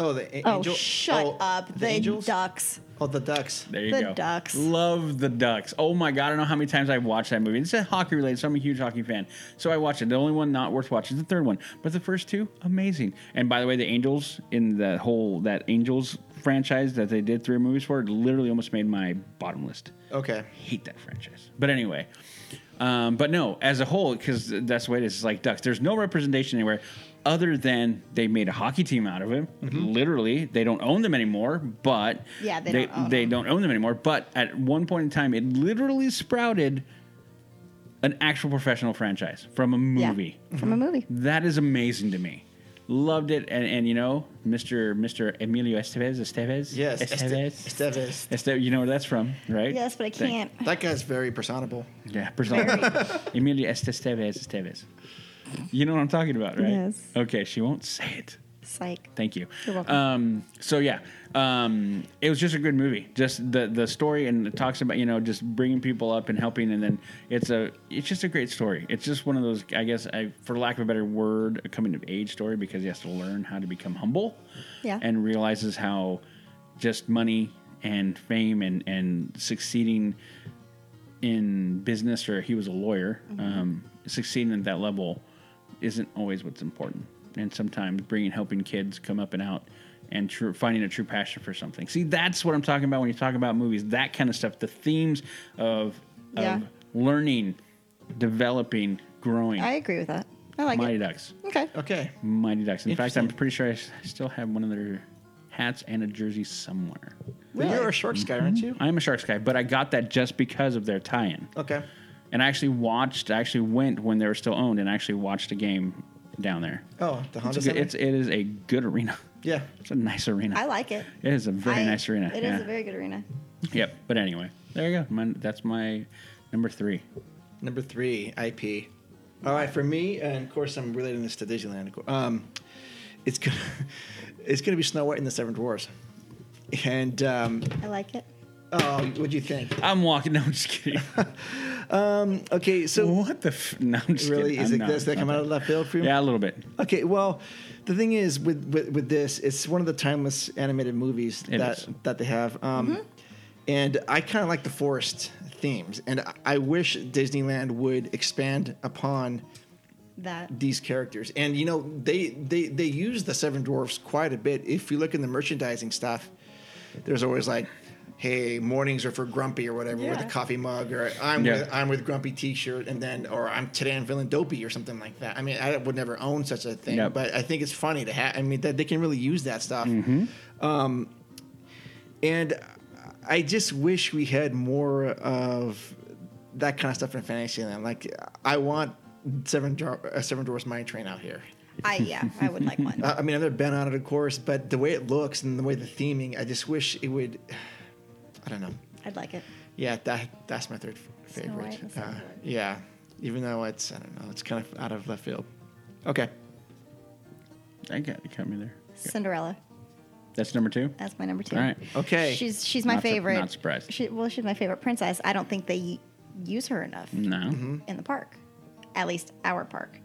Oh, the a-
Oh,
angel.
shut
oh,
up. The,
The, angels.
Ducks.
oh, the ducks.
There you
The
go.
Ducks.
Love the Ducks. Oh my god, I don't know how many times I've watched that movie. It's a hockey related, so I'm a huge hockey fan. So I watch it. The only one not worth watching is the third one, but the first two amazing. And by the way, the Angels in that whole that Angels franchise that they did three movies for literally almost made my bottom list.
Okay.
hate that franchise. But anyway, um, but no, as a whole, because that's the way it is. It's like Ducks. There's no representation anywhere other than they made a hockey team out of him.
Mm-hmm.
Literally, they don't own them anymore. But
Yeah, they
they,
don't own
they
them.
don't own them anymore. But at one point in time, it literally sprouted an actual professional franchise from a
Yeah.
movie. Mm-hmm.
From a movie.
That is amazing to me. Loved it, and, and you know, Mr. Mr. Emilio Estevez, Estevez,
Yes.
Estevez,
Este- Estevez.
Este- you know where that's from, right?
Yes, but I
Thank-
can't.
That guy's very personable.
yeah,
<laughs>
persona. Emilia Estevez Estevez. You know what I'm talking about, right?
Yes.
Okay, she won't say it.
Psych.
Thank you.
You're welcome.
Um, so yeah, um, it was just a good movie. Just the the story and it talks about you know just bringing people up and helping, and then it's a it's just a great story. It's just one of those I guess I, for lack of a better word, a coming of age story because he has to learn how to become humble,
Yeah.
and realizes how just money and fame and and succeeding in business or he was a lawyer,
Mm-hmm.
um, succeeding at that level isn't always what's important. And sometimes bringing helping kids come up and out and true, finding a true passion for something. See, that's what I'm talking about when you talk about movies, that kind of stuff. The themes of,
Yeah.
of learning, developing, growing.
I agree with that. I like
Mighty
it.
Ducks.
Okay.
Okay.
Mighty Ducks. In fact, I'm pretty sure I s- still have one of their hats and a jersey somewhere.
Well, You're a Sharks guy, aren't you?
I am a Sharks guy, but I got that just because of their tie in.
Okay.
And I actually watched, I actually went when they were still owned and actually watched a game down there.
Oh, the Honda
It's, a good,
Center?
it's it is a good arena.
<laughs> Yeah.
It's a nice arena.
I like it.
It is a very
I-
nice arena.
It
yeah.
is a very good arena.
Yep. But anyway, there you go. My, that's my number three.
Number three, IP. All right, for me, and of course, I'm relating this to Disneyland. of cour- Um, it's gonna, <laughs> it's gonna be Snow White and the Seven Dwarfs. And um,
I like it.
oh, what'd you think?
I'm walking. <laughs> No, I'm just kidding.
Okay, <laughs> so
what the? F- no, I'm just
really,
kidding.
is
I'm
it
not-
this that
not
come out of left field for you?
Yeah, a little bit.
Okay, well, the thing is with with, with this, it's one of the timeless animated movies
It
that
is.
that they have. Um, And I kind of like the forest themes, and I- I wish Disneyland would expand upon
That.
these characters. And you know, they they they use the seven dwarfs quite a bit. If you look in the merchandising stuff, there's always like, "Hey, mornings are for Grumpy" or whatever with
Yeah.
a coffee mug, or "I'm
Yeah.
with I'm with Grumpy T-shirt," and then or "I'm today I'm feeling dopey" or something like that. I mean, I would never own such a thing,
Yep.
but I think it's funny to have. I mean, that they can really use that stuff. Um, and I just wish we had more of that kind of stuff in Fantasyland. Like, I want Seven Dwar- uh, Seven Dwarfs Mine Train out here.
I yeah. I would like one.
I I mean, I've never been on it, of course, but the way it looks and the way the theming, I just wish it would. <sighs> I don't know.
I'd
<laughs>
like it.
Yeah, that that's my third f-
Snow
favorite.
White and Seven
uh,
Dwarfs.
yeah, even though it's I don't know, it's kind of out of left field. Okay,
I got you. Cut me there.
Cinderella.
That's number two.
That's my number two.
All right.
okay.
She's she's my
Not sur-
favorite.
not surprised.
She, well, she's my favorite princess. I don't think they use her enough
No.
Mm-hmm.
in the park, at least our park.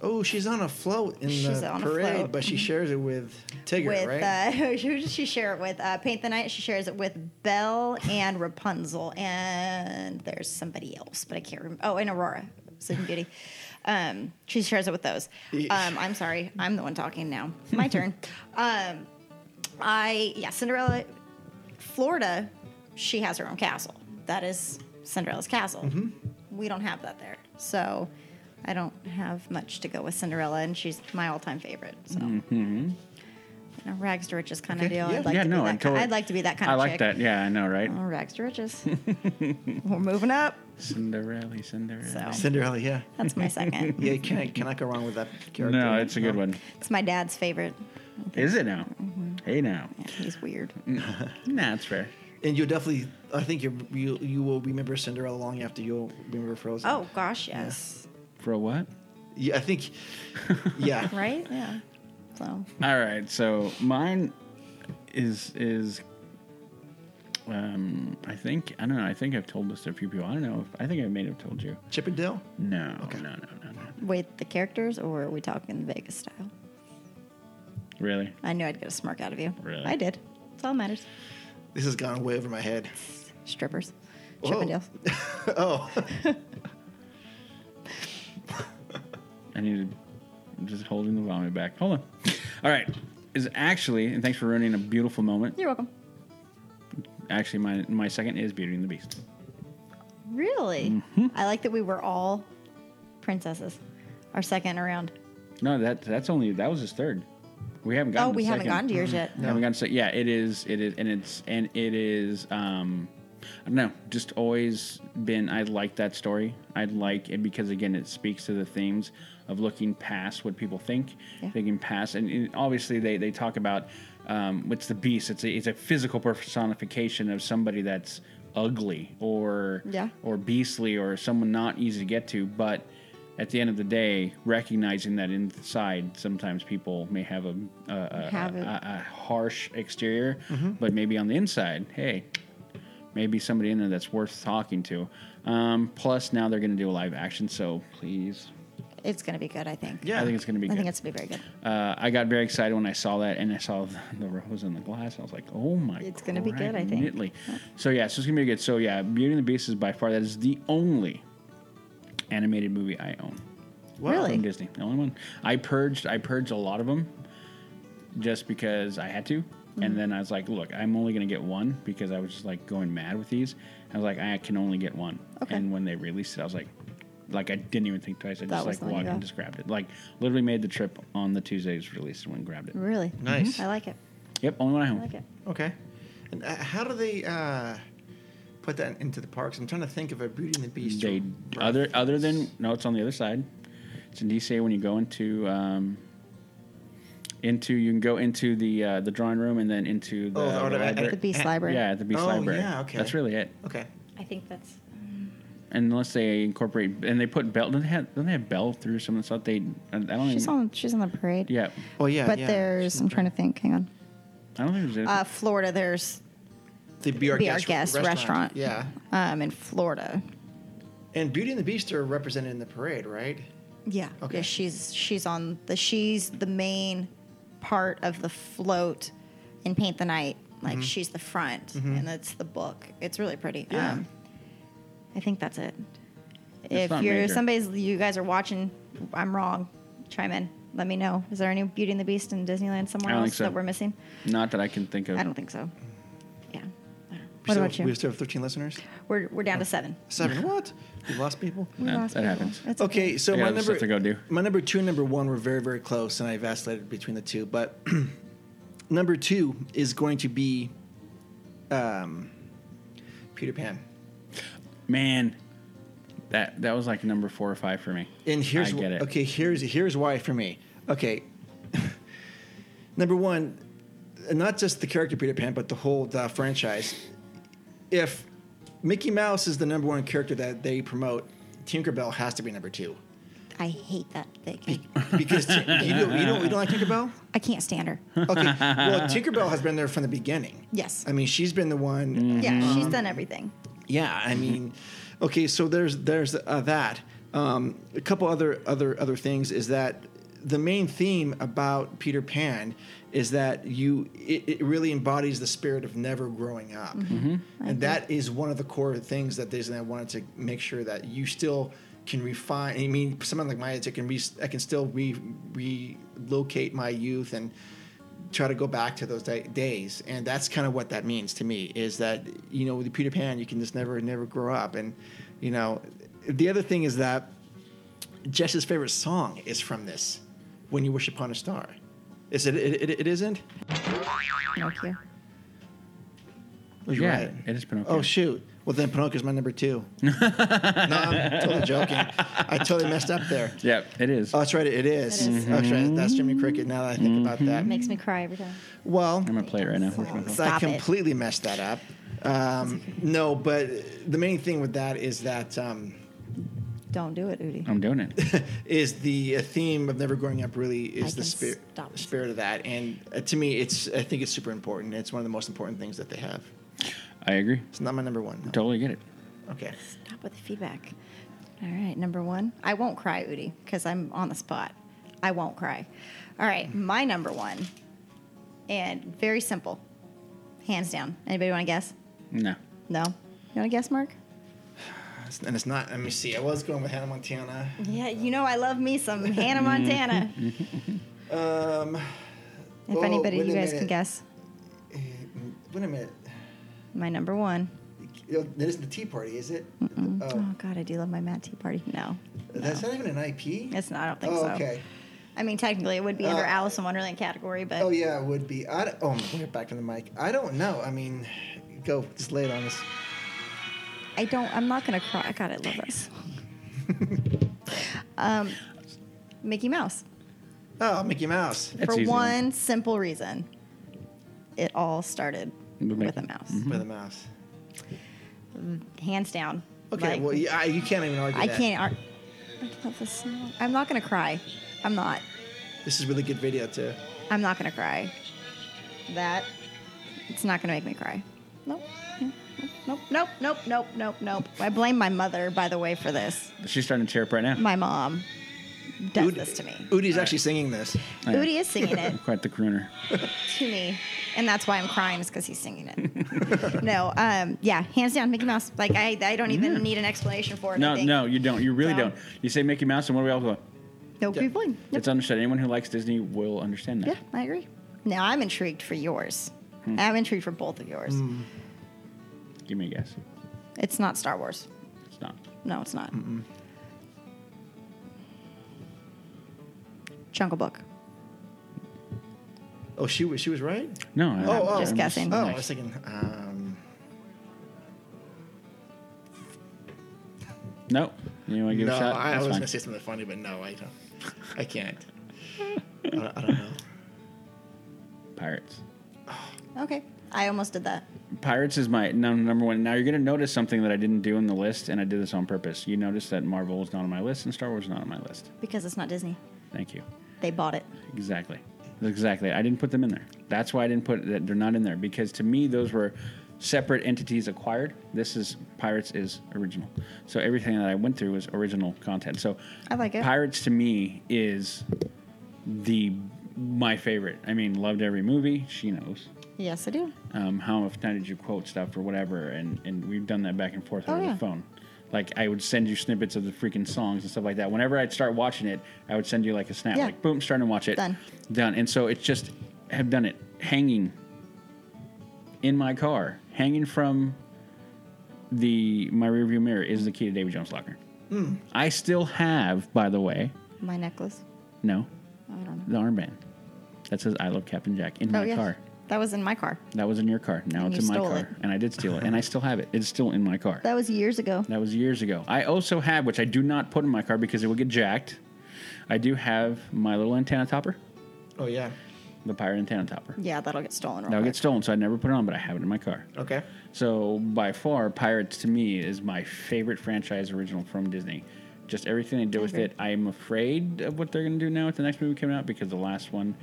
oh, she's on a float in
She's
the
on a
parade,
float. Mm-hmm.
but she shares it with Tigger,
with
right?
uh, <laughs> who does she share it with? Uh, Paint the Night. She shares it with Belle and Rapunzel, and there's somebody else, but I can't remember. Oh, and Aurora. sleeping beauty. Um, she shares it with those. Um, I'm sorry, I'm the one talking now.
<laughs>
My turn. Um, I yeah, Cinderella, Florida. She has her own castle. That is Cinderella's castle.
Mm-hmm.
We don't have that there, so I don't have much to go with Cinderella, and she's my all-time favorite. So. A rags to riches kind of deal. I'd like
Mm-hmm. yeah,
to
no,
be
I
that ki-
totally-
I'd like to be that kind
I
of
like
chick.
that. Yeah, I know, right?
Oh, rags to
<laughs>
riches. We're moving up.
Cinderella, Cinderella.
So
Cinderella, yeah.
that's my
<laughs>
second.
Yeah, you can't, cannot go wrong with that character.
No, it's a
Uh-huh.
good one.
It's my dad's favorite.
Is it now?
Mm-hmm.
Hey, now.
He's weird.
Mm. Nah, it's fair.
And you'll definitely, I think you you you will remember Cinderella long after you'll remember Frozen.
Oh gosh, yes.
For a what?
yeah, I think, yeah.
<laughs> Right? Yeah. So
All right, so mine is is um I think I don't know. I think I've told this to a few people. I don't know if I think I may have told you.
Chip and Dale.
No, no, no, no, no.
wait, the characters, or are we talking the Vegas style?
Really?
I knew I'd get a smirk out of you.
Really?
I did. It's all that matters.
This has gone way over my head. <laughs>
Strippers.
Whoa. <laughs>
Chippendales.
oh,
I need to I'm just holding the vomit back. Hold on. All right. Is actually, and thanks for ruining a beautiful moment.
You're welcome.
Actually, my my second is Beauty and the Beast.
Really?
Mm-hmm.
I like that we were all princesses. Our second around.
No, that that's only that was his third. We haven't gotten.
oh,
to
we
second. Mm-hmm.
haven't gotten to yours yet.
Haven't gotten to yeah. It is. It is, and it's and it is. Um, I don't know. Just always been. I like that story. I like it because again, it speaks to the themes of looking past what people think,
Yeah.
thinking past, and, and obviously they they talk about um, what's the beast. It's a it's a physical personification of somebody that's ugly or
Yeah.
or beastly or someone not easy to get to, but at the end of the day, recognizing that inside sometimes people may have a, a, a,
Have Mm-hmm.
a,
it.
a harsh exterior, but maybe on the inside, hey, maybe somebody in there that's worth talking to. Um, plus, now they're going to do a live action, so please.
It's gonna be good, I think.
I think it's going to be
I
good.
think it's gonna be very good.
uh, I got very excited when I saw that and I saw the, the rose in the glass. I was like, oh my
It's gonna be good, I think.
crackanitely. So, yeah, so it's going to be good. So, yeah, Beauty and the Beast is by far, that is the only animated movie I own. From
Really?
Disney, the only one. I purged. I purged a lot of them, just because I had to.
Mm-hmm.
And then I was like, look, I'm only gonna get one because I was just like going mad with these. I was like, I can only get one.
Okay.
And when they released it, I was like, like I didn't even think twice. I just
was
like
the one you
walked and
got.
just grabbed it. Like literally made the trip on the Tuesday's release and went and grabbed it.
Really?
Nice.
I like it.
Yep, only one I
Mm. I
own.
like it.
okay. And uh, how do they uh, put that into the parks? I'm trying to think of a Beauty and the Beast.
They other other than no, it's on the other side. It's in DCA when you go into um, into you can go into the uh, the drawing room and then into the,
Oh, the art of-
library.
The Beast
Eh,
Library.
Yeah, at the Beast
Oh,
Library.
yeah, okay.
That's really it.
Okay.
I think that's
Unless they incorporate and they put Belle. Don't they have, don't they have Belle through some of the stuff? They I don't
she's
even,
on she's on the parade.
Yeah,
Well, Oh, yeah.
but
yeah.
there's I'm trying to think. Hang on.
I don't think there's.
Uh, Florida, there's
the Be Our,
Be Our Guest restaurant.
Yeah.
um in Florida.
And Beauty and the Beast are represented in the parade, right?
Yeah.
Okay.
Yeah, she's she's on the she's the main part of the float in Paint the Night. Like
Mm-hmm.
she's the front and that's the book. It's really pretty. Um,
Yeah.
I think that's it. if
not
you're
major.
somebody's you guys are watching, I'm wrong. Chime in. Let me know. Is there any Beauty and the Beast in Disneyland
I
somewhere
don't
else
think so.
that we're missing?
not that I can think of.
I don't think so. Yeah. I don't know.
We
What
still-
about you?
We still have 13 listeners.
We're, we're down to seven.
Seven. what? We lost
<laughs>
people.
We
That-
lost
that
people.
happens.
It's
Okay, so
I got
my
other
number
stuff to go do.
my number two and number one were very very close, and I vacillated between the two. But <clears throat> number two is going to be um, Peter Pan,
Man, that that was like number four or five for me.
and here's
I get it.
okay. Here's here's why for me. Okay, <laughs> number one, not just the character Peter Pan, but the whole uh, franchise. If Mickey Mouse is the number one character that they promote, Tinkerbell has to be number two
I hate that thing.
because Tin- you, don't, you don't you don't like Tinkerbell.
I can't
<laughs>
stand her.
Okay. Well, Tinkerbell has been there from the beginning.
Yes.
I mean, she's been the one.
Mm.
Yeah,
Um,
she's done everything.
Yeah. I mean, okay. So there's there's uh, that. Um, a couple other other other things is that the main theme about Peter Pan is that you it, it really embodies the spirit of never growing up, and that is one of the core things that Disneyland wanted to make sure that you still can refine. I mean, someone like my age, I can re, I can still re, relocate my youth and try to go back to those da- days and that's kind of what that means to me is that you know with peter pan you can just never never grow up and you know the other thing is that jess's favorite song is from this when you wish upon a star is it it, it, it isn't
Pinocchio.
Oh, you're
yeah,
right.
it is Pinocchio.
oh shoot well then pinocchio's my number
<laughs>
two no i'm totally joking i totally messed up there
yeah, it is.
oh that's right it is,
It is.
Oh, that's right that's jimmy cricket now that i think
Mm-hmm.
about that
Makes me cry every time.
well
I'm gonna play it right now. Where's my phone?
So I
Stop it.
completely messed that up. Um, no, but the main thing with that is that um,
Don't do it, Udi.
I'm doing it.
is the uh, theme of never growing up really
I
is the
can
spirit
stop.
spirit of that, and uh, to me, it's I think it's super important. It's one of the most important things that they have.
I agree.
It's not my number one. no.
Totally get it.
Okay,
Stop with the feedback. All right, number one. I won't cry, Udi, because I'm on the spot. I won't cry. All right, my number one, and very simple, hands down. Anybody want to guess?
No.
No. You want to guess, Mark?
It's- and it's not. Let me see. I was going with Hannah Montana.
Yeah, you know I love me <laughs> some Hannah Montana.
Um,
if
Oh,
anybody,
wait
you
a
guys can
minute.
guess. Mm-hmm.
wait a minute.
My number one.
You know, That isn't the Tea Party, is it?
Oh.
Oh,
God, I do love my Matt Tea Party. No,
that's not even an IP.
it's not. I don't think
oh,
so.
okay.
I mean, technically, it would be under
Uh,
Alice in Wonderland category, but
Oh yeah, it would be. I don't- oh, I'm putting it back in the mic. I don't know. I mean, go just lay it on us.
I don't. I'm not gonna cry. God, I love
<laughs>
this. um, Mickey Mouse
Oh, Mickey Mouse
It's
for
easy.
one simple reason. It all started
With
with a
Mickey.
mouse,
with a mouse.
Mm-hmm.
hands down.
Okay,
Like,
well, yeah, I- you can't even argue.
I
that.
can't. Ar- I love this song. I'm not gonna cry. I'm not.
This is really good video too.
I'm not gonna cry. That it's not gonna make me cry. Nope. Nope. Nope. Nope. Nope. Nope. Nope. I blame my mother, by the way, for this.
She's starting to tear up right now.
My mom does this to me.
Udi's actually singing this.
Oh, Yeah.
Udi is singing it
Quite the crooner.
to me, and that's why I'm crying is because he's singing it. <laughs> no, um, yeah, hands down, Mickey Mouse. Like I, I don't even need an explanation for it. I
No,
think.
no, you don't. You really
Don't.
don't. You say Mickey Mouse, and what do we all go?
no people. Yep.
It's understood. Anyone who likes Disney will understand that.
Yeah, I agree. Now I'm intrigued for yours.
Hmm.
I'm intrigued for both of yours.
Give me a guess.
It's not Star Wars.
It's not.
No, it's not. Jungle Book.
Oh, she was she was right.
No. I-
Oh, oh.
Just guessing.
Oh, I was thinking. Um,
No. You want to give
no,
it a shot?
I, I
That's
was
fine.
gonna say something funny, but no, I don't. I can't. I, don't, I don't know.
Pirates.
Okay, I almost did that.
Pirates is my num- number one. Now you're gonna notice something that I didn't do in the list, and I did this on purpose. You notice that Marvel is not on my list and Star Wars is not on my list.
Because it's not Disney.
Thank you.
They bought it.
Exactly. Exactly. I didn't put them in there. That's why I didn't put that. They're not in there because to me those were separate entities acquired. This is Pirates is original. So everything that I went through was original content. So
I like it.
Pirates to me is the my favorite. I mean, loved every movie. She knows.
Yes, I do.
um, how often did you quote stuff or whatever, and, and we've done that back and forth
Oh,
over
yeah.
the phone. Like I would send you snippets of the freaking songs and stuff like that. Whenever I'd start watching it, I would send you like a snap,
Yeah.
like boom, starting to watch it,
Done.
done. And so it's just have done it hanging in my car, hanging from the my rearview mirror is the key to Davy Jones' locker.
Hmm.
I still have, by the way,
My necklace.
no,
I don't
the
know.
armband that says "I love Captain Jack" in my
oh yeah,
car.
that was in my car.
That was in your car. Now
And
it's
you
in my
stole
car.
it.
And I did steal it. And I still have it. It's still in my car.
That was years ago.
That was years ago. I also have, which I do not put in my car because it will get jacked. I do have my little antenna topper,
Oh yeah.
the pirate antenna topper.
Yeah, that'll get stolen. Real
That'll
quick.
get stolen, so I never put it on, but I have it in my car.
Okay.
So by far, Pirates to me is my favorite franchise original from Disney. Just everything they did with it. I'm afraid of what they're going to do now with the next movie coming out because the last one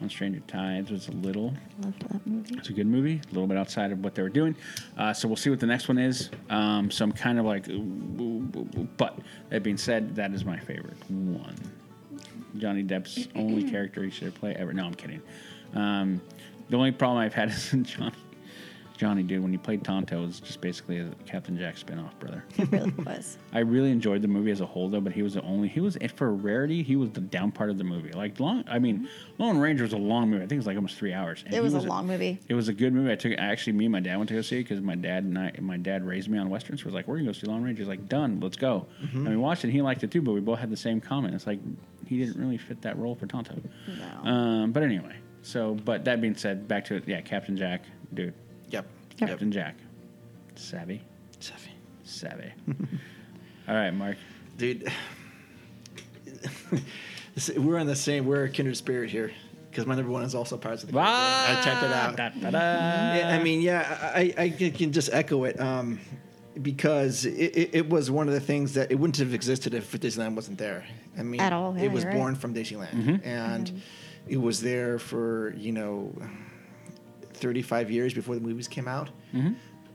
on Stranger Tides was a little
Loved that movie.
It's a good movie, a little bit outside of what they were doing. Uh, so we'll see what the next one is. Um, so I'm kind of like, ooh, ooh, ooh, ooh. but that being said, that is my favorite one. Johnny Depp's only
<clears throat>
character he should play ever. No, I'm kidding. Um, the only problem I've had <laughs> is Johnny. Johnny, dude, when he played Tonto, it was just basically a Captain Jack spin-off,
<laughs>
brother.
It really was.
I really enjoyed the movie as a whole, though. But he was the only he was for rarity. He was the down part of the movie. Like long, I mean, Lone Ranger was a long movie. I think it was like almost three hours. <laughs> And
Mm-hmm. It
he
was a long movie.
It was a good movie. I took actually me and my dad went to go see it because my dad and I my dad raised me on westerns. So was like, we're gonna go see Lone Ranger. He's like, done, let's go.
Mm-hmm.
And we watched it. and He liked it too, but we both had the same comment. It's like he didn't really fit that role for Tonto.
No.
Um, but anyway, so but that being said, back to it. Yeah, Captain Jack, dude,
Yep.
Yep.
Captain Jack, savvy,
<laughs>
savvy. All right, Mark.
dude. <sighs> This- we're on the same. We're a kindred spirit here because my number one is also Pirates of the Caribbean. I typed it out.
Da, da, da.
Yeah, I mean, yeah, I, I I can just echo it um, because it, it, it was one of the things that it wouldn't have existed if Disneyland wasn't there. I mean,
At all, yeah,
it was
you're right.
born from Disneyland, and it was there for you know, thirty five years before the movies came out,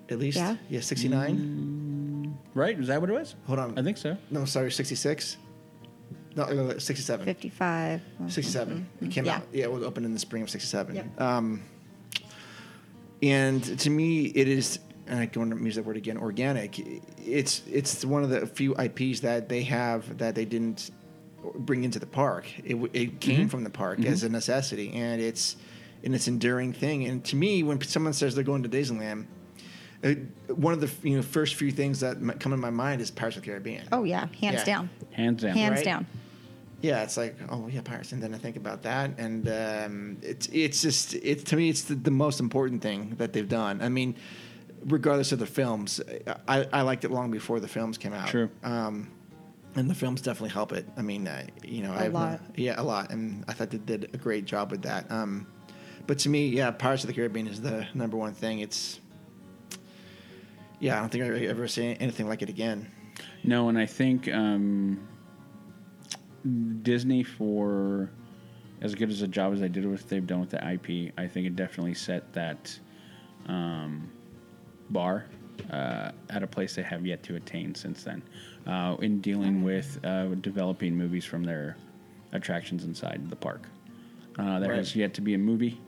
at least.
Yeah.
Yeah, sixty nine.
Right? Is that what it was?
Hold on.
I think so.
No, sorry, sixty six. No, uh, sixty seven.
55.
67. It came
Mm-hmm. Yeah.
out. Yeah, it was opened in the spring of 67.
Yep.
Um, and to me, it is, and I don't want to use that word again, organic. It's it's one of the few IPs that they have that they didn't bring into the park. It, w- it came from the park as a necessity, and it's and it's enduring thing. And to me, when someone says they're going to Disneyland, uh, one of the you know first few things that m- come in my mind is Pirates of the Caribbean.
Oh, yeah. Hands
Yeah.
down.
Hands down.
Hands
Right?
down.
yeah, it's like oh yeah, pirates, and then I think about that, and um, it's it's just it's to me it's the, the most important thing that they've done. I mean, regardless of the films, I, I liked it long before the films came out.
True.
Um, and the films definitely help it. I mean, uh, you know, I
lot.
yeah, a lot, and I thought they did a great job with that. Um, but to me, yeah, Pirates of the Caribbean is the number one thing. It's yeah, I don't think I've ever seen anything like it again.
No, and I think um, Disney, for as good as a job as they did with they've done with the IP, I think it definitely set that um, bar uh, at a place they have yet to attain since then uh, in dealing with uh, developing movies from their attractions inside the park. Uh, there
Right.
has yet to be a movie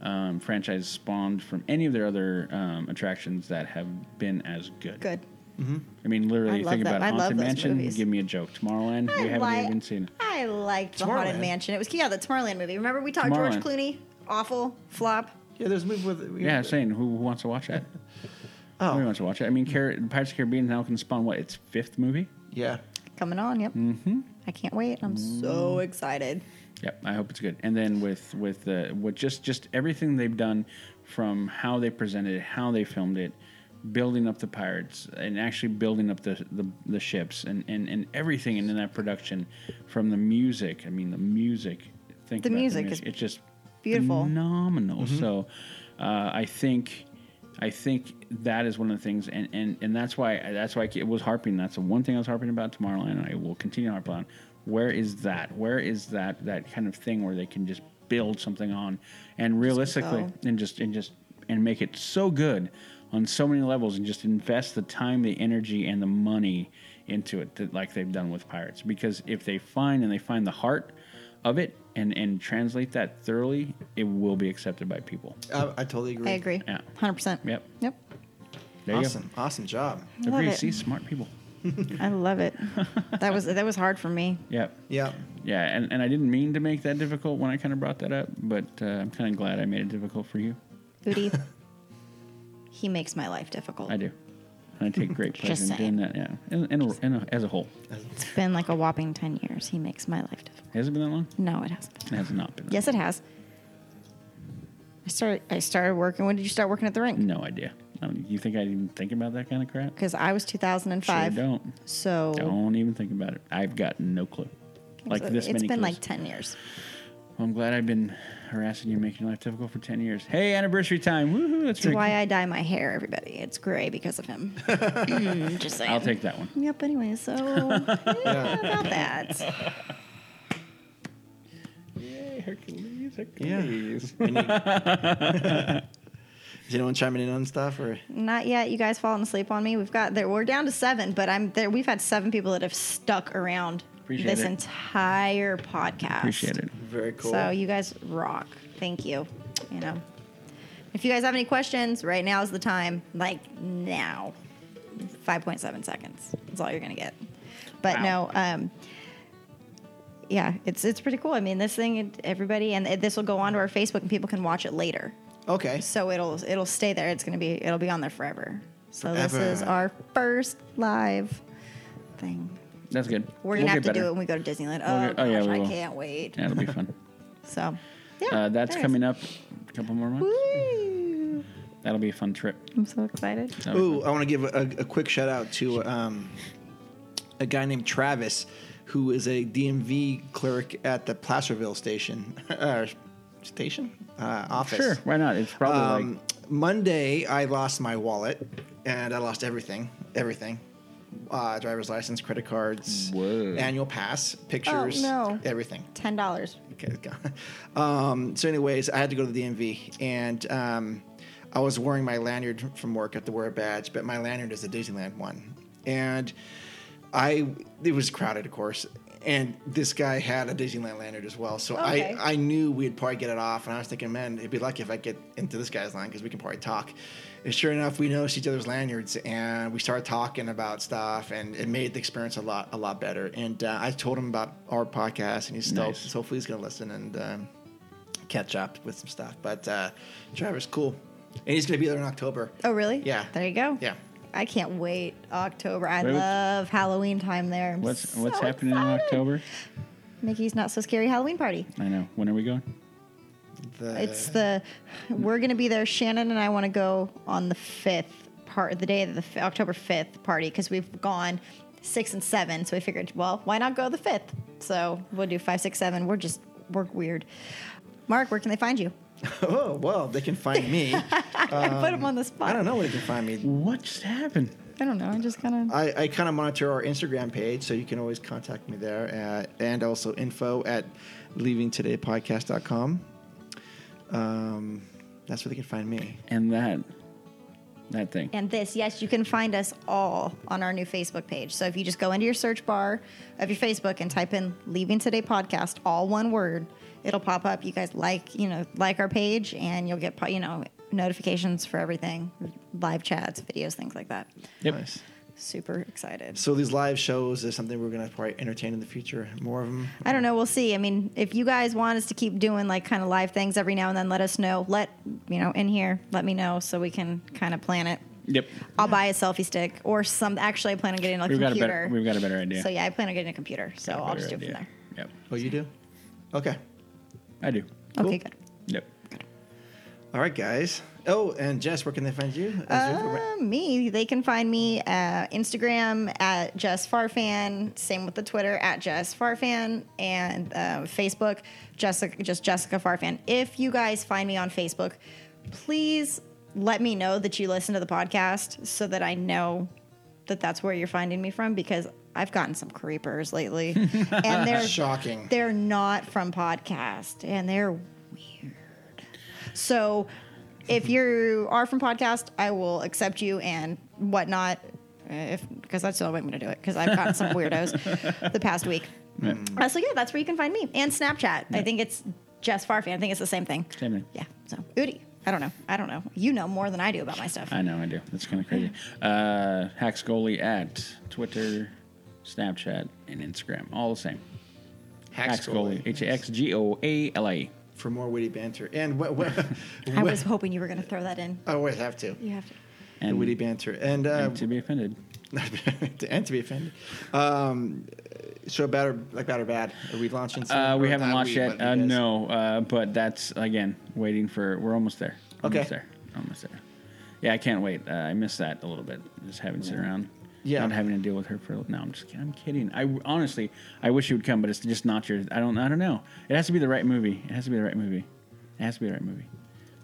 um, franchise spawned from any of their other um, attractions that have been as good.
Good.
I mean, literally,
I
you
love
think
that.
about
I love
Haunted
those
Mansion.
movies.
Give me a joke. Tomorrowland. we haven't
like-
even seen it.
I liked the Haunted
Tomorrowland.
Mansion. It was yeah, the Tomorrowland movie. Remember we talked
Tomorrowland.
George Clooney? Awful flop.
Yeah, there's a movie with
Yeah, I'm saying who, who wants to watch
<laughs>
that?
Oh.
Nobody wants to watch it. I mean, Car- Pirates of the Caribbean now can spawn what its fifth movie.
yeah.
Coming on. Yep. Mm-hmm. I can't wait. I'm so
Mm-hmm.
excited.
Yep, I hope it's good. And then with with the with just just everything they've done from how they presented it, how they filmed it, building up the pirates and actually building up the the, the ships and, and and everything in that production from the music. I mean, the music. Think
The
about
music is
It's just
beautiful.
phenomenal. So, uh, I think. I think that is one of the things, and, and, and that's why that's why I was harping. That's the one thing I was harping about Tomorrowland, and I will continue to harp on. Where is that? Where is that that kind of thing where they can just build something on, and realistically,
go.
and just and just and make it so good on so many levels, and just invest the time, the energy, and the money into it, that, like they've done with Pirates. Because if they find and they find the heart of it, and and translate that thoroughly, it will be accepted by people.
I, I totally agree.
I agree.
Yeah.
Hundred percent.
Yep.
Yep.
There you go.
Awesome, awesome job.
Love
Agree.
it.
See, smart people.
I
<laughs>
love it. that was that was hard for me.
Yeah.
Yeah.
Yeah, and, and I didn't mean to make that difficult when I kind of brought that up, but uh, I'm kind of glad I made it difficult for you.
Booty. he makes my life difficult.
I do. And I take great pleasure
<laughs> Just
in doing that, yeah. And, and, and as a whole.
It's been like a whopping ten years. He makes my life difficult.
Has it been that long?
No, it hasn't.
It has not been. that
Yes, it has. I started. I started working. When did you start working at the
long.
rink?
No idea. Um, you think I even think about that kind of crap?
Because I was 2005.
Sure don't.
So
Don't even think about it. I've got no clue. Like
so
this
it's
many
been
clues.
like 10 years.
Well, I'm glad I've been harassing you, making your life difficult for 10 years. Hey, anniversary time. Woohoo. That's
It's why I dye my hair, everybody. It's gray because of him. Mm, Just saying.
I'll take that one.
Yep. Anyway,
<laughs>
so yeah, about that.
Yay, Hercules,
Yeah.
<laughs> Hercules.
Is <laughs> anyone chiming in on stuff or?
Not yet. You guys falling asleep on me. We've got there. We're down to seven, but I'm there. We've had seven people that have stuck around
Appreciate
this
it.
entire podcast.
Appreciate it.
Very cool.
So you guys rock. Thank you. You know, if you guys have any questions, right now is the time. Like now, five point seven seconds. That's all you're gonna get. But
Wow.
no, um, yeah, it's it's pretty cool. I mean, this thing, it- everybody, and it, this will go onto our Facebook, and people can watch it later.
okay.
So it'll it'll stay there. It's gonna be it'll be on there forever. So
Forever.
this is our first live thing.
That's good.
We're
We'll
gonna have
get
to do
better.
it when we go to Disneyland.
We'll
Oh,
get- oh, yeah,
gosh,
we
I
will.
can't wait.
Yeah, it'll be fun.
So, <laughs> yeah,
Uh, that's
there it is.
coming up. A couple more months.
Woo!
That'll be a fun trip.
I'm so excited.
That'll be
Ooh, I want to give a, a quick shout out to um, a guy named Travis, who is a DMV clerk at the Placerville station. <laughs> Uh, station? Uh,
fun.
office.
Sure, why not? It's probably
Um,
like
Monday, I lost my wallet and I lost everything. Everything. Uh, driver's license, credit cards,
Whoa.
annual pass, pictures,
no.
everything.
Ten dollars.
Okay, it's gone. <laughs> Um, so, anyways, I had to go to the DMV, and um, I was wearing my lanyard from work. I have to wear a badge, but my lanyard is a Disneyland one, and I it was crowded, of course. And this guy had a Disneyland lanyard as well, so
Okay.
I I knew we'd probably get it off. And I was thinking, man, it'd be lucky if I get into this guy's line because we can probably talk. And sure enough, we noticed each other's lanyards, and we started talking about stuff, and it made the experience a lot a lot better. And uh, I told him about our podcast, and he's still
Nice.
so hopefully he's gonna listen and um, catch up with some stuff. But uh, Travis, cool, and he's gonna be there in October.
Oh, really?
Yeah.
There you go.
Yeah.
I can't wait. October. I
Wait, what-
love Halloween time there. I'm
what's
so
what's happening in
excited.
October?
Mickey's not so scary Halloween party.
I know. When are we going?
The,
It's the we're gonna be there. Shannon and I want to go on the fifth part, the day of the f- October fifth party because we've gone six and seven, so we figured, well, why not go the fifth? So we'll do five, six, seven. We're just we're weird. Mark, where can they find you?
<laughs>
<laughs>
oh well, they can find me.
I put him on the
Um,
spot.
I don't know where they can find me.
What just happened?
I don't know. I just kind of.
I, I kind of monitor our Instagram page, so you can always contact me there, at, and also info at leavingtodaypodcast.com. Um, that's where they can find me.
And that that thing.
And this, yes, you can find us all on our new Facebook page. So if you just go into your search bar of your Facebook and type in "Leaving Today Podcast," all one word, it'll pop up. You guys like, you know, like our page, and you'll get, po- you know, notifications for everything, live chats, videos, things like that.
Yep.
Nice.
Super excited.
So these live shows is something we're gonna probably entertain in the future. More of them.
I don't know. We'll see. I mean, if you guys want us to keep doing like kind of live things every now and then, let us know. Let you know in here. Let me know so we can kind of plan it.
Yep.
I'll buy a selfie stick or some. Actually, I plan on getting a
We've got a
computer.
better we've got a better idea.
So yeah, I plan on getting a computer. So
Got a
I'll just do
better
it from
idea.
there.
Yep. Oh.
Oh, you do? Okay.
I do.
Cool.
Okay, good.
Yep.
All right, guys. Oh, and Jess, where can they find you? As if-
Uh, me, they can find me uh, Instagram at Jess Farfan. Same with the Twitter at Jess Farfan and uh, Facebook Jessica just Jessica Farfan. If you guys find me on Facebook, please let me know that you listen to the podcast so that I know that that's where you're finding me from because I've gotten some
<laughs>
creepers lately, and they're
Shocking.
They're not from podcast, and they're weird. So if you are from podcast, I will accept you and whatnot. If because that's the only way I'm going to do it because I've gotten
<laughs>
some weirdos the past week. Uh, so yeah, that's where you can find me and Snapchat. I think it's Jess Farfan. I think it's the same thing.
Same thing.
Yeah. So Udi, I don't know. I don't know. You know more than I do about my stuff.
I know I do. That's kinda crazy. Uh hacks goalie at Twitter, Snapchat, and Instagram. All the same. Hacks goalie. H A X G O A L I E.
For more witty banter. And what? what
I was hoping you were going to throw that in.
I always have to.
You have to.
And witty
And
banter. And, uh,
and to be offended.
<laughs> and to be offended. Um, so bad or like bad or bad? Are we launching? something?
Uh, we
Or
haven't
not
launched
we,
yet.
but you
Uh,
guys-
no, uh, but that's again waiting for. We're almost there. Almost
Okay.
there. Almost there. Yeah, I can't wait. Uh, I miss that a little bit. Just having to sit around.
Yeah.
Not having to deal with her for. No, I'm just kidding. I'm kidding. I honestly, I wish she would come, but it's just not your. I don't. I don't know. It has to be the right movie. It has to be the right movie. It has to be the right movie.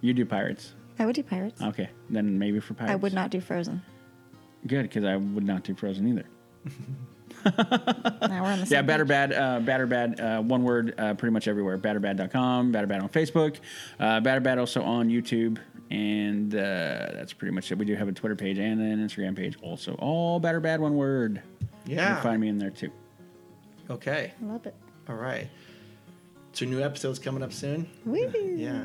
You do pirates.
I would do pirates.
Okay, then maybe for pirates.
I would not do Frozen.
Good, because I would not do Frozen either.
Now we're on the
Yeah,
same
Bad or
page.
Bad, uh, Bad or Bad, uh, one word, uh, pretty much everywhere. Bad or Bad.com, Bad or Bad on Facebook, uh, Bad or Bad also on YouTube, and uh, that's pretty much it. We do have a Twitter page and an Instagram page also. All Bad or Bad, one word. You
Yeah.
can find me in there too.
Okay.
I love it.
All right. So new episodes coming up soon.
Woo!
Yeah.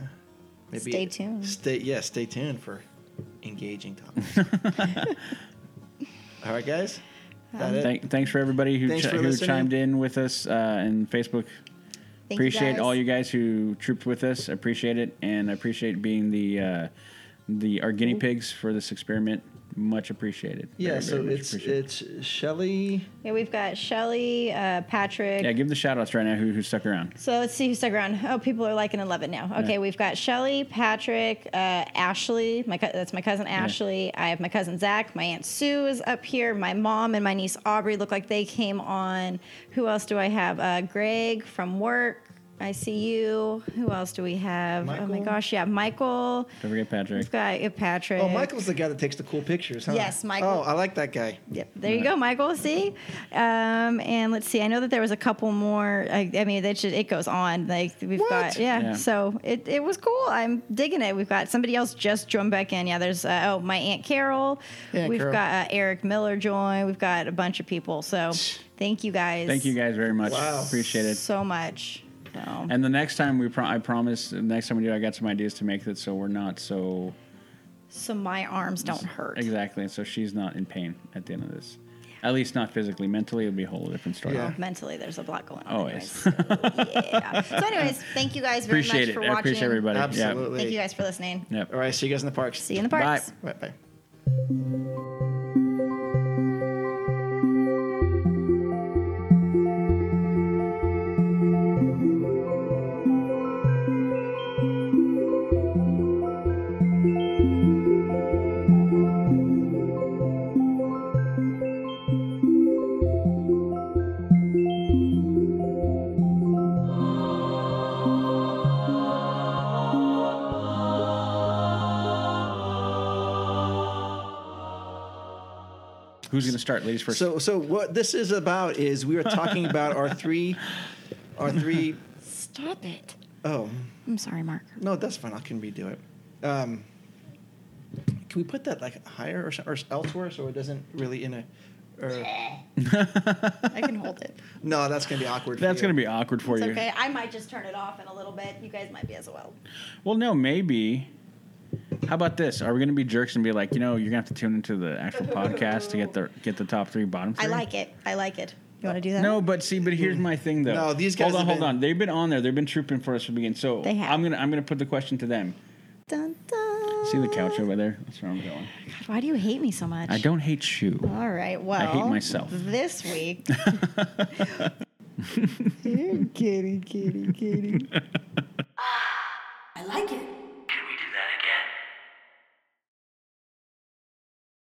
Stay tuned.
Stay yeah, stay tuned for engaging
<laughs>
topics. All right, guys.
Um,
That it?
Thank, thanks for everybody who,
Thanks
chi-
for
who
listening.
chimed in with us uh, and Facebook.
Thank
appreciate
guys.
all you guys who trooped with us. Appreciate it, and I appreciate being the uh, the our guinea pigs for this experiment. Much appreciated.
yeah,
Very,
so
very much
it's
appreciated.
it's Shelly.
Yeah, we've got Shelly, uh, Patrick.
yeah. Give the shout outs right now. Who who stuck around?
So let's see who stuck around. Oh, people are liking 11 now. Okay,
Yeah.
we've got Shelly, Patrick, uh, Ashley. My co- that's my cousin Ashley. I have my cousin Zach. My aunt Sue is up here. My mom and my niece Aubrey look like they came on. Who else do I have? Uh, Greg from work. I see you. Who else do we have? Oh my
Michael?
gosh, yeah, Michael.
Don't forget Patrick.
We've got uh, Patrick.
Oh, Michael's the guy that takes the cool pictures, huh?
Yes, Michael.
Oh, I like that guy.
Yep. There you go, Michael. See, um, and let's see. I know that there was a couple more. I, I mean, that should, it goes on. Like we've got, yeah,
Yeah.
So it, it was cool. I'm digging it. We've got somebody else just joined back in. Yeah, there's uh, oh my aunt Carol.
Aunt
we've
Carol.
got uh, Eric Miller join. We've got a bunch of people. So thank you guys.
Thank you guys very much.
Wow.
Appreciate it.
so much. So,
And the next time we, pro- I promise, the next time we do, I got some ideas to make that so we're not so
so my arms don't hurt.
exactly, so she's not in pain at the end of this. At least not physically. Mentally, it'll be a whole different story.
Yeah.
Mentally, there's a lot going on.
Always.
anyways. yeah. So, anyways, thank you guys very
appreciate
much
it.
for
I
watching.
appreciate everybody. Yeah.
Absolutely.
Thank you guys for listening.
Yep.
All right, see you guys in the parks.
See you in the
Bye.
parks.
Bye bye.
Bye.
Who's going to start? Ladies first.
So so what this is about is we are talking about our three our three
Stop it.
oh
I'm sorry, <laughs> Mark.
no that's fine I can redo it. Um, can we put that like higher or, so- or elsewhere so it doesn't really in a or,
I can
<laughs>
hold it.
no that's gonna be awkward. for
That's
you.
going to be awkward for
It's
you.
okay. I might just turn it off in a little bit. You guys might be as well.
Well, no, maybe. How about this? Are we going to be jerks and be like, you know, you're going to have to tune into the
<laughs>
actual podcast to get the get the top three, bottom three?
I like it. I like it. You want to do that?
No, but see, but here's my thing though.
No, these guys
Hold on,
have
hold
been-
on. They've been on there. They've been trooping for us from the beginning. So
They have.
I'm gonna I'm gonna put the question to them.
Dun, dun.
See the couch over there? That's where I'm going.
God, why do you hate me so much?
I don't hate you.
All right. Well,
myself.
This week. kitty, kitty, kitty.
I like it.